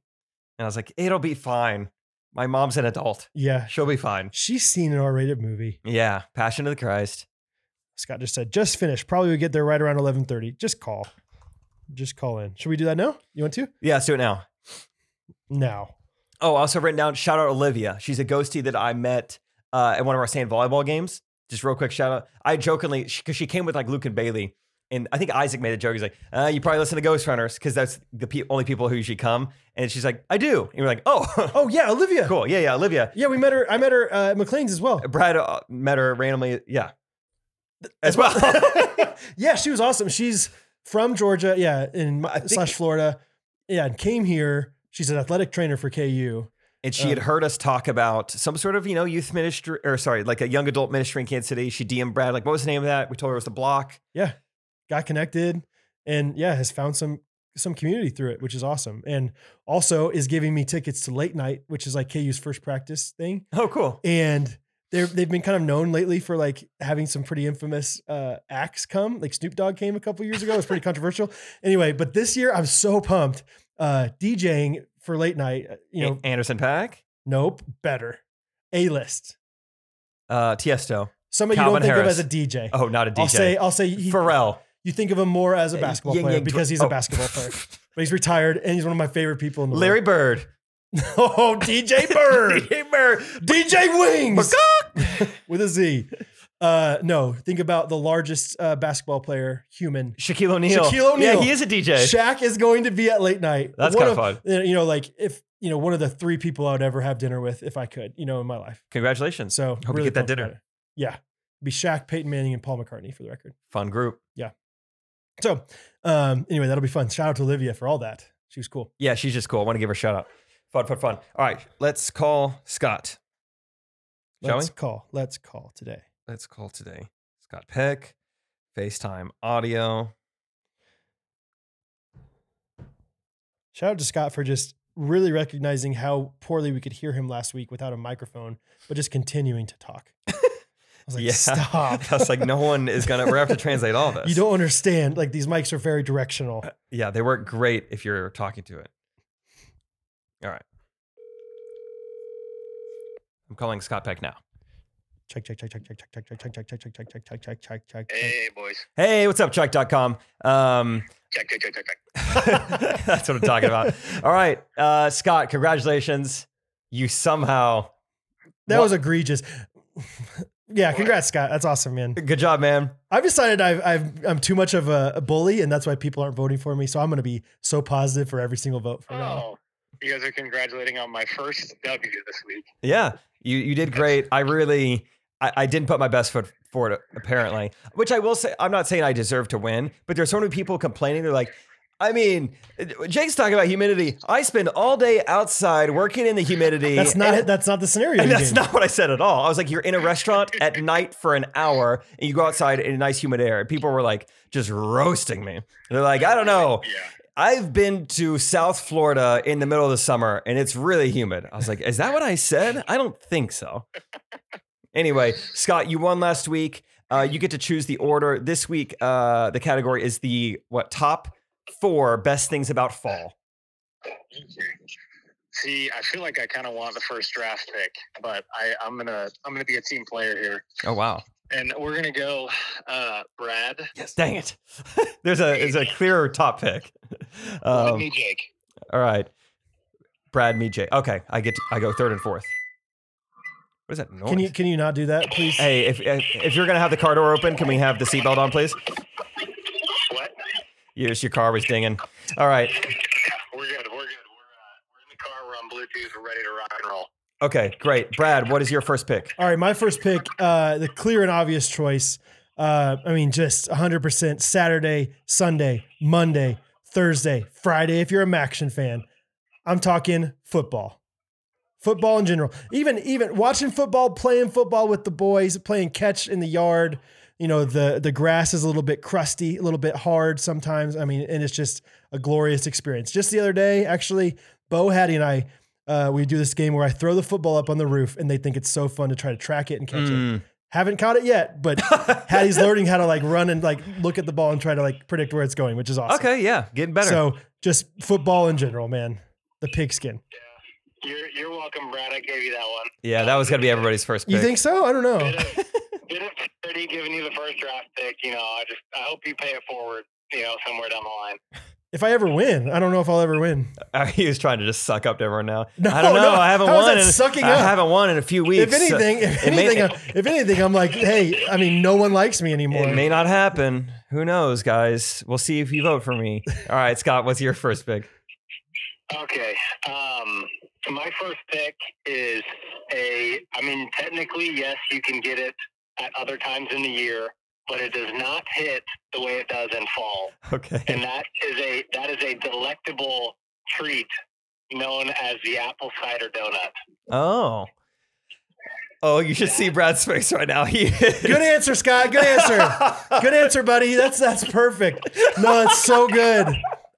B: And I was like, it'll be fine. My mom's an adult.
A: yeah,
B: She'll be fine.
A: she's seen an R-rated movie.
B: Yeah. Passion of the Christ.
A: Scott just said, just finished. Probably would get there right around eleven thirty. Just call, just call in. Should we do that now? You want to?
B: Yeah. Let's do it now.
A: Now.
B: Oh, I also written down shout out Olivia. She's a ghostie that I met uh, at one of our sand volleyball games. Just real quick shout out. I jokingly because she came with like Luke and Bailey, and I think Isaac made a joke. He's like, uh, "You probably listen to Ghost Runners because that's the pe- only people who usually come." And she's like, "I do." And we're like, "Oh,
A: Oh yeah, Olivia.
B: cool, yeah, yeah." Olivia,
A: Yeah, we met her. I met her uh, at McLean's as well.
B: Brad uh, met her randomly, yeah, as well.
A: yeah, she was awesome. She's from Georgia, yeah, in
B: I think-
A: slash Florida, yeah, and came here. She's an athletic trainer for KU.
B: And she
A: Um,
B: had heard us talk about some sort of, you know, youth ministry or sorry, like a young adult ministry in Kansas City. She DM'd Brad, like, what was the name of that? We told her it was the block.
A: got connected and yeah has found some some community through it which is awesome and also is giving me tickets to late night which is like ku's first practice thing
B: Oh, cool.
A: and they're, they've been kind of known lately for like having some pretty infamous uh, acts come like snoop dogg came a couple years ago it was pretty controversial anyway but this year i'm so pumped uh, djing for late night uh, you know
B: A- Anderson Pack,
A: nope better a list
B: uh, Tiesto.
A: somebody you
B: Calvin
A: don't think
B: Harris.
A: of as a dj
B: Oh, not a DJ.
A: i'll say i'll say he-
B: Pharrell.
A: you think of him more as a basketball
B: Yin
A: player
B: Yang Twi-
A: because he's a
B: oh.
A: basketball player but he's retired and he's one of my favorite people in the
B: Larry
A: world.
B: Bird.
A: Oh, DJ Bird,
B: DJ Bird.
A: DJ Wings
B: Bacock.
A: with a Z. Uh, no, think about the largest uh, basketball player, human.
B: Shaquille O'Neal.
A: Shaquille O'Neal.
B: Yeah, he is a DJ.
A: Shaq is going to be at late night.
B: That's
A: One
B: kinda
A: You know, like if you know one of the three people I would ever have dinner with if I could, you know, in my life.
B: Congratulations.
A: So
B: you get that
A: pumped
B: dinner.
A: about it. Yeah, be Shaq, Peyton Manning, and Paul McCartney for the record.
B: Fun group.
A: So um, anyway, that'll be fun. Shout out to Olivia for all that. She was cool.
B: Yeah, she's just cool. I want to give her a shout out. Fun, fun, fun. All right, let's call Scott. Shall
A: Let's
B: we?
A: call. Let's call today.
B: Let's call today. Scott Peck, FaceTime audio.
A: Shout out to Scott for just really recognizing how poorly we could hear him last week without a microphone, but just continuing to talk. I was like,
B: Yeah.
A: stop.
B: I was like, no one is gonna. We're gonna have to translate all this.
A: You don't understand. Like these mics are very directional.
B: Yeah, they work great if you're talking to it. All right. I'm calling Scott Peck now.
A: Check, check, check, check, check, check, check, check, check, check, check, check, check, check, check, check, check, check, check.
D: Hey boys,
B: Hey, what's up, Chuck.com? Um,
D: check check check check check.
B: that's what I'm talking about. All right, uh, Scott, congratulations. You somehow,
A: That
B: What-
A: was egregious. Yeah, congrats, Scott. That's awesome, man.
B: good job, man.
A: I've decided I've, I've I'm too much of a, a bully, and that's why people aren't voting for me. So I'm going to be so positive for every single vote from now. on.
D: Oh, you guys are congratulating on my first W this week.
B: Yeah, you you did great. I really, I, I didn't put my best foot forward apparently, which I will say, I'm not saying I deserve to win, but there's so many people complaining. They're like. I mean, Jake's talking about humidity. I spend all day outside working in the humidity.
A: That's not
B: and-
A: that's not the scenario.
B: And
A: you
B: that's
A: gave.
B: not what I said at all. I was like, you're in a restaurant at night for an hour and you go outside in nice humid air. And people were like, just roasting me. They're like, I don't know.
D: Yeah,
B: I've been to South Florida in the middle of the summer and it's really humid. I was like, is that what I said? I don't think so. Anyway, Scott, you won last week. Uh, you get to choose the order. This week, uh, the category is the what top four best things about fall.
D: see, I feel like I kind of want the first draft pick, but I, I'm gonna I'm gonna be a team player here,
B: Oh wow.
D: and we're gonna go uh, Brad,
B: Yes. Dang it. there's a there's a clearer top pick.
D: um,
B: Um,
D: me, Jake.
B: All right. Brad, me, Jay. Okay, I get. I go third and fourth. What is that noise?
A: Can you can you not do that, please?
B: hey, if, if if you're gonna have the car door open, can we have the seatbelt on, please?
D: What?
B: Yes, your car was dinging. All right.
D: We're good. We're good. We're uh, we're in the car. We're on Bluetooth. We're ready to rock and roll.
B: Okay, great. Brad, what is your first pick?
A: All right, my first pick, uh, the clear and obvious choice. Uh, I mean, just 100% Saturday, Sunday, Monday, Thursday, Friday, if you're a Maction fan. I'm talking football. Football in general. Even even watching football, playing football with the boys, playing catch in the yard. You know, the the grass is a little bit crusty, a little bit hard sometimes. I mean, and it's just a glorious experience. Just the other day, actually, Bo Hattie and I uh, we do this game where I throw the football up on the roof and they think it's so fun to try to track it and catch it.
B: Mm.
A: Haven't caught it yet, but Hattie's learning how to like run and like look at the ball and try to like predict where it's going, which is awesome.
B: Okay, yeah, getting better.
A: So just football in general, man. The pigskin.
D: You're you're welcome, Brad. I gave you that one.
B: yeah, that was gonna be everybody's first pick.
A: You think so? I don't know.
D: Bit of, bit of parody giving you the first draft pick. You know, I just I hope you pay it forward. You know, somewhere down the line.
A: If I ever win, I don't know if I'll ever win.
B: Uh, he was trying to just suck up to everyone now.
A: No,
B: I don't know.
A: no.
B: I haven't
A: How is
B: won.
A: that
B: in-
A: sucking
B: I
A: up?
B: haven't won in a few
A: If
B: weeks. so
A: anything, if
B: it may-
A: anything, I'm- if anything, I'm like, hey, I mean, no one likes me anymore.
B: it may not happen. Who knows, guys? We'll see if you vote for me. All right, Scott, what's your first pick?
D: Okay. Um, my first pick is a. I mean, technically, yes, you can get it at other times in the year, but it does not hit the way it does in fall,
B: Okay.
D: and that is a that is a delectable treat known as the apple cider donut.
B: Oh. Oh, you should see Brad's face right now. He is.
A: Good answer, Scott. Good answer. Good answer, buddy. That's that's perfect. No, it's so good.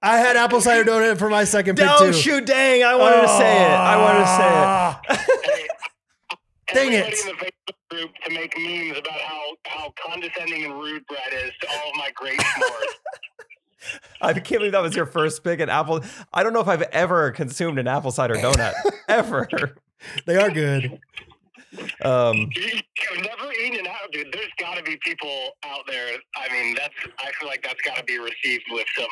A: I had apple cider donut for my second pick
B: Don't
A: too. Ah.
B: shoot dang. I wanted to say it. I wanted to say it.
D: Hey,
A: Dang
D: everybody
A: it.
D: in the Facebook group to make memes about how, how condescending and rude Brad is to all of my great s'mores.
B: I can't believe that was your first pick an apple. I don't know if I've ever consumed an apple cider donut. ever.
A: They are good.
B: Um
D: You've never eaten it out, dude. There's got to be people out there. I mean, that's. I feel like that's got to be received with some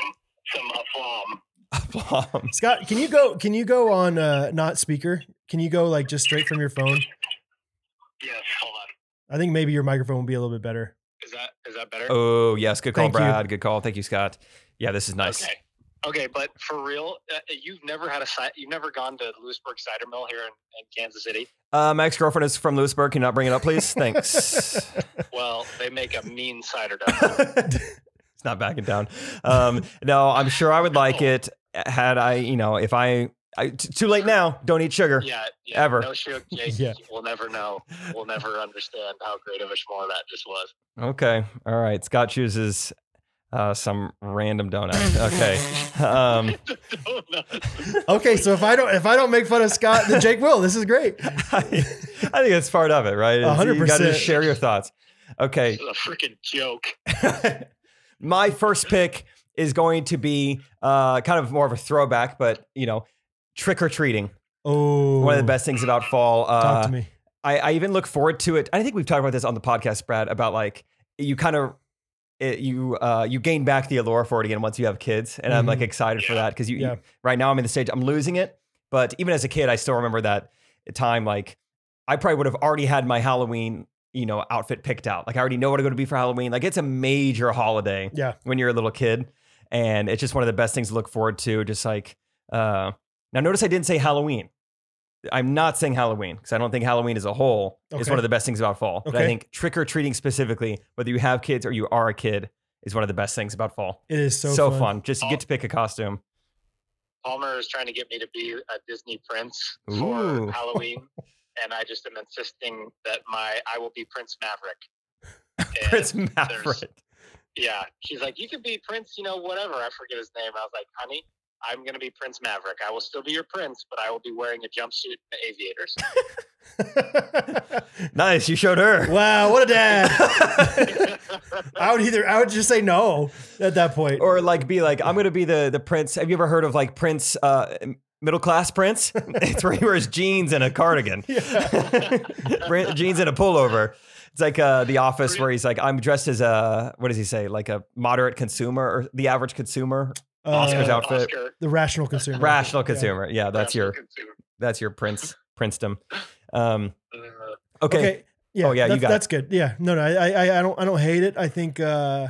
D: some aplomb.
B: aplomb.
A: Scott, can you go? Can you go on uh, not speaker? Can you go like just straight from your phone?
D: Yes, hold on.
A: I think maybe your microphone will be a little bit better.
D: Is that is that better?
B: Oh, yes. Good call,
A: Thank you.
B: Brad. Good call. Thank you, Scott. Yeah, this is nice.
D: Okay. Okay, but for real, uh, you've never had a cider. You've never gone to Lewisburg Cider Mill here in, in Kansas City.
B: Uh, my ex girlfriend is from Lewisburg. Can you not bring it up, please? Thanks.
D: Well, they make a mean cider donut.
B: it's not backing down. Um, no, I'm sure I would like it had I, you know, if I, I t- too late now. Don't eat sugar.
D: yeah, yeah,
B: Ever.
D: No sugar cake.
A: Yeah.
D: We'll never know. We'll never understand how great of a s'more that just was.
B: Okay. All right. Scott chooses uh, some random donut. Okay. Um,
D: Donut.
A: Okay, so if I don't if I don't make fun of Scott, then Jake will. This is great.
B: I, I think that's part of it, right? Is You got to
A: 100%.
B: just share your thoughts. Okay.
D: This is a freaking joke.
B: my first pick is going to be uh, kind of more of a throwback, but you know, trick or treating.
A: Oh,
B: One of the best things about fall. Uh,
A: Talk to me.
B: I, I even look forward to it. I think we've talked about this on the podcast, Brad, about like you kind of it, you uh, you gain back the allure for it again once you have kids, and I'm like excited for that because you,
A: Yeah.
B: right now I'm in the stage I'm losing it, but even as a kid, I still remember that time. Like I probably would have already had my Halloween you know outfit picked out. Like I already know what I'm going to be for Halloween. Like it's a major holiday
A: Yeah.
B: when you're a little kid, and it's just one of the best things to look forward to. Just like uh, now, notice I didn't say Halloween. I'm not saying Halloween because I don't think Halloween as a whole is
A: Okay.
B: one of the best things about fall. But I
A: Okay.
B: think trick or treating specifically, whether you have kids or you are a kid, is one of the best things about fall.
A: It is so,
B: fun. Just you get to pick a costume.
D: Palmer is trying to get me to be a Disney prince for
B: Ooh.
D: Halloween, and I just am insisting that my I will be Prince Maverick. And
B: Prince Maverick.
D: Yeah, she's like, you could be Prince, you know, whatever. I forget his name. I was like, honey, I'm gonna be Prince Maverick. I will still be your prince, but I will be wearing a jumpsuit and aviators.
B: Nice. You showed her.
A: wow, what a dad. I would either I would just say no at that point.
B: or like be like, I'm gonna be the the prince. Have you ever heard of like Prince uh middle class prince? it's where he wears jeans and a cardigan. Brin- jeans and a pullover. It's like uh, the office where he's like, I'm dressed as a what does he say? Like a moderate consumer or the average consumer,
A: Uh,
B: Oscar's out. outfit.
D: Oscar,
A: The rational consumer.
B: rational
A: Yeah.
B: consumer. Yeah, that's your that's your prince princedom. Um,
D: Uh,
B: okay.
A: Okay. Yeah.
B: Oh, yeah, you
A: that's,
B: got it.
A: that's good. Yeah. No, no, I, I, I don't, I don't hate it. I think, uh,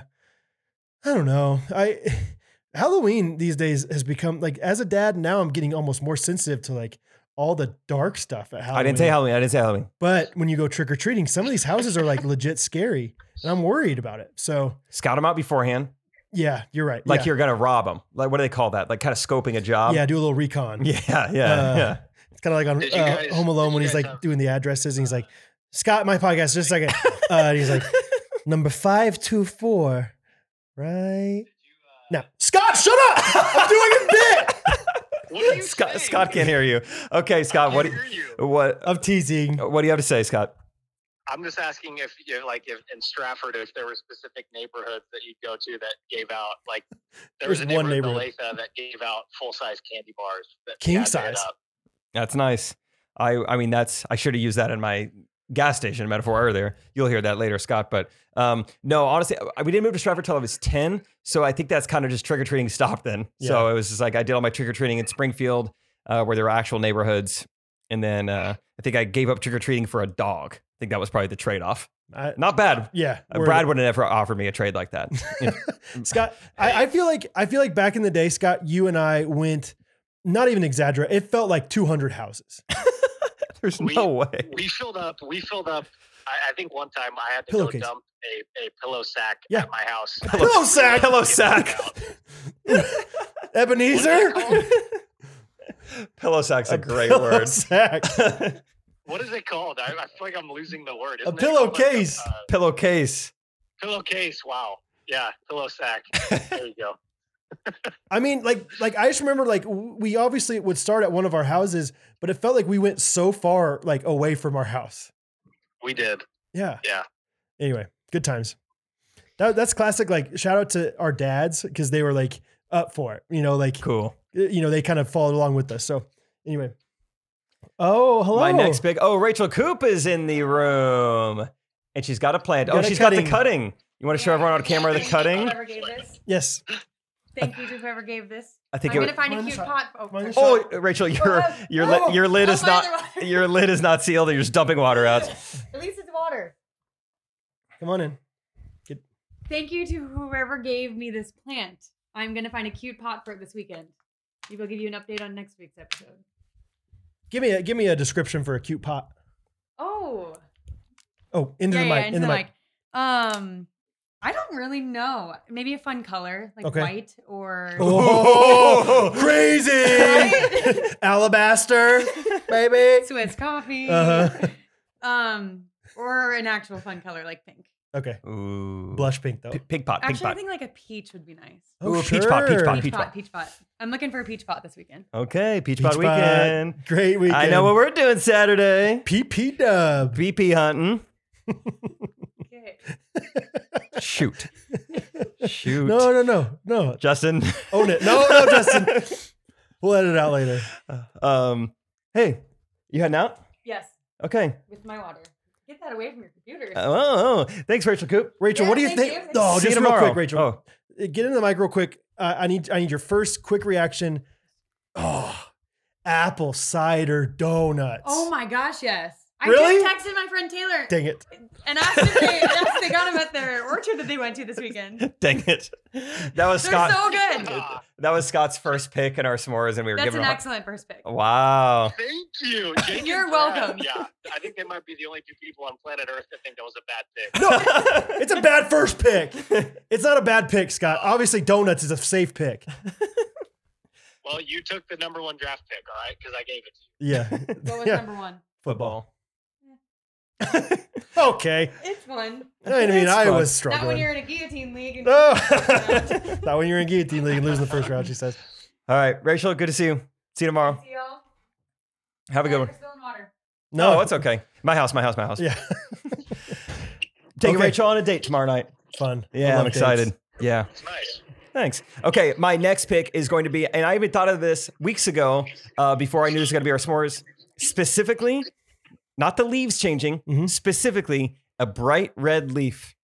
A: I don't know. I, Halloween these days has become like, as a dad, now I'm getting almost more sensitive to like all the dark stuff at Halloween.
B: I didn't say Halloween. I didn't say Halloween.
A: But when you go trick or treating, some of these houses are like legit scary and I'm worried about it. So
B: Scout them out beforehand,
A: yeah, you're right.
B: like
A: yeah.
B: you're gonna rob them. Like what do they call that? Like kind of scoping a job.
A: yeah, do a little recon.
B: yeah, yeah,
A: Uh,
B: yeah.
A: It's kind of like on
D: Did you
A: uh,
D: guys-
A: Home Alone
D: did
A: when
D: you
A: he's
D: guys
A: like
D: have-
A: doing the addresses and he's like, Scott, my podcast, just a second. Uh, and he's like, number 524, right? No. Scott, shut up! I'm doing a bit!
D: what are you
B: Scott,
D: saying?
B: Scott can't hear you. Okay, Scott,
D: I
B: what do
D: can't
B: you-
D: hear you.
B: what
A: I'm teasing.
B: what do you have to say, Scott?
D: I'm just asking if, you know, like, if in Stratford, if there were specific neighborhoods that you'd go to that gave out, like, there was a
A: There's one
D: neighborhood, in Olathe that gave out full size candy bars. That
A: King
D: got made
A: size.
D: up.
B: That's nice. I I mean that's I should have used that in my gas station metaphor earlier. You'll hear that later, Scott. But um, no, honestly, I- we didn't move to Stratford till I was ten, so I think that's kind of just trick or treating stopped then. So it was just like I did all my trick or treating in Springfield, uh, where there were actual neighborhoods, and then uh, I think I gave up trick or treating for a dog. I think that was probably the trade off.
A: I,
B: Not bad.
A: yeah.
B: Uh,
A: word.
B: Brad would have never offered me a trade like that. You know,
A: Scott, I, I feel like I feel like back in the day, Scott, you and I went not even exaggerate. It felt like 200 houses.
B: there's
D: We-
B: no way.
D: We filled up, we filled up. I, I think one time I had to
A: Pillowcase.
D: go dump a, a pillow sack
A: Yeah.
D: at my house.
A: Pillow sack.
B: Pillow sack.
A: Ebenezer,
D: What is it called?
B: Pillow sack's a great
A: pillow
B: word.
A: Sack.
D: What is it called? I, I feel like I'm losing the word.
A: A
D: Isn't it called, like,
A: pillowcase.
D: uh,
B: Pillowcase.
D: pillowcase. Wow. Yeah. Pillow sack. there you go.
A: I mean, like, like I just remember, like, w- we obviously would start at one of our houses, but it felt like we went so far, like, away from our house.
D: We did.
A: Yeah.
D: Yeah.
A: Anyway, good times. That, that's classic. Like, shout out to our dads because they were like up for it. You know, like,
B: Cool.
A: you know, they kind of followed along with us. So, anyway. Oh, hello.
B: My next big. Oh, Rachel Coop is in the room, and she's got a plant.
A: Got
B: Oh,
A: a
B: she's got the
A: cutting.
B: cutting. You want to show everyone on camera the
E: Thank you,
B: cutting?
E: Whoever gave this.
A: Yes.
E: Thank you to whoever gave this.
B: I think
E: I'm
B: it.
E: gonna find a
A: Mine
E: cute
A: shot.
E: pot. Oh,
A: Mine
E: for
A: shot.
E: sure.
B: Oh, Rachel, your your
E: Oh,
B: lid your lid
E: I'll
B: is
E: find
B: not
E: the water.
B: your lid is not sealed. You're just dumping water out.
E: At least it's water.
A: Come on in.
E: Thank you to whoever gave me this plant. I'm gonna find a cute pot for it this weekend. Maybe I'll give you an update on next week's episode.
A: Give me a give me a description for a cute pot.
E: Oh,
A: Oh, into
E: yeah,
A: the
E: yeah,
A: mic.
E: yeah,
A: into
E: into
A: the,
E: the
A: mic.
E: mic. Um, I don't really know. Maybe a fun color, like
A: Okay.
E: white or.
A: Oh,
E: Right?
A: crazy! Alabaster, baby.
E: Swiss coffee.
A: Uh-huh.
E: Um, or an actual fun color like pink.
A: Okay,
B: Ooh,
A: blush pink though.
B: P- pig pot, pig
E: Actually, I
B: pot.
E: think like a peach would be nice.
A: Oh,
B: Ooh, peach pot, peach
A: sure.
B: pot.
E: peach, pot, peach pot. I'm looking for a peach pot this weekend.
B: Okay, peach,
A: Peach
B: pot weekend.
A: pot. Great weekend.
B: I know what we're doing Saturday.
A: PP Dub.
B: BP hunting.
E: Okay.
B: Shoot, shoot.
A: No, no, no, no.
B: Justin,
A: Own it. No, no, Justin. We'll edit it out later.
B: um, hey, you heading out?
E: Yes,
B: Okay.
E: with my water. Get that away from your computer.
B: Oh, oh, thanks, Rachel Coop.
A: Rachel,
E: Yeah,
A: what do you
E: thank
A: think?
E: you.
A: Oh,
B: See you
A: just real
B: tomorrow.
A: quick, Rachel.
B: Oh,
A: Get into the mic real quick. Uh, I need I need your first quick reaction. Oh, apple cider donuts.
E: oh my gosh, yes. I
A: Really?
E: just texted my friend Taylor
A: Dang it.
E: and asked if they, and asked if they got them at their orchard that they went to this weekend. They're
B: dang it. That was Scott.
E: so Oh, good.
B: that was Scott's first pick in our s'mores, and we were
E: That's
B: giving
E: an
B: him. a- Oh.
E: excellent first pick.
B: Wow.
D: Thank you. Jake and
E: You're
D: Brad.
E: welcome.
D: Yeah. I think they might be the only two people on planet Earth that think that was a bad pick.
A: It's a bad first pick. It's not a bad pick, Scott. Obviously, donuts is a safe pick.
D: Well, you took the number one draft pick, all right? Because I gave it to you.
A: Yeah.
E: What was
A: Yeah.
E: number one?
B: Football.
A: Okay.
E: It's one.
A: I mean,
B: It's
A: I was
B: fun.
E: Not when
A: struggling.
E: you're in a guillotine league. And
A: Oh. Not when you're in guillotine league and losing the first round, she says.
B: All right, Rachel. Good to see you. See you tomorrow.
E: See y'all.
B: Have a good one.
E: We're spilling water.
B: No, it's okay. My house. My house. My house.
A: yeah.
B: Taking
A: Okay.
B: Rachel on a date tomorrow night.
A: Fun. I
B: Yeah,
A: love
B: I'm excited.
A: dates.
B: Yeah.
D: It's nice.
B: Thanks. Okay, my next pick is going to be, and I even thought of this weeks ago uh, before I knew this was going to be our s'mores. Specifically, not the leaves changing,
A: Mhm.
B: specifically a bright red leaf.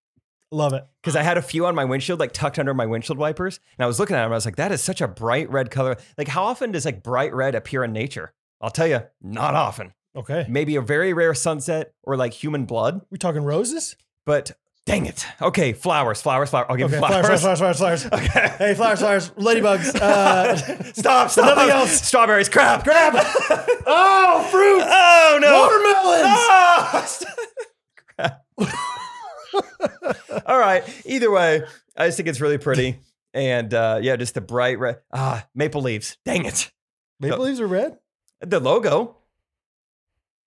A: Love it.
B: Because I had a few on my windshield, like tucked under my windshield wipers, and I was looking at them. And I was like, "That is such a bright red color. Like, how often does like bright red appear in nature? I'll tell you, not often.
A: Okay.
B: Maybe a very rare sunset or like human blood.
A: We talking roses?
B: But dang it. Okay, flowers, flowers, flowers. I'll give
A: Okay.
B: you
A: Flowers, flowers, flowers, flowers, flowers.
B: Okay.
A: Hey, flowers, flowers, ladybugs. Uh,
B: stop, stop.
A: Nothing else.
B: Strawberries, crap, crap.
A: oh, fruit.
B: oh, no.
A: Watermelons.
B: Oh, stop. Crap. Ah! All right. Either way, I just think it's really pretty. And uh, yeah, just the bright red. Ah, maple leaves. Dang it.
A: Maple leaves are red?
B: The logo.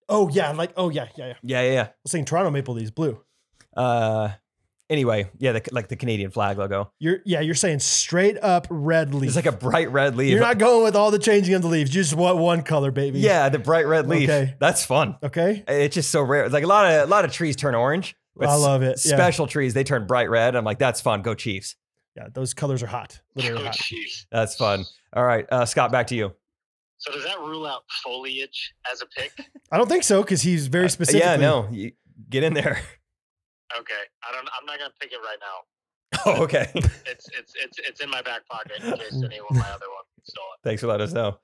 A: Oh, yeah. Like, oh, yeah, yeah, yeah. I
B: Yeah, yeah,
A: was saying Toronto maple leaves, blue.
B: yeah. Uh, anyway, yeah, the, like the Canadian flag logo.
A: You're, yeah, you're saying straight up red leaf.
B: It's like a bright red leaf.
A: You're not going with all the changing of the leaves. You just want one color, baby.
B: yeah, the bright red leaf.
A: Okay.
B: That's fun.
A: Okay.
B: It's just so rare. Like a lot of a lot of trees turn orange. but
A: I
B: s-
A: love it. Yeah.
B: Special trees, they turn bright red. I'm like, that's fun. Go Chiefs.
A: Yeah. Those colors are hot. Literally
D: Oh,
A: hot.
D: jeez.
B: That's fun. All right, uh, Scott, back to you.
D: So does that rule out foliage as a pick?
A: I don't think so because he's very specific.
B: Uh, yeah, no, you, get in there.
D: Okay. I don't. I'm not gonna pick it right now.
B: oh, okay.
D: It's it's it's it's in my back pocket in case anyone my other one stole it.
B: Thanks for letting us know.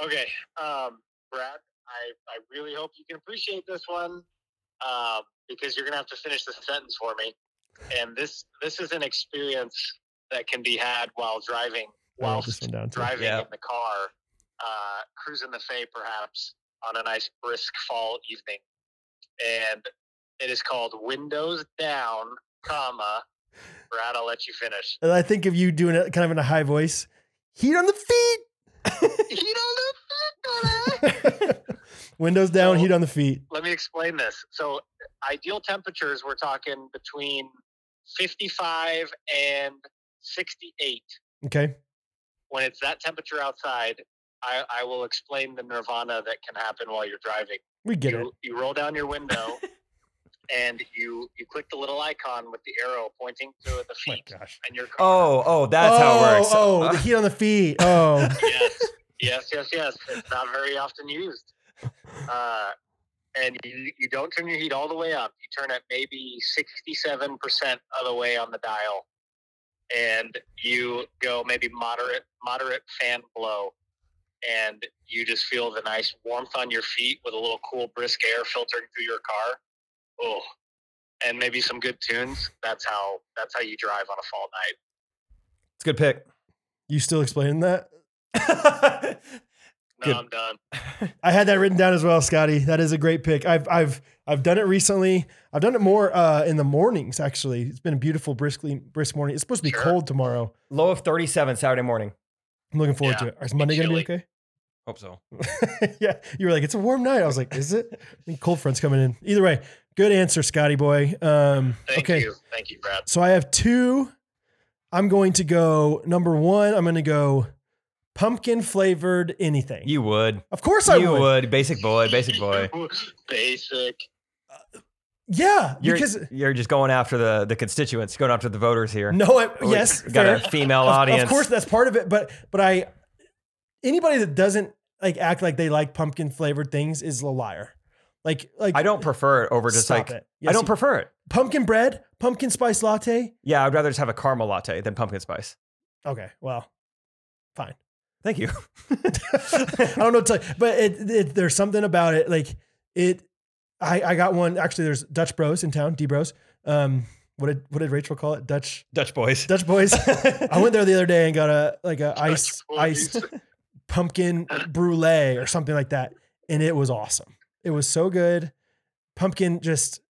D: Okay, um, Brad, I, I really hope you can appreciate this one um, because you're gonna have to finish the sentence for me. And this this is an experience that can be had while driving,
A: I wrote
D: while
A: this one down too.
D: driving
B: Yeah.
D: in the car, uh, cruising the Fay perhaps on a nice brisk fall evening. And it is called Windows Down, comma. Brad, I'll let you finish.
A: And I think of you doing it kind of in a high voice. Heat on the feet.
D: Heat on the
A: Windows down, heat on the feet.
D: let me explain this. So, ideal temperatures, we're talking between 55 and 68.
A: Okay.
D: When it's that temperature outside, I, I will explain the nirvana that can happen while you're driving.
A: We get it.
D: you, you roll down your window and you you click the little icon with the arrow pointing to the
A: Oh my
D: feet
A: gosh.
D: and your car.
B: Oh, oh, that's how it works.
A: Oh,
B: Uh,
A: the heat on the feet. Oh,
D: yes, yes, yes, yes. It's not very often used. Uh, and you, you don't turn your heat all the way up. You turn it maybe 67% of the way on the dial. And you go maybe moderate, moderate fan blow. And you just feel the nice warmth on your feet with a little cool brisk air filtering through your car. Oh, and maybe some good tunes. That's how, that's how you drive on a fall night.
B: it's a good pick.
A: you still explaining that?
D: No,
B: Good.
D: I'm done.
A: I had that written down as well, Scotty. That is a great pick. I've I've I've done it recently. I've done it more uh, in the mornings. Actually, it's been a beautiful, briskly brisk morning. It's supposed to be
D: Sure.
A: cold tomorrow.
B: Low of 37 Saturday morning.
A: I'm looking forward
D: Yeah,
A: to it. Is Monday gonna be
D: chilly.
A: okay?
B: Hope so.
A: yeah, you were like, it's a warm night. I was like, is it? I think cold front's coming in. Either way, good answer, Scotty boy. Um,
D: Thank
A: okay,
D: you. Thank you, Brad.
A: so I have two. I'm going to go number one. I'm going to go pumpkin flavored anything.
B: You would.
A: of course I
B: you uh,
A: would.
B: would. Basic boy. Basic boy.
D: basic.
A: Yeah,
B: You're,
A: because
B: you're just going after the, the constituents, going after the voters here.
A: no, I,
B: We
A: yes,
B: Got
A: fair.
B: a female
A: Of-
B: audience.
A: Of, course, that's part of it. But but I anybody that doesn't like act like they like pumpkin flavored things is a liar. Like like
B: I don't prefer it over just
A: stop
B: like,
A: it. Yes,
B: I don't
A: you-
B: prefer it.
A: pumpkin bread, pumpkin spice latte.
B: Yeah, I'd rather just have a caramel latte than pumpkin spice.
A: Okay, well, fine.
B: Thank you.
A: I don't know, what to tell you, but it, it, there's something about it. Like it, I, I got one. Actually, there's Dutch Bros in town, D Bros. Um, what did what did Rachel call it? Dutch
B: Dutch boys.
A: Dutch Boys. I went there the other day and got a like a ice
D: Boys.
A: ice pumpkin brulee or something like that, and it was awesome. It was so good. Pumpkin just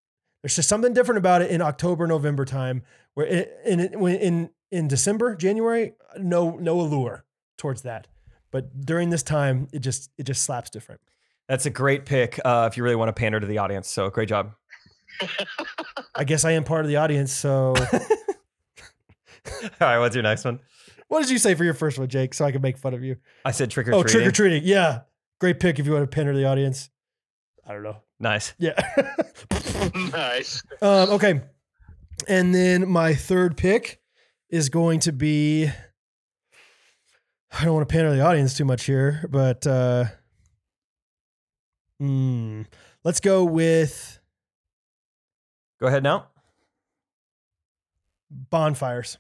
A: there's just something different about it in October November time where it, in in in in December January no no allure towards that, but during this time it just it just slaps different.
B: That's a great pick uh, if you really want to pander to the audience. So great job.
A: I guess I am part of the audience. So
B: All right, what's your next one?
A: what did you say for your first one, Jake? So I can make fun of you.
B: I said trick or
A: Oh,
B: treating.
A: trick or treating. Yeah. Great pick if you want to pander the audience. I don't know.
B: nice.
A: Yeah.
D: nice.
A: um, okay. And then my third pick is going to be I don't want to pander the audience too much here, but uh hmm, let's go with
B: Go ahead now.
A: bonfires.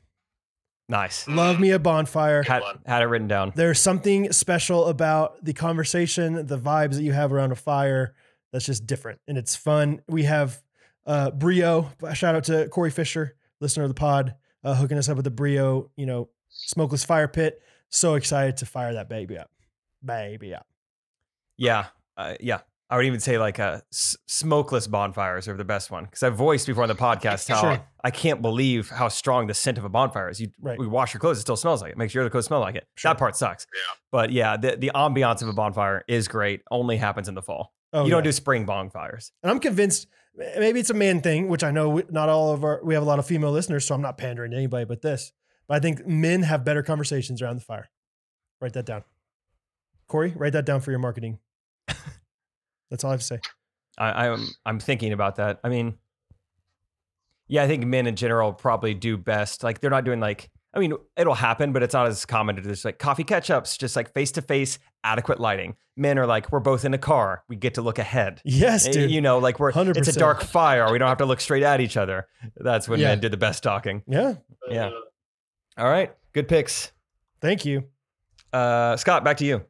B: Nice.
A: Love me a bonfire.
B: Had,
D: one.
B: had it written down.
A: There's something special about the conversation, the vibes that you have around a fire that's just different and it's fun. We have uh, Brio. Shout out to Corey Fisher, listener of the pod, uh, hooking us up with the Brio, you know, smokeless fire pit. So excited to fire that baby up. Baby up.
B: Yeah. Uh, yeah. I would even say like uh, s- smokeless bonfires are the best one because I voiced before on the podcast how
A: Sure.
B: I can't believe how strong the scent of a bonfire is. You
A: Right.
B: we wash your clothes, it still smells like it. Makes your other clothes smell like it.
A: Sure.
B: That part sucks.
D: Yeah.
B: But yeah, the, the ambiance of a bonfire is great. Only happens in the fall.
A: Oh,
B: you don't
A: yeah.
B: do spring bonfires.
A: And I'm convinced maybe it's a man thing, which I know we- not all of our, we have a lot of female listeners, so I'm not pandering to anybody but this. But I think men have better conversations around the fire. Write that down. Corey, write that down for your marketing. That's all I have to say.
B: I, I'm I'm thinking about that. I mean, yeah, I think men in general probably do best. Like they're not doing like I mean, it'll happen, but it's not as common to just like coffee catch ups, just like face to face, adequate lighting. Men are like, we're both in a car, we get to look ahead. Eh,
A: Yes, dude.
B: You know, like we're it's
A: 100%.
B: a dark fire, we don't have to look straight at each other. That's when
A: Yeah.
B: men do the best talking.
A: yeah.
B: Yeah. All right, good picks.
A: Thank you.
B: Uh, Scott, back to you.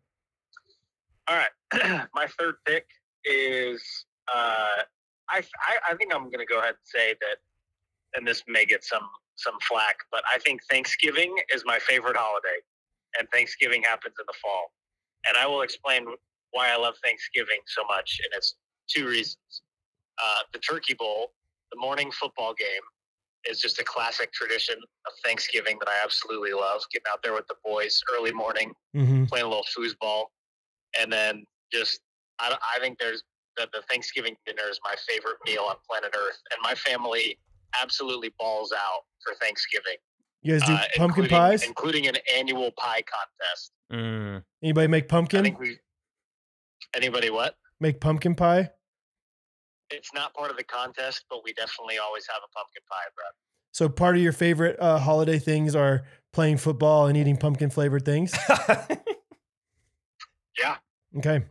D: All right. My third pick is uh, I, I I think I'm gonna go ahead and say that, and this may get some some flack, but I think Thanksgiving is my favorite holiday, and Thanksgiving happens in the fall, and I will explain why I love Thanksgiving so much, and it's two reasons. Uh, the Turkey Bowl, the morning football game, is just a classic tradition of Thanksgiving that I absolutely love. Getting out there with the boys early morning
A: Mm-hmm.
D: playing a little foosball, and then just I, don't- I think there's the, the Thanksgiving dinner is my favorite meal on planet Earth, and my family absolutely balls out for Thanksgiving.
A: You guys do
D: uh,
A: pumpkin
D: including-
A: pies?
D: including an annual pie contest.
B: Mm.
A: Anybody make
D: I
A: pumpkin?
D: think we. Anybody what?
A: Make pumpkin pie?
D: It's not part of the contest, but we definitely always have a pumpkin pie, bro.
A: So part of your favorite uh, holiday things are playing football and eating pumpkin flavored things.
D: Yeah.
A: Okay.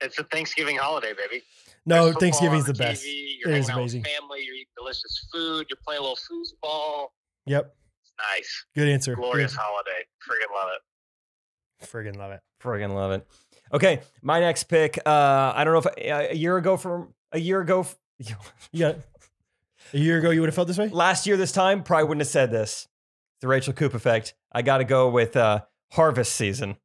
D: It's a Thanksgiving holiday, baby. There's
A: No,
D: football
A: Thanksgiving's the
D: on
A: best.
D: TV,
A: It
D: You're
A: is
D: hanging out
A: amazing.
D: with family. You're eating delicious food. You're playing a little foosball.
A: Yep.
D: It's nice,
A: Good answer.
D: glorious holiday. Friggin' love it.
A: Friggin' love it.
B: Friggin' love it. Okay, my next pick. Uh, I don't know if uh, a year ago from a year ago, f-
A: Yeah. A year ago, you would have felt this way?
B: last year this time, probably wouldn't have said this. The Rachel Coop effect. I got to go with uh, harvest season.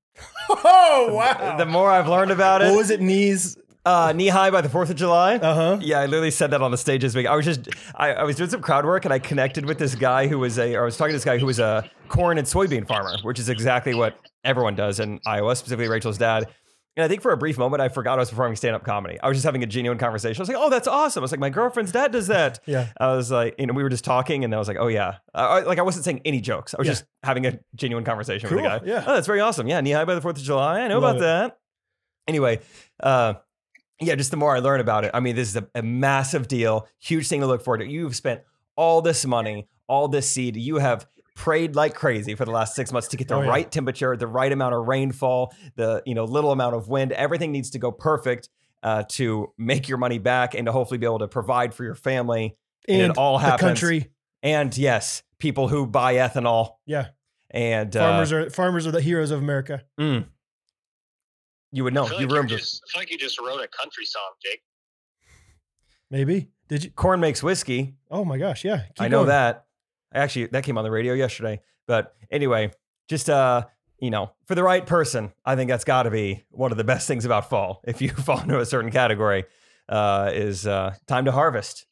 A: Oh,
B: The more I've learned about
A: What
B: it,
A: was it? Knees.
B: uh, knee high by the Fourth of July.
A: Uh huh.
B: yeah, I literally said that on the stage this week. I was just, I, I was doing some crowd work and I connected with this guy who was a, or I was talking to this guy who was a corn and soybean farmer, which is exactly what everyone does in Iowa, specifically Rachel's dad. And I think for a brief moment, I forgot I was performing stand up comedy. I was just having a genuine conversation. I was like, oh, that's awesome. I was like, my girlfriend's dad does that.
A: Yeah.
B: I was like, you know, we were just talking and I was like, oh, yeah. Uh, I- like, I wasn't saying any jokes. I was
A: Yeah.
B: just having a genuine conversation with
A: Cool,
B: the guy.
A: yeah.
B: Oh, that's very awesome. Yeah. Knee high by the 4th of July. I know
A: Love
B: about
A: it.
B: that. Anyway, uh, yeah, just the more I learn about it, I mean, this is a, a massive deal, huge thing to look forward to. You've spent all this money, all this seed. You have prayed like crazy for the last six months to get the
A: Oh, yeah.
B: right temperature, the right amount of rainfall, the you know little amount of wind. Everything needs to go perfect uh, to make your money back and to hopefully be able to provide for your family. And,
A: And
B: it all
A: the
B: happens.
A: country.
B: And yes, people who buy ethanol.
A: Yeah.
B: And uh,
A: Farmers are farmers are the heroes of America.
B: mm. you would know.
D: I feel
B: you
D: like
B: roomed
D: you
B: with
D: just, I feel like you just wrote a country song, Jake.
A: Maybe. Did you?
B: corn makes whiskey.
A: Oh my gosh. Yeah. Keep
B: I know
A: going.
B: that. Actually, that came on the radio yesterday. But anyway, just uh, you know, for the right person, I think that's got to be one of the best things about fall. If you fall into a certain category, uh, is uh, time to harvest.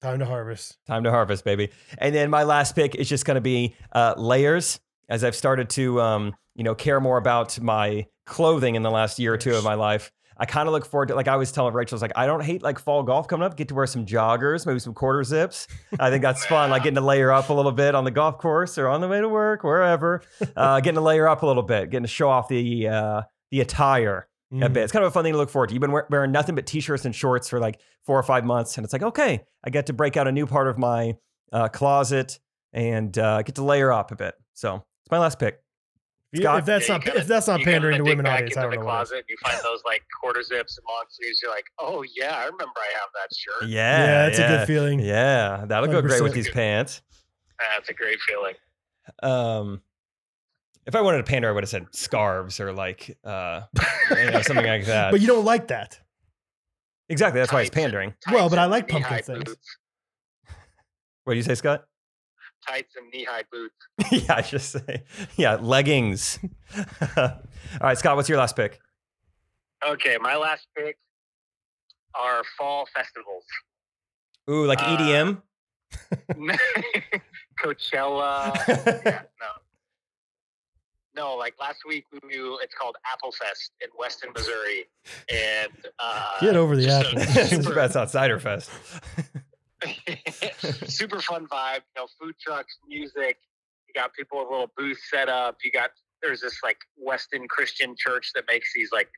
A: Time to harvest.
B: Time to harvest, baby. And then my last pick is just going to be uh, layers. As I've started to, um, you know, care more about my clothing in the last year or two of my life, I kind of look forward to. Like I was telling Rachel, I was like, I don't hate like fall golf coming up. Get to wear some joggers, maybe some quarter zips. I think that's fun. Like getting to layer up a little bit on the golf course or on the way to work, wherever. Uh, getting to layer up a little bit, getting to show off the uh, the attire a
A: Mm.
B: bit. It's kind of a fun thing to look forward to. You've been wear- wearing nothing but t-shirts and shorts for like four or five months, and it's like, okay, I get to break out a new part of my uh, closet and uh, get to layer up a bit. So it's my last pick.
A: If you-
B: Scott-
A: if that's
D: Yeah, you
A: not
D: gotta-
A: if that's not
D: you gotta
A: pandering to
D: dig
A: women
D: back
A: audience, I
D: into
A: don't know.
D: the
A: what is.
D: closet, and you find those like quarter zips and long sleeves. You're like, oh yeah, I remember I have that shirt.
B: Yeah,
A: Yeah, it's a good feeling.
B: Yeah, that'll go great with
A: 100%.
B: these pants.
D: That's a great feeling.
B: Um, if I wanted to pander, I would have said scarves or like uh, you know, something like that.
A: But you don't like that.
B: exactly, that's why it's
D: Tights and-
B: pandering.
A: Well, but
D: Tights
A: I
D: and
A: like pumpkin
D: knee-high
A: things.
D: boots.
B: What do you say, Scott?
D: Tights and knee-high boots.
B: yeah, I just say yeah, leggings. All right, Scott, what's your last pick?
D: Okay, my last pick are fall festivals.
B: Ooh, like E
D: Uh,
B: EDM.
D: Coachella. yeah, no. No, like last week we knew it's called Applefest in Weston, Missouri, and uh,
A: Get over the
D: just a
A: apple.
B: This is
D: super-
B: about Outsider Fest.
D: super fun vibe. You know, food trucks, music. You got people with little booths set up. You got there's this like Weston Christian church that makes these like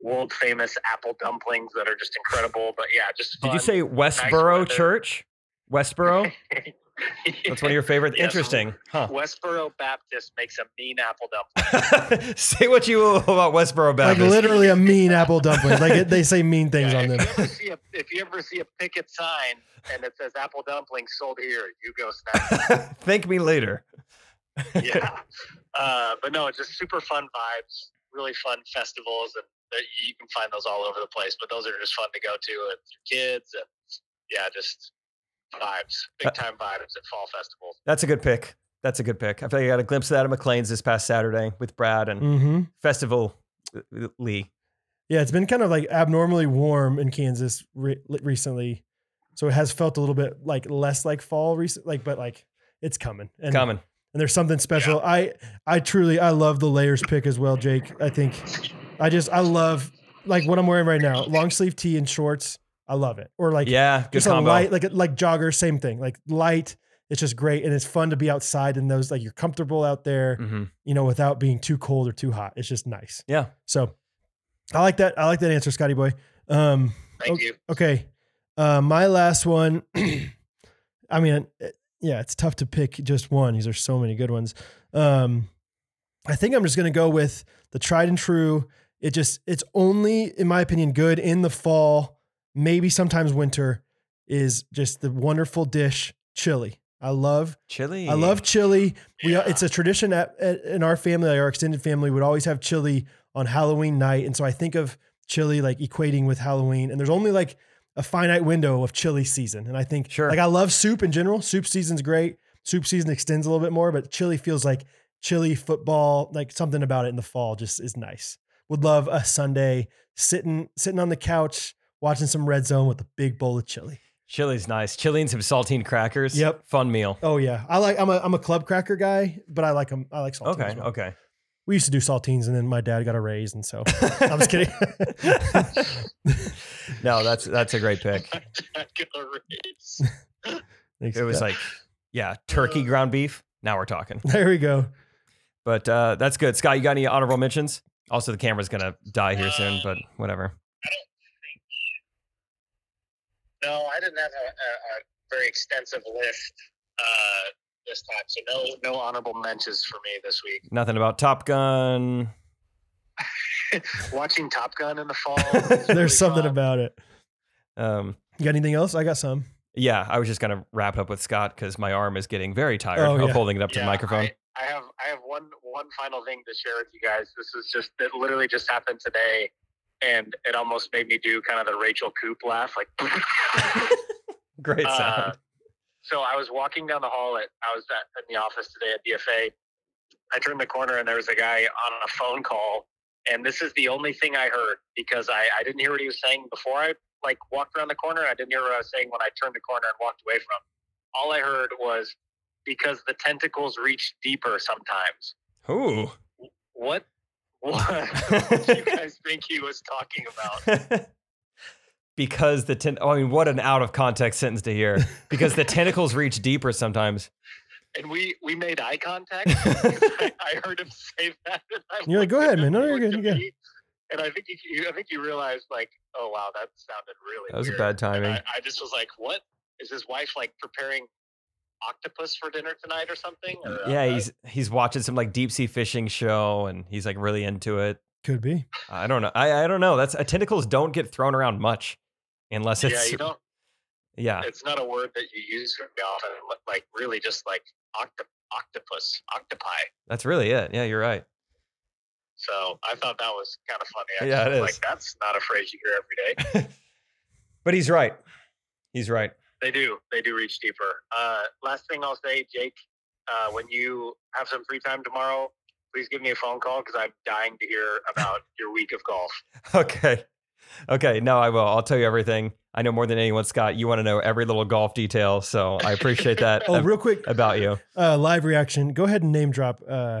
D: world famous apple dumplings that are just incredible. But yeah, just
B: Did
D: fun.
B: you say Westboro
D: weather.
B: Church? Westboro? That's one of your uh, favorite.
D: Yes.
B: Interesting, huh?
D: Westboro Baptist makes a mean apple dumpling.
B: say what you will about Westboro
A: Like
B: Baptist.
A: literally a mean apple dumpling. Like it, they say mean things
D: Yeah,
A: on them.
D: If you, ever see a, if you ever see a picket sign and it says apple dumplings sold here, you go snap.
B: Thank me later.
D: yeah. Uh, but no, just super fun vibes, really fun festivals, and that- you can find those all over the place. But those are just fun to go to with your kids, and yeah, just vibes,
A: Uh
D: big time vibes at fall festivals.
B: That's a good pick. That's a good pick. I feel like I got a glimpse of that at McLean's this past Saturday with Brad and
A: Mm-hmm.
B: Festival uh, Lee.
A: Yeah, it's been kind of like abnormally warm in Kansas re- recently, so it has felt a little bit like less like fall recent, like but like it's coming and
B: Coming.
A: And there's something special. I I truly I love the layers pick as well, Jake. I think I just I love like what I'm wearing right now, long sleeve tee and shorts. I love it. Or like
B: yeah, good
A: just a
B: combo.
A: light, like like jogger, same thing. Like light, it's just great and it's fun to be outside in those. Like you're comfortable out there,
B: hmm
A: you know, without being too cold or too hot. It's just nice.
B: Yeah.
A: So I like that. I like that answer, Scotty boy. Um,
D: Thank you.
A: Okay. Uh, my last one. I mean, it- yeah, it's tough to pick just one. These are so many good ones. Um, I think I'm just going to go with the tried and true. It just, it's only, in my opinion, good in the fall, maybe sometimes winter, is just the wonderful dish, chili. I love
B: Chili.
A: I love chili. We
D: Yeah.
A: it's a tradition at, at, in our family, like our extended family would always have chili on Halloween night, and so I think of chili like equating with Halloween. And there's only like a finite window of chili season, and I think
B: Sure.
A: like I love soup in general. Soup season's great. Soup season extends a little bit more, but chili feels like chili football, like something about it in the fall just is nice. Would love a Sunday sitting sitting on the couch watching some red zone with a big bowl of chili.
B: Chili's nice. Chili and some saltine crackers.
A: Yep.
B: Fun meal.
A: Oh yeah, I like I'm a I'm a club cracker guy, but I like 'em- I like saltines.
B: Okay.
A: as well.
B: Okay.
A: We used to do saltines, and then my dad got a raise, and so I'm just kidding.
B: no, that's that's a great pick. It was like, yeah, turkey ground beef. Now we're talking.
A: there we go.
B: But uh, that's good. Scott, you got any honorable mentions? Also, the camera's gonna die here soon, but whatever.
D: No, I didn't have a, a, a very extensive list uh, this time, so no no honorable mentions for me this week.
B: Nothing about Top Gun.
D: Watching Top Gun in the fall.
A: There's something about it.
B: Um,
A: You got anything else? I got some.
B: yeah, I was just gonna wrap it up with Scott because my arm is getting very tired
A: Oh,
B: of
A: yeah.
B: holding it up to the
D: Yeah,
B: microphone.
D: I, I have I have one one final thing to share with you guys. This is just it literally just happened today, and it almost made me do kind of the Rachel Coop laugh, like.
B: Great
D: Uh,
B: sound.
D: so I was walking down the hall at I was at, in the office today at DFA. I turned the corner and there was a guy on a phone call, and this is the only thing I heard because I, I didn't hear what he was saying before I like walked around the corner. I didn't hear what I was saying when I turned the corner and walked away from. him. All I heard was because the tentacles reach deeper sometimes.
B: Ooh.
D: What? What, what do you guys think he was talking about?
B: because the ten- oh, I mean, what an out of context sentence to hear. Because the tentacles reach deeper sometimes.
D: And we we made eye contact. I, I heard him say that. And I
A: You're like,
D: looked
A: "Go
D: at
A: ahead,
D: him,
A: man. No,
D: he
A: you're
D: looked
A: good,
D: at
A: you're good."
D: me, And I think you, you, I think you realized like, oh wow, that sounded really.
B: That was a
D: weird.
B: bad
D: And
B: timing.
D: I, I just was like, what is his wife like preparing octopus for dinner tonight or something? Or, uh,
B: Yeah, he's he's watching some like deep sea fishing show and he's like really into it.
A: Could be.
B: I don't know. I, I don't know. That's uh, tentacles don't get thrown around much, unless
D: yeah,
B: it's
D: you don't.
B: yeah.
D: It's not a word that you use very often. but, Like really, just like octo- octopus, octopi.
B: That's really it. Yeah, you're right.
D: So I thought that was kind of funny. I
B: Yeah,
D: just
B: it
D: was
B: is.
D: Like that's not a phrase you hear every day.
B: But he's right. He's right.
D: They do. They do reach deeper. Uh, last thing I'll say, Jake, uh, when you have some free time tomorrow, please give me a phone call because I'm dying to hear about your week of golf.
B: Okay. Okay. No, I will. I'll tell you everything. I know more than anyone, Scott. You want to know every little golf detail, so I appreciate that
A: Oh,
B: ab-
A: real quick,
B: about you.
A: uh, live reaction. Go ahead and name drop uh,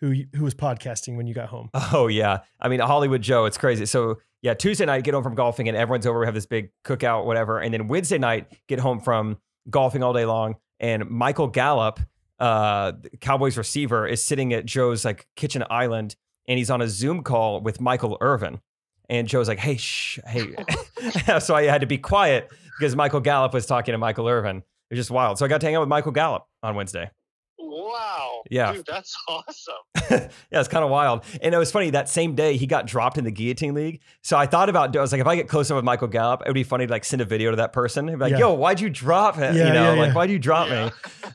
A: who you- who was podcasting when you got home.
B: Oh yeah. I mean Hollywood Joe, it's crazy. So yeah, Tuesday night get home from golfing and everyone's over, we have this big cookout, whatever. And then Wednesday night, get home from golfing all day long. And Michael Gallup, uh the Cowboys receiver, is sitting at Joe's like kitchen island and he's on a Zoom call with Michael Irvin. And Joe's like, hey, shh, hey. so I had to be quiet because Michael Gallup was talking to Michael Irvin. It was just wild. So I got to hang out with Michael Gallup on Wednesday.
D: Wow.
B: Yeah.
D: Dude, that's awesome.
B: yeah, it's kind of wild. And it was funny that same day he got dropped in the guillotine league. So I thought about I was like, if I get close enough with Michael Gallup, it would be funny to like send a video to that person. and be like,
A: Yeah.
B: yo, why'd you drop him?
A: Yeah,
B: you know,
A: yeah,
B: like
A: yeah.
B: why'd you drop
D: Yeah.
B: me?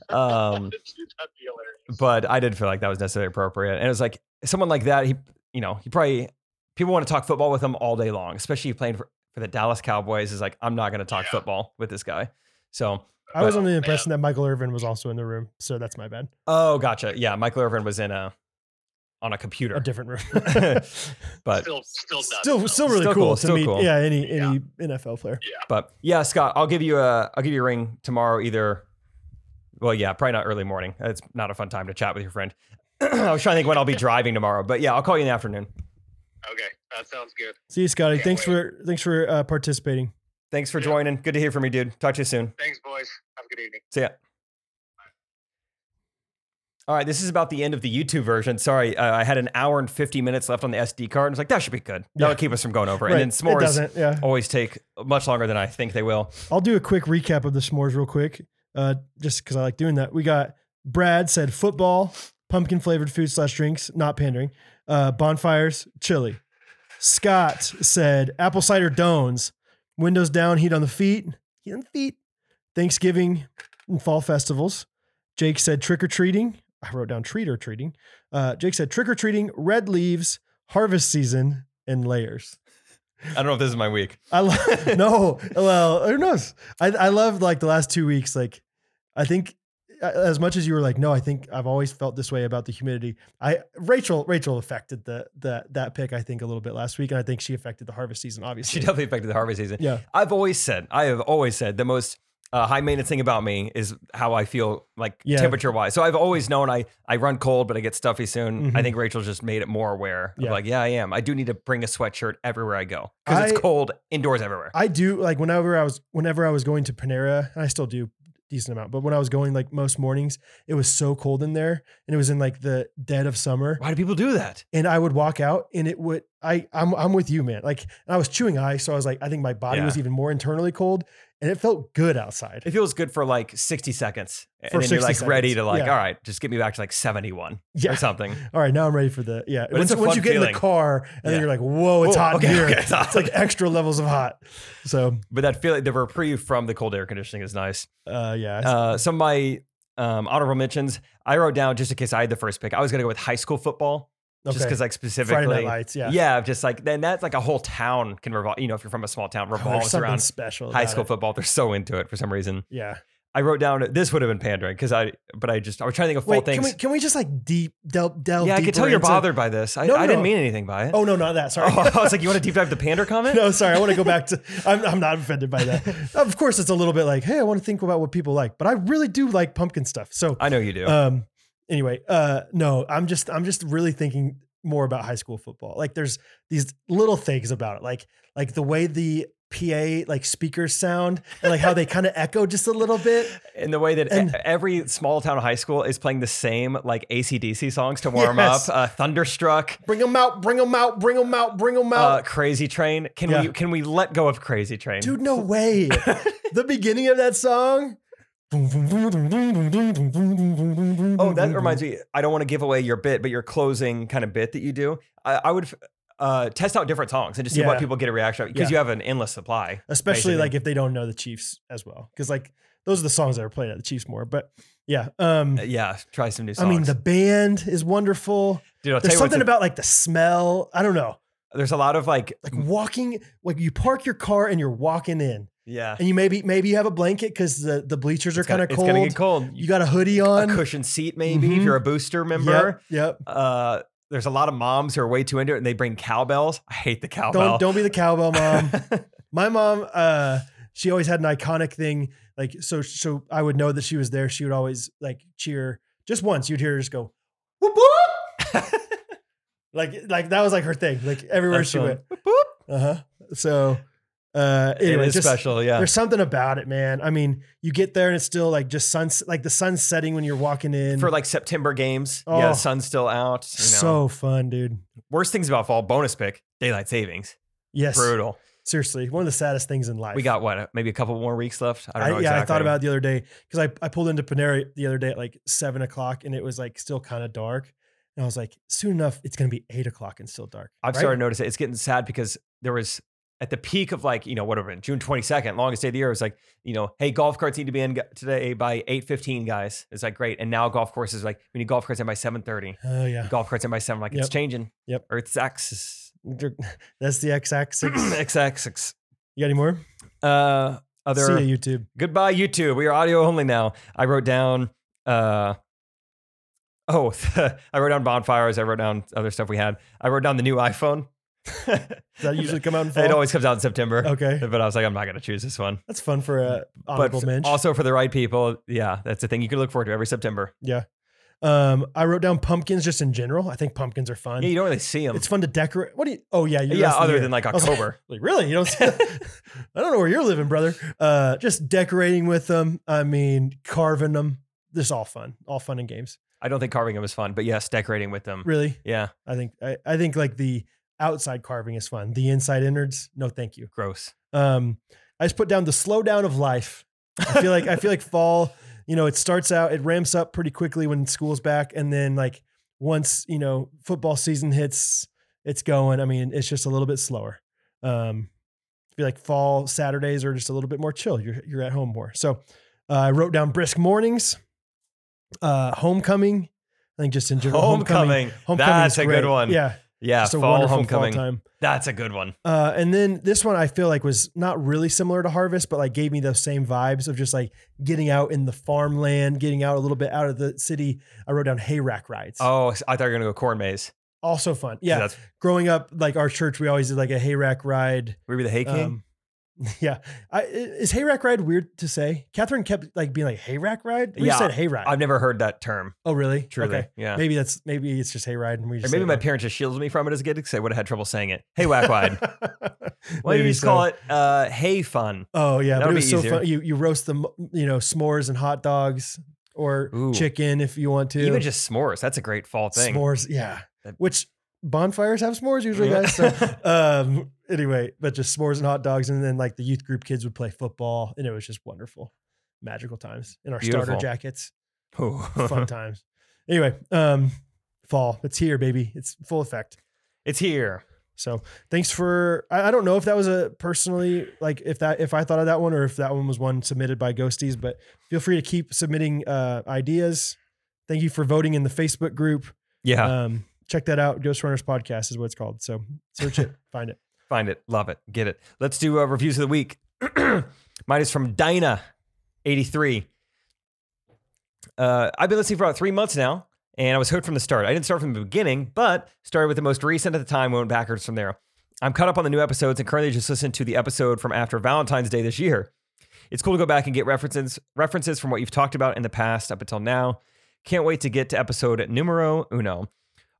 B: Um,
D: Dude, That'd be hilarious.
B: but I didn't feel like that was necessarily appropriate. And it was like someone like that, he you know, he probably people want to talk football with him all day long, especially playing for, for the Dallas Cowboys. Is like, I'm not gonna talk
D: Yeah.
B: football with this guy. So
A: I was under the impression that Michael Irvin was also in the room, so that's my bad.
B: oh gotcha. Yeah, Michael Irvin was in a on a computer.
A: A different room.
B: but
D: still, still nuts.
A: still,
D: though.
A: still really
B: Still
A: cool,
B: cool,
A: to
B: still
A: meet.
B: cool.
A: Yeah, any any NFL player.
B: But yeah, Scott, I'll give you a I'll give you a ring tomorrow either. Well, yeah, probably not early morning. It's not a fun time to chat with your friend. I was trying to think when I'll be driving tomorrow, but yeah, I'll call you in the afternoon.
D: Okay. That sounds good.
A: See you, Scotty.
D: Can't
A: Thanks for thanks for uh, participating.
B: Thanks for
D: Yeah.
B: joining. Good to hear from you, dude. Talk to you soon.
D: Thanks, boys. Have a good evening.
B: See ya. All right, this is about the end of the YouTube version. Sorry, uh, I had an hour and 50 minutes left on the SD card. I was like, that should be good. That'll
A: Yeah.
B: keep us from going over.
A: Right.
B: And then
A: It
B: s'mores
A: doesn't. Yeah.
B: always take much longer than I think they will.
A: I'll do a quick recap of the s'mores real quick, uh, just because I like doing that. We got Brad said football, pumpkin flavored food slash drinks, not pandering, uh, bonfires, chili. Scott said apple cider dones, windows down, heat on the feet, heat on the feet, Thanksgiving and fall festivals. Jake said trick or treating. I wrote down treat or treating. Uh, Jake said trick or treating, red leaves, harvest season, and layers.
B: I don't know if this is my week.
A: I love no. Well, who knows? I I love like the last two weeks. Like, I think uh, as much as you were like, no, I think I've always felt this way about the humidity. I Rachel Rachel affected the the that pick I think a little bit last week, and I think she affected the harvest season.
B: She
A: Obviously,
B: definitely affected the harvest season.
A: yeah,
B: I've always said, I have always said the most uh, high maintenance thing about me is how I feel like
A: Yeah.
B: temperature wise. So I've always known I, I run cold, but I get stuffy soon. I
A: Mhm.
B: think Rachel just made it more aware. Of
A: Yeah.
B: Like, yeah, I am. I do need to bring a sweatshirt everywhere I go because it's
A: I-
B: cold indoors everywhere.
A: I do like whenever I was whenever I was going to Panera, and I still do decent amount, but when I was going like most mornings, it was so cold in there, and it was in like the dead of summer.
B: Why do people do that?
A: and I would walk out and it would I I'm I'm with you, man. Like and I was chewing ice, so I was like, I think my body
B: Yeah.
A: was even more internally cold and it felt good outside.
B: It feels good for like 60 seconds. And
A: For
B: then you're
A: 60
B: like ready
A: seconds.
B: to like,
A: Yeah.
B: all right, just get me back to like 71
A: Yeah.
B: or something.
A: All right, now I'm ready for the yeah.
B: But
A: Once,
B: it's a
A: once
B: fun
A: you get in
B: feeling.
A: the car and
B: Yeah.
A: then you're like, whoa, it's
B: Whoa,
A: hot
B: okay,
A: in here.
B: okay, it's hot.
A: It's like extra levels of hot. So
B: But that feeling, the reprieve from the cold air conditioning is nice.
A: uh yeah.
B: Uh, some of my um, honorable mentions, I wrote down just in case I had the first pick, I was going to go with high school football. Just because, like, specifically,
A: Friday night lights, yeah.
B: yeah, just like then that's like a whole town can revolve. You know, if you're from a small town,
A: Oh, there's
B: revolves
A: something
B: around
A: special.
B: high
A: about
B: school
A: it.
B: football. They're so into it for some reason.
A: Yeah.
B: I wrote down this would have been pandering because I, but I just I was trying to think of full
A: Wait, can
B: things.
A: we can we just like deep delve delve?
B: yeah, I
A: deeper
B: could tell you're
A: into-
B: bothered by this. I,
A: No,
B: I didn't
A: no.
B: mean anything by it.
A: Oh no, not that. Sorry.
B: I was like, you want to deep dive the pander comment?
A: No, sorry. I want to go back to. I'm, I'm not offended by that. of course, it's a little bit like, hey, I want to think about what people like, but I really do like pumpkin stuff. So,
B: I know you do.
A: um, anyway, uh, no, I'm just, I'm just really thinking more about high school football. Like, there's these little things about it, like, like the way the PA like speakers sound and like how they kind of echo just a little bit.
B: in the way that e-
A: and-
B: every small town high school is playing the same like ACDC songs to warm
A: Yes.
B: up, uh, Thunderstruck,
A: Bring them out, bring them out, bring them out, bring them out.
B: uh, Crazy Train. Can we
A: Yeah.
B: can we let go of Crazy Train?
A: Dude, no way. the beginning of that song. Oh,
B: Oh, that reminds
A: Mm-hmm.
B: me. I don't want to give away your bit, but your closing kind of bit that you do. I, I would uh, test out different songs and just see what
A: Yeah.
B: people get a reaction because
A: Yeah.
B: you have an endless supply.
A: especially
B: basically.
A: like if they don't know the Chiefs as well, because like those are the songs that are played at the Chiefs more. But yeah, um,
B: Uh, Yeah, try some new
A: I
B: songs.
A: mean the band is wonderful.
B: Dude, I'll tell
A: There's
B: you what's
A: something
B: a-
A: about like the smell. I don't know,
B: There's a lot of like,
A: like walking, like you park your car and you're walking in,
B: yeah,
A: and you maybe maybe you have a blanket because the the bleachers are
B: It's gonna-
A: kind of cold.
B: It's gonna get cold.
A: You got a hoodie
B: a
A: on.
B: cushioned seat, maybe if
A: Mhm.
B: you're a booster member.
A: Yep. yep.
B: Uh, there's a lot of moms who are way too into it, and they bring cowbells. I hate the cowbell.
A: Don't don't be the cowbell mom. My mom, uh, she always had an iconic thing. Like so, so I would know that she was there. She would always like cheer just once. You'd hear her just go, whoop whoop. like like that was like her thing. Like everywhere
B: That's
A: she
B: fun.
A: went.
B: Boop, boop.
A: Uh huh. So uh, anyway,
B: it is
A: just-
B: special. Yeah,
A: There's something about it, man. I mean, you get there and it's still like just suns, like the sun's setting when you're walking in.
B: for like September games.
A: Oh.
B: yeah, the sun's still out. You know.
A: so fun, dude.
B: worst things about fall bonus pick daylight savings.
A: Yes,
B: Brutal.
A: seriously, one of the saddest things in life.
B: We got what? uh, Maybe a couple more weeks left. I don't
A: I,
B: know.
A: yeah, I thought
B: exactly.
A: about it the other day because I, I pulled into Panera the other day at like seven o'clock and it was like still kind of dark. And I was like, soon enough, it's going to be eight o'clock and still dark.
B: I've
A: right?
B: started to notice it. It's getting sad because there was at the peak of like you know whatever June twenty second, longest day of the year. It was like you know, hey, golf carts need to be in gu- today by eight fifteen, guys. It's like great, and now golf courses like we need golf carts in by seven thirty.
A: Oh, yeah.
B: Golf carts in by seven. Like it's
A: Yep.
B: changing.
A: Yep.
B: Earth's axis.
A: That's the X axis. you got
B: X axis.
A: any more?
B: Uh, other
A: See you, YouTube.
B: goodbye youtube we are audio only now i wrote down uh oh i wrote down bonfires i wrote down other stuff we had i wrote down the new iphone
A: Does that usually come out in fall?
B: it always comes out in september
A: okay.
B: but i was like i'm not gonna choose this one
A: That's fun for a
B: but
A: honorable mention.
B: also for the right people yeah that's the thing you can look forward to every september
A: Um, I wrote down pumpkins just in general. I think pumpkins are fun.
B: Yeah, you don't really see them.
A: it's fun to decorate. What do you? Oh yeah,
B: yeah, other than
A: like.
B: like
A: I was
B: October.
A: Like, really? You don't see I don't know where you're living, brother. Uh, just decorating with them. I mean, carving them. This is all fun. All fun and games.
B: I don't think carving them is fun, but yes, decorating with them.
A: Really?
B: Yeah,
A: I think I, I think like the outside carving is fun. The inside innards, no thank you.
B: gross.
A: Um, I just put down the slowdown of life. I feel like I feel like fall, you know, it starts out, it ramps up pretty quickly when school's back, and then like once, you know, football season hits, it's going. I mean, it's just a little bit slower. Um, I feel like fall Saturdays are just a little bit more chill. You're you're at home more. So uh, I wrote down brisk mornings, uh, homecoming. I think just in general.
B: Homecoming. That's
A: is
B: a
A: great.
B: good one.
A: Yeah.
B: Yeah,
A: just a
B: fall
A: wonderful
B: homecoming.
A: fall time.
B: That's a good one.
A: Uh, and then this one I feel like was not really similar to Harvest, but like gave me those same vibes of just like getting out in the farmland, getting out a little bit out of the city. I wrote down hay rack rides.
B: Oh, I thought you were gonna go corn maze.
A: Also fun. Yeah.
B: that's,
A: Growing up, like our church, we always did like a hay rack ride.
B: were you the Hay King?
A: Um, yeah. I, i- is hay rack ride weird to say? Catherine kept like being like hay rack ride. We
B: Yeah,
A: said hay rack.
B: I've never heard that term.
A: oh, really?
B: Truly, yeah.
A: Maybe that's maybe it's just hay ride, and we
B: Or
A: just
B: maybe
A: say
B: my
A: it.
B: parents just shielded me from it as a kid because I would have had trouble saying it. Hey, whack wide. Why don't you
A: Maybe
B: just
A: so.
B: call it uh, Hey Fun?
A: Oh yeah, but
B: That'll
A: it
B: be
A: was so
B: easier.
A: fun. You you roast the you know s'mores and hot dogs or
B: Ooh.
A: chicken if you want to.
B: Even just s'mores. That's a great fall thing.
A: s'mores, yeah.
B: That-
A: Which bonfires have s'mores usually,
B: Yeah.
A: guys. So um, anyway, but just s'mores and hot dogs, and then like the youth group kids would play football, and it was just wonderful, magical times in our
B: Beautiful.
A: starter jackets.
B: Ooh.
A: Fun times. Anyway, um, fall it's here, baby. It's full effect.
B: it's here.
A: So thanks for I, I don't know if that was a personally like if that if I thought of that one or if that one was one submitted by ghosties, but feel free to keep submitting uh ideas. Thank you for voting in the Facebook group.
B: Yeah,
A: Um check that out. Ghost Runners Podcast is what it's called. So search it, find it.
B: find it, love it, get it. Let's do uh, reviews of the week. Mine is from Dinah, eighty three. Uh, I've been listening for about three months now, and I was hooked from the start. I didn't start from the beginning, but started with the most recent at the time, went backwards from there. I'm caught up on the new episodes and currently just listened to the episode from after Valentine's Day this year. It's cool to go back and get references references from what you've talked about in the past up until now. Can't wait to get to episode numero uno.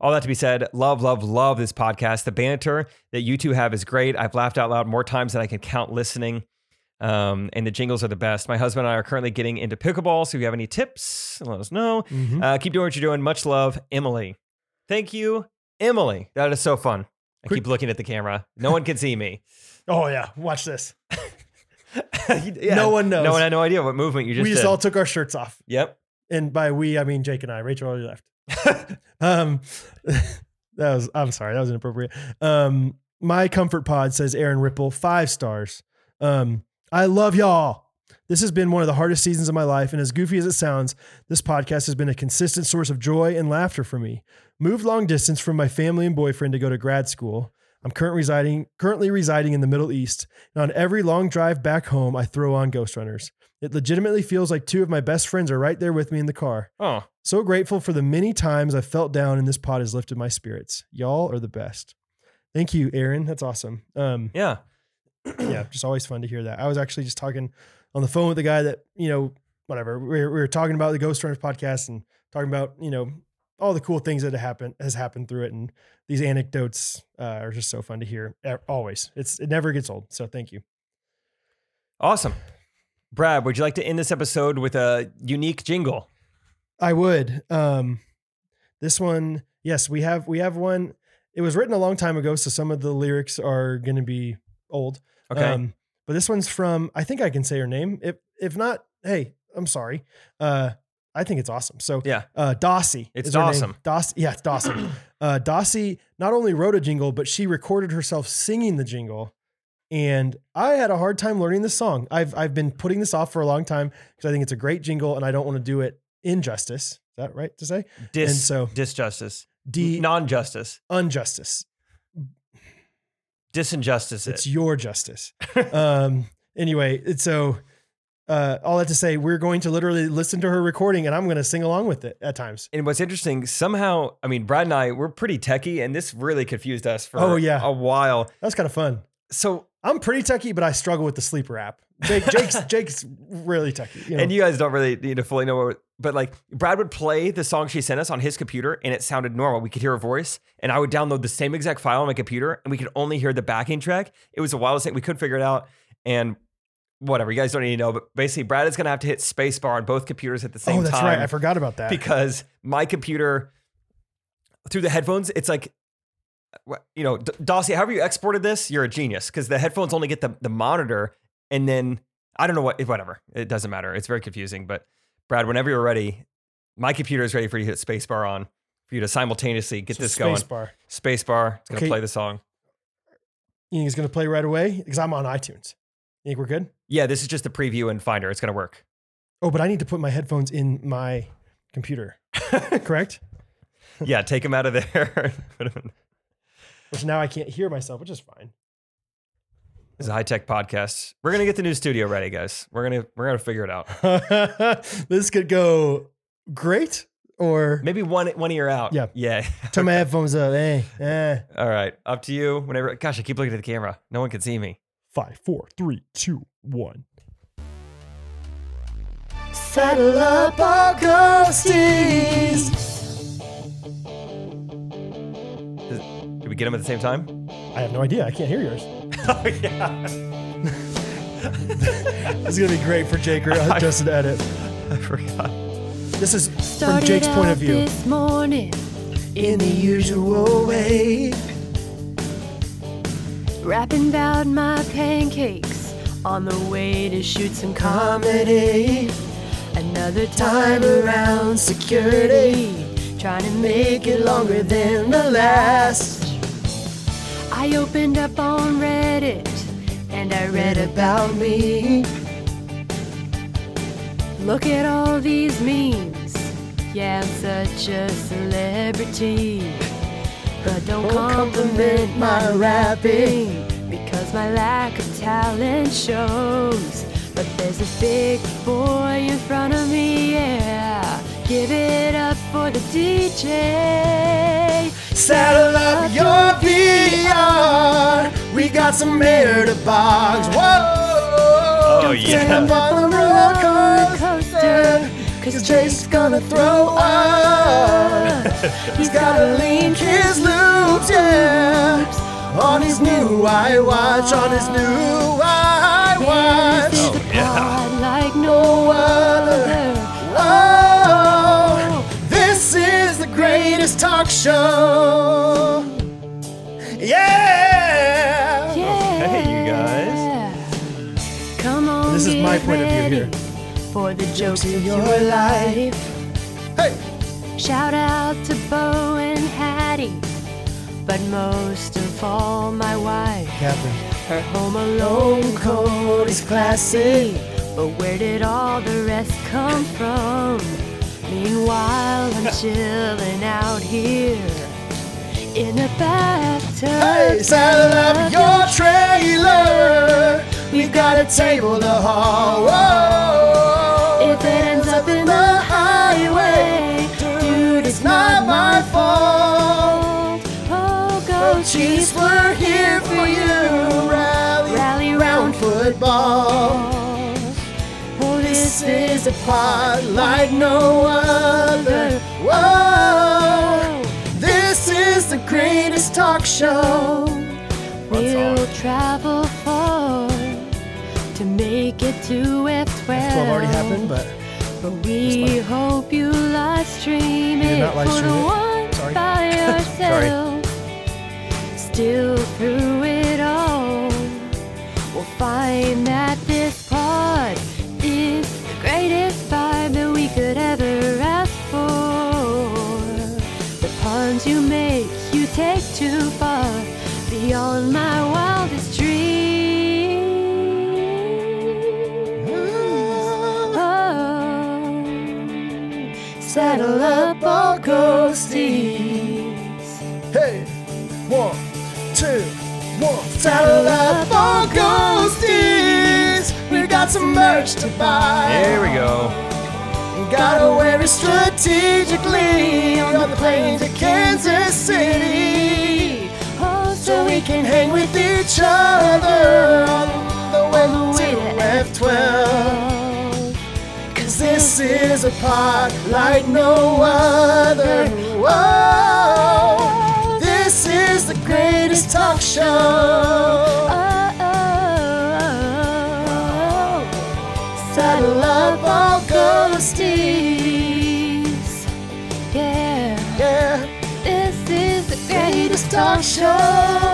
B: All that to be said, love, love, love this podcast. The banter that you two have is great. I've laughed out loud more times than I can count listening. Um, and the jingles are the best. My husband and I are currently getting into pickleball. So if you have any tips, let us know.
A: Mhm.
B: Uh, keep doing what you're doing. Much love, Emily. Thank you, Emily. That is so fun. I
A: Quick-
B: keep looking at the camera. No one can see me.
A: Oh yeah, watch this.
B: Yeah,
A: No one knows.
B: No one had no idea what movement you just
A: we just
B: did.
A: all took our shirts off.
B: yep.
A: And by we I mean Jake and I. Rachel already left. um that was I'm sorry, that was inappropriate. Um my comfort pod says Aaron Ripple, five stars. Um, I love y'all. This has been one of the hardest seasons of my life, and as goofy as it sounds, this podcast has been a consistent source of joy and laughter for me. Moved long distance from my family and boyfriend to go to grad school. I'm current residing, currently residing in the Middle East, and on every long drive back home, I throw on Ghost Runners. It legitimately feels like two of my best friends are right there with me in the car.
B: Oh,
A: So grateful for the many times I felt down and this pod has lifted my spirits. Y'all are the best. Thank you, Aaron. That's awesome. Um,
B: yeah.
A: yeah, just always fun to hear that. I was actually just talking on the phone with the guy that, you know, whatever. We were, we were talking about the Ghost Runners podcast and talking about, you know, all the cool things that have happened has happened through it. And these anecdotes uh, are just so fun to hear eh, always. It's it never gets old. So thank you.
B: Awesome. Brad, would you like to end this episode with a unique jingle?
A: I would. Um, this one, yes, we have we have one. It was written a long time ago, so some of the lyrics are going to be old.
B: Okay.
A: Um, but this one's from I think I can say her name. If if not, hey, I'm sorry. Uh, I think it's awesome. So
B: Yeah.
A: uh, Dossie.
B: It's
A: is her name.
B: Dawson.
A: Doss, yeah, it's Dawson. uh, Dossie not only wrote a jingle, but she recorded herself singing the jingle. And I had a hard time learning this song. I've I've been putting this off for a long time because I think it's a great jingle, and I don't want to do it injustice. Is that right to say?
B: Dis,
A: and so-
B: disjustice,
A: D
B: non-justice,
A: injustice.
B: disinjustice.
A: It's
B: it.
A: your justice. um. Anyway, it's so. Uh, all that to say, we're going to literally listen to her recording, and I'm going to sing along with it at times.
B: And what's interesting, somehow, I mean, Brad and I, we're pretty techie, and this really confused us for
A: Oh, yeah.
B: a while.
A: That was kind of fun.
B: So
A: I'm pretty techie, but I struggle with the sleeper app. Jake, Jake's Jake's really techie. You know?
B: And you guys don't really you know fully know what, but like Brad would play the song she sent us on his computer, and it sounded normal. We could hear her voice, and I would download the same exact file on my computer, and we could only hear the backing track. It was the wildest thing. We couldn't figure it out, and whatever. You guys don't need to know, but basically, Brad is gonna have to hit spacebar on both computers at the same
A: oh, that's
B: time
A: right. I forgot about that.
B: because my computer through the headphones, it's like. what- You know, D- Dossie, however you exported this, you're a genius because the headphones only get the, the monitor and then I don't know what, whatever. It doesn't matter. It's very confusing. But Brad, whenever you're ready, my computer is ready for you to hit spacebar on for you to simultaneously get
A: So
B: this
A: space
B: going.
A: bar.
B: Spacebar. It's gonna
A: Okay.
B: play the song.
A: You think it's gonna play right away? Because I'm on iTunes. You think we're good?
B: Yeah, this is just the preview and Finder. It's gonna work.
A: Oh, but I need to put my headphones in my computer. Correct?
B: Yeah, take him out of there. Put 'em in-
A: Which now I can't hear myself, which is fine.
B: this is a high tech podcast. We're gonna get the new studio ready, guys. We're gonna we're gonna figure it out.
A: this could go great or
B: Maybe one one ear out.
A: Yeah.
B: Yeah.
A: turn my headphones up. Eh, eh.
B: All right. Up to you. Whenever. Gosh, I keep looking at the camera. No one can see me.
A: Five, four, three, two, one.
F: Saddle up our ghosties.
B: Did we get them at the same time?
A: I have no idea. I can't hear yours.
B: oh yeah.
A: This is gonna be great for Jake or Justin to edit.
B: I forgot.
A: This is from Jake's point of view.
F: This morning,
C: In the usual way.
F: rapping about my pancakes on the way to shoot some comedy. Another time around security, trying to make it longer than the last. I opened up on Reddit and I read about me. Look at all these memes. Yeah, I'm such a celebrity. But don't compliment my rapping because my lack of talent shows. But there's this big boy in front of me, yeah. Give it up for the DJ.
C: Saddle up your VR. We got some air to box. Whoa.
B: Oh, yeah.
C: Jump on the
F: Roller
C: roller
F: coaster, cause Jake's gonna throw up. He's gotta link his
C: loops, yeah. On his new I watch, on his new I watch.
F: Oh,
B: yeah.
F: Like no other.
C: Oh, this is the greatest talk show. Yeah.
F: Yeah.
B: Hey, you
F: guys. Come on.
A: This is my
F: get
A: point of view here.
F: ready For the jokes in your life.
C: Hey.
F: Shout out to Bo and Hattie. But most of all, my wife.
A: Catherine.
F: Her home alone code is classy, but where did all the rest come from? Meanwhile, I'm chilling out here in a bathtub.
C: Hey, saddle up your trailer. We've got a table to haul. Whoa.
F: if it ends up in the highway, dude, it's
C: Not
F: not
C: my
F: my
C: fault.
F: Oh, go
C: Chiefs, we're here for you. Rally
F: rally round
C: around
F: for
C: football.
F: Oh,
C: This is a pod like no other. Whoa. This is the greatest talk show.
F: We'll travel far to make it to F12.
A: Twelve already happened, but
F: But we hope you live stream
A: did
F: it
A: not live
F: for
A: stream
F: the
A: it.
F: one
A: Sorry.
F: by yourself. Still through it all, we'll find that this pod is the greatest vibe that we could ever ask for. The puns you make, you take too far beyond my wildest dreams. Oh, saddle up all ghosties.
C: Hey, one, two, one. Saddle up our ghosties. We got some merch to buy.
B: Here we go.
C: Gotta wear it strategically on the plane to Kansas City.
F: Oh, so we
C: we can hang with each other on the way to F12. Cause this is a pod like no other. Oh.
F: Oh,
C: Whoa, this is the greatest talk show.
F: Oh, saddle up all ghosties. Yeah,
C: Yeah,
F: this is the greatest talk show.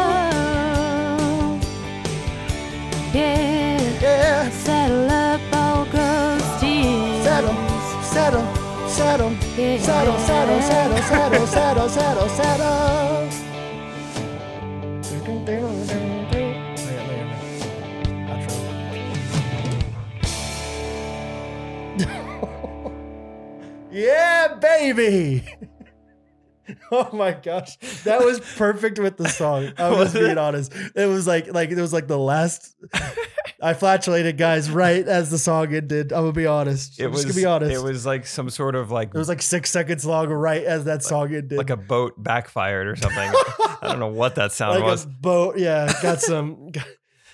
F: Yeah,
C: yeah.
F: saddle up all ghosties.
C: Saddle, saddle, saddle,
F: Yeah.
C: saddle, saddle, saddle, saddle, saddle, saddle, saddle.
A: Yeah, baby. Oh my gosh, that was perfect with the song. I was
B: Was it?
A: being honest. It was like like it was like the last. I flatulated guys right as the song ended. I'm gonna be honest.
B: It
A: I'm
B: was
A: just gonna be honest.
B: It was like some sort of like
A: It was like six seconds long right as that song ended.
B: like a boat backfired or something. I don't know what that sound
A: Like a
B: was.
A: boat. Yeah, got some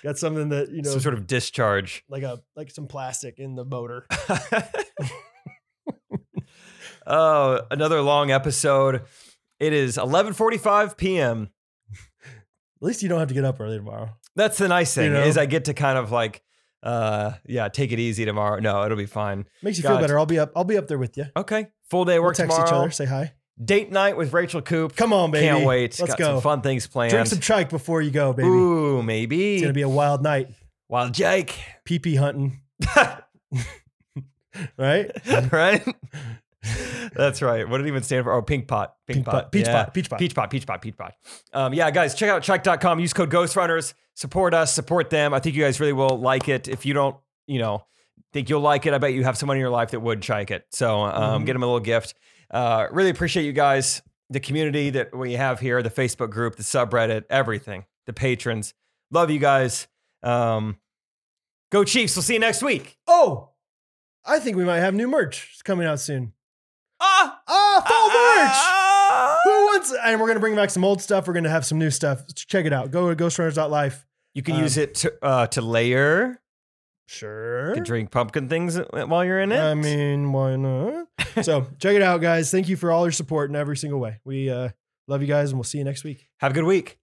A: got something that you know
B: some sort of discharge.
A: like a like some plastic in the motor.
B: Oh, another long episode. It is 11:45 p.m.
A: At least you don't have to get up early tomorrow.
B: That's the nice
A: You
B: thing
A: know?
B: is I get to kind of like, uh, yeah, take it easy tomorrow. No, it'll be fine.
A: Makes you feel
B: Got-
A: better. I'll be up. I'll be up there with you.
B: Okay, full day of
A: We'll
B: work
A: text
B: tomorrow.
A: each other. Say hi.
B: Date night with Rachel Coop.
A: Come on, baby.
B: Can't wait.
A: Let's
B: Got
A: go.
B: some fun things planned.
A: Drink some trike before you go, baby.
B: Ooh,
A: It's
B: maybe.
A: gonna be a wild night.
B: Wild Jake,
A: Pee pee hunting. right?
B: right? That's right. What did it even stand for? Oh, Pink Pot. Pink,
A: Pink
B: Pot.
A: Pot. Peach
B: Yeah.
A: Pot. Peach Pot.
B: Peach Pot. Peach Pot. Peach Pot. Um, yeah, guys, check out Trike.com. Use code Ghost Runners. Support us. Support them. I think you guys really will like it. If you don't, you know, think you'll like it, I bet you have someone in your life that would Trike it. So um,
A: Mm-hmm.
B: get them a little gift. Uh, really appreciate you guys, the community that we have here, the Facebook group, the subreddit, everything, the patrons. Love you guys. Um, go Chiefs. We'll see you next week.
A: Oh, I think we might have new merch It's coming out soon.
B: Ah!
A: Ah, fall merch.
B: Ah!
A: Who wants? And we're gonna bring back some old stuff. We're gonna have some new stuff. Check it out. Go to ghostrunners.life.
B: You can
A: Um,
B: use it to uh, to layer.
A: Sure.
B: You can drink pumpkin things while you're in it.
A: I mean, why not? so check it out, guys. Thank you for all your support in every single way. We uh, love you guys, and we'll see you next week.
B: have a good week.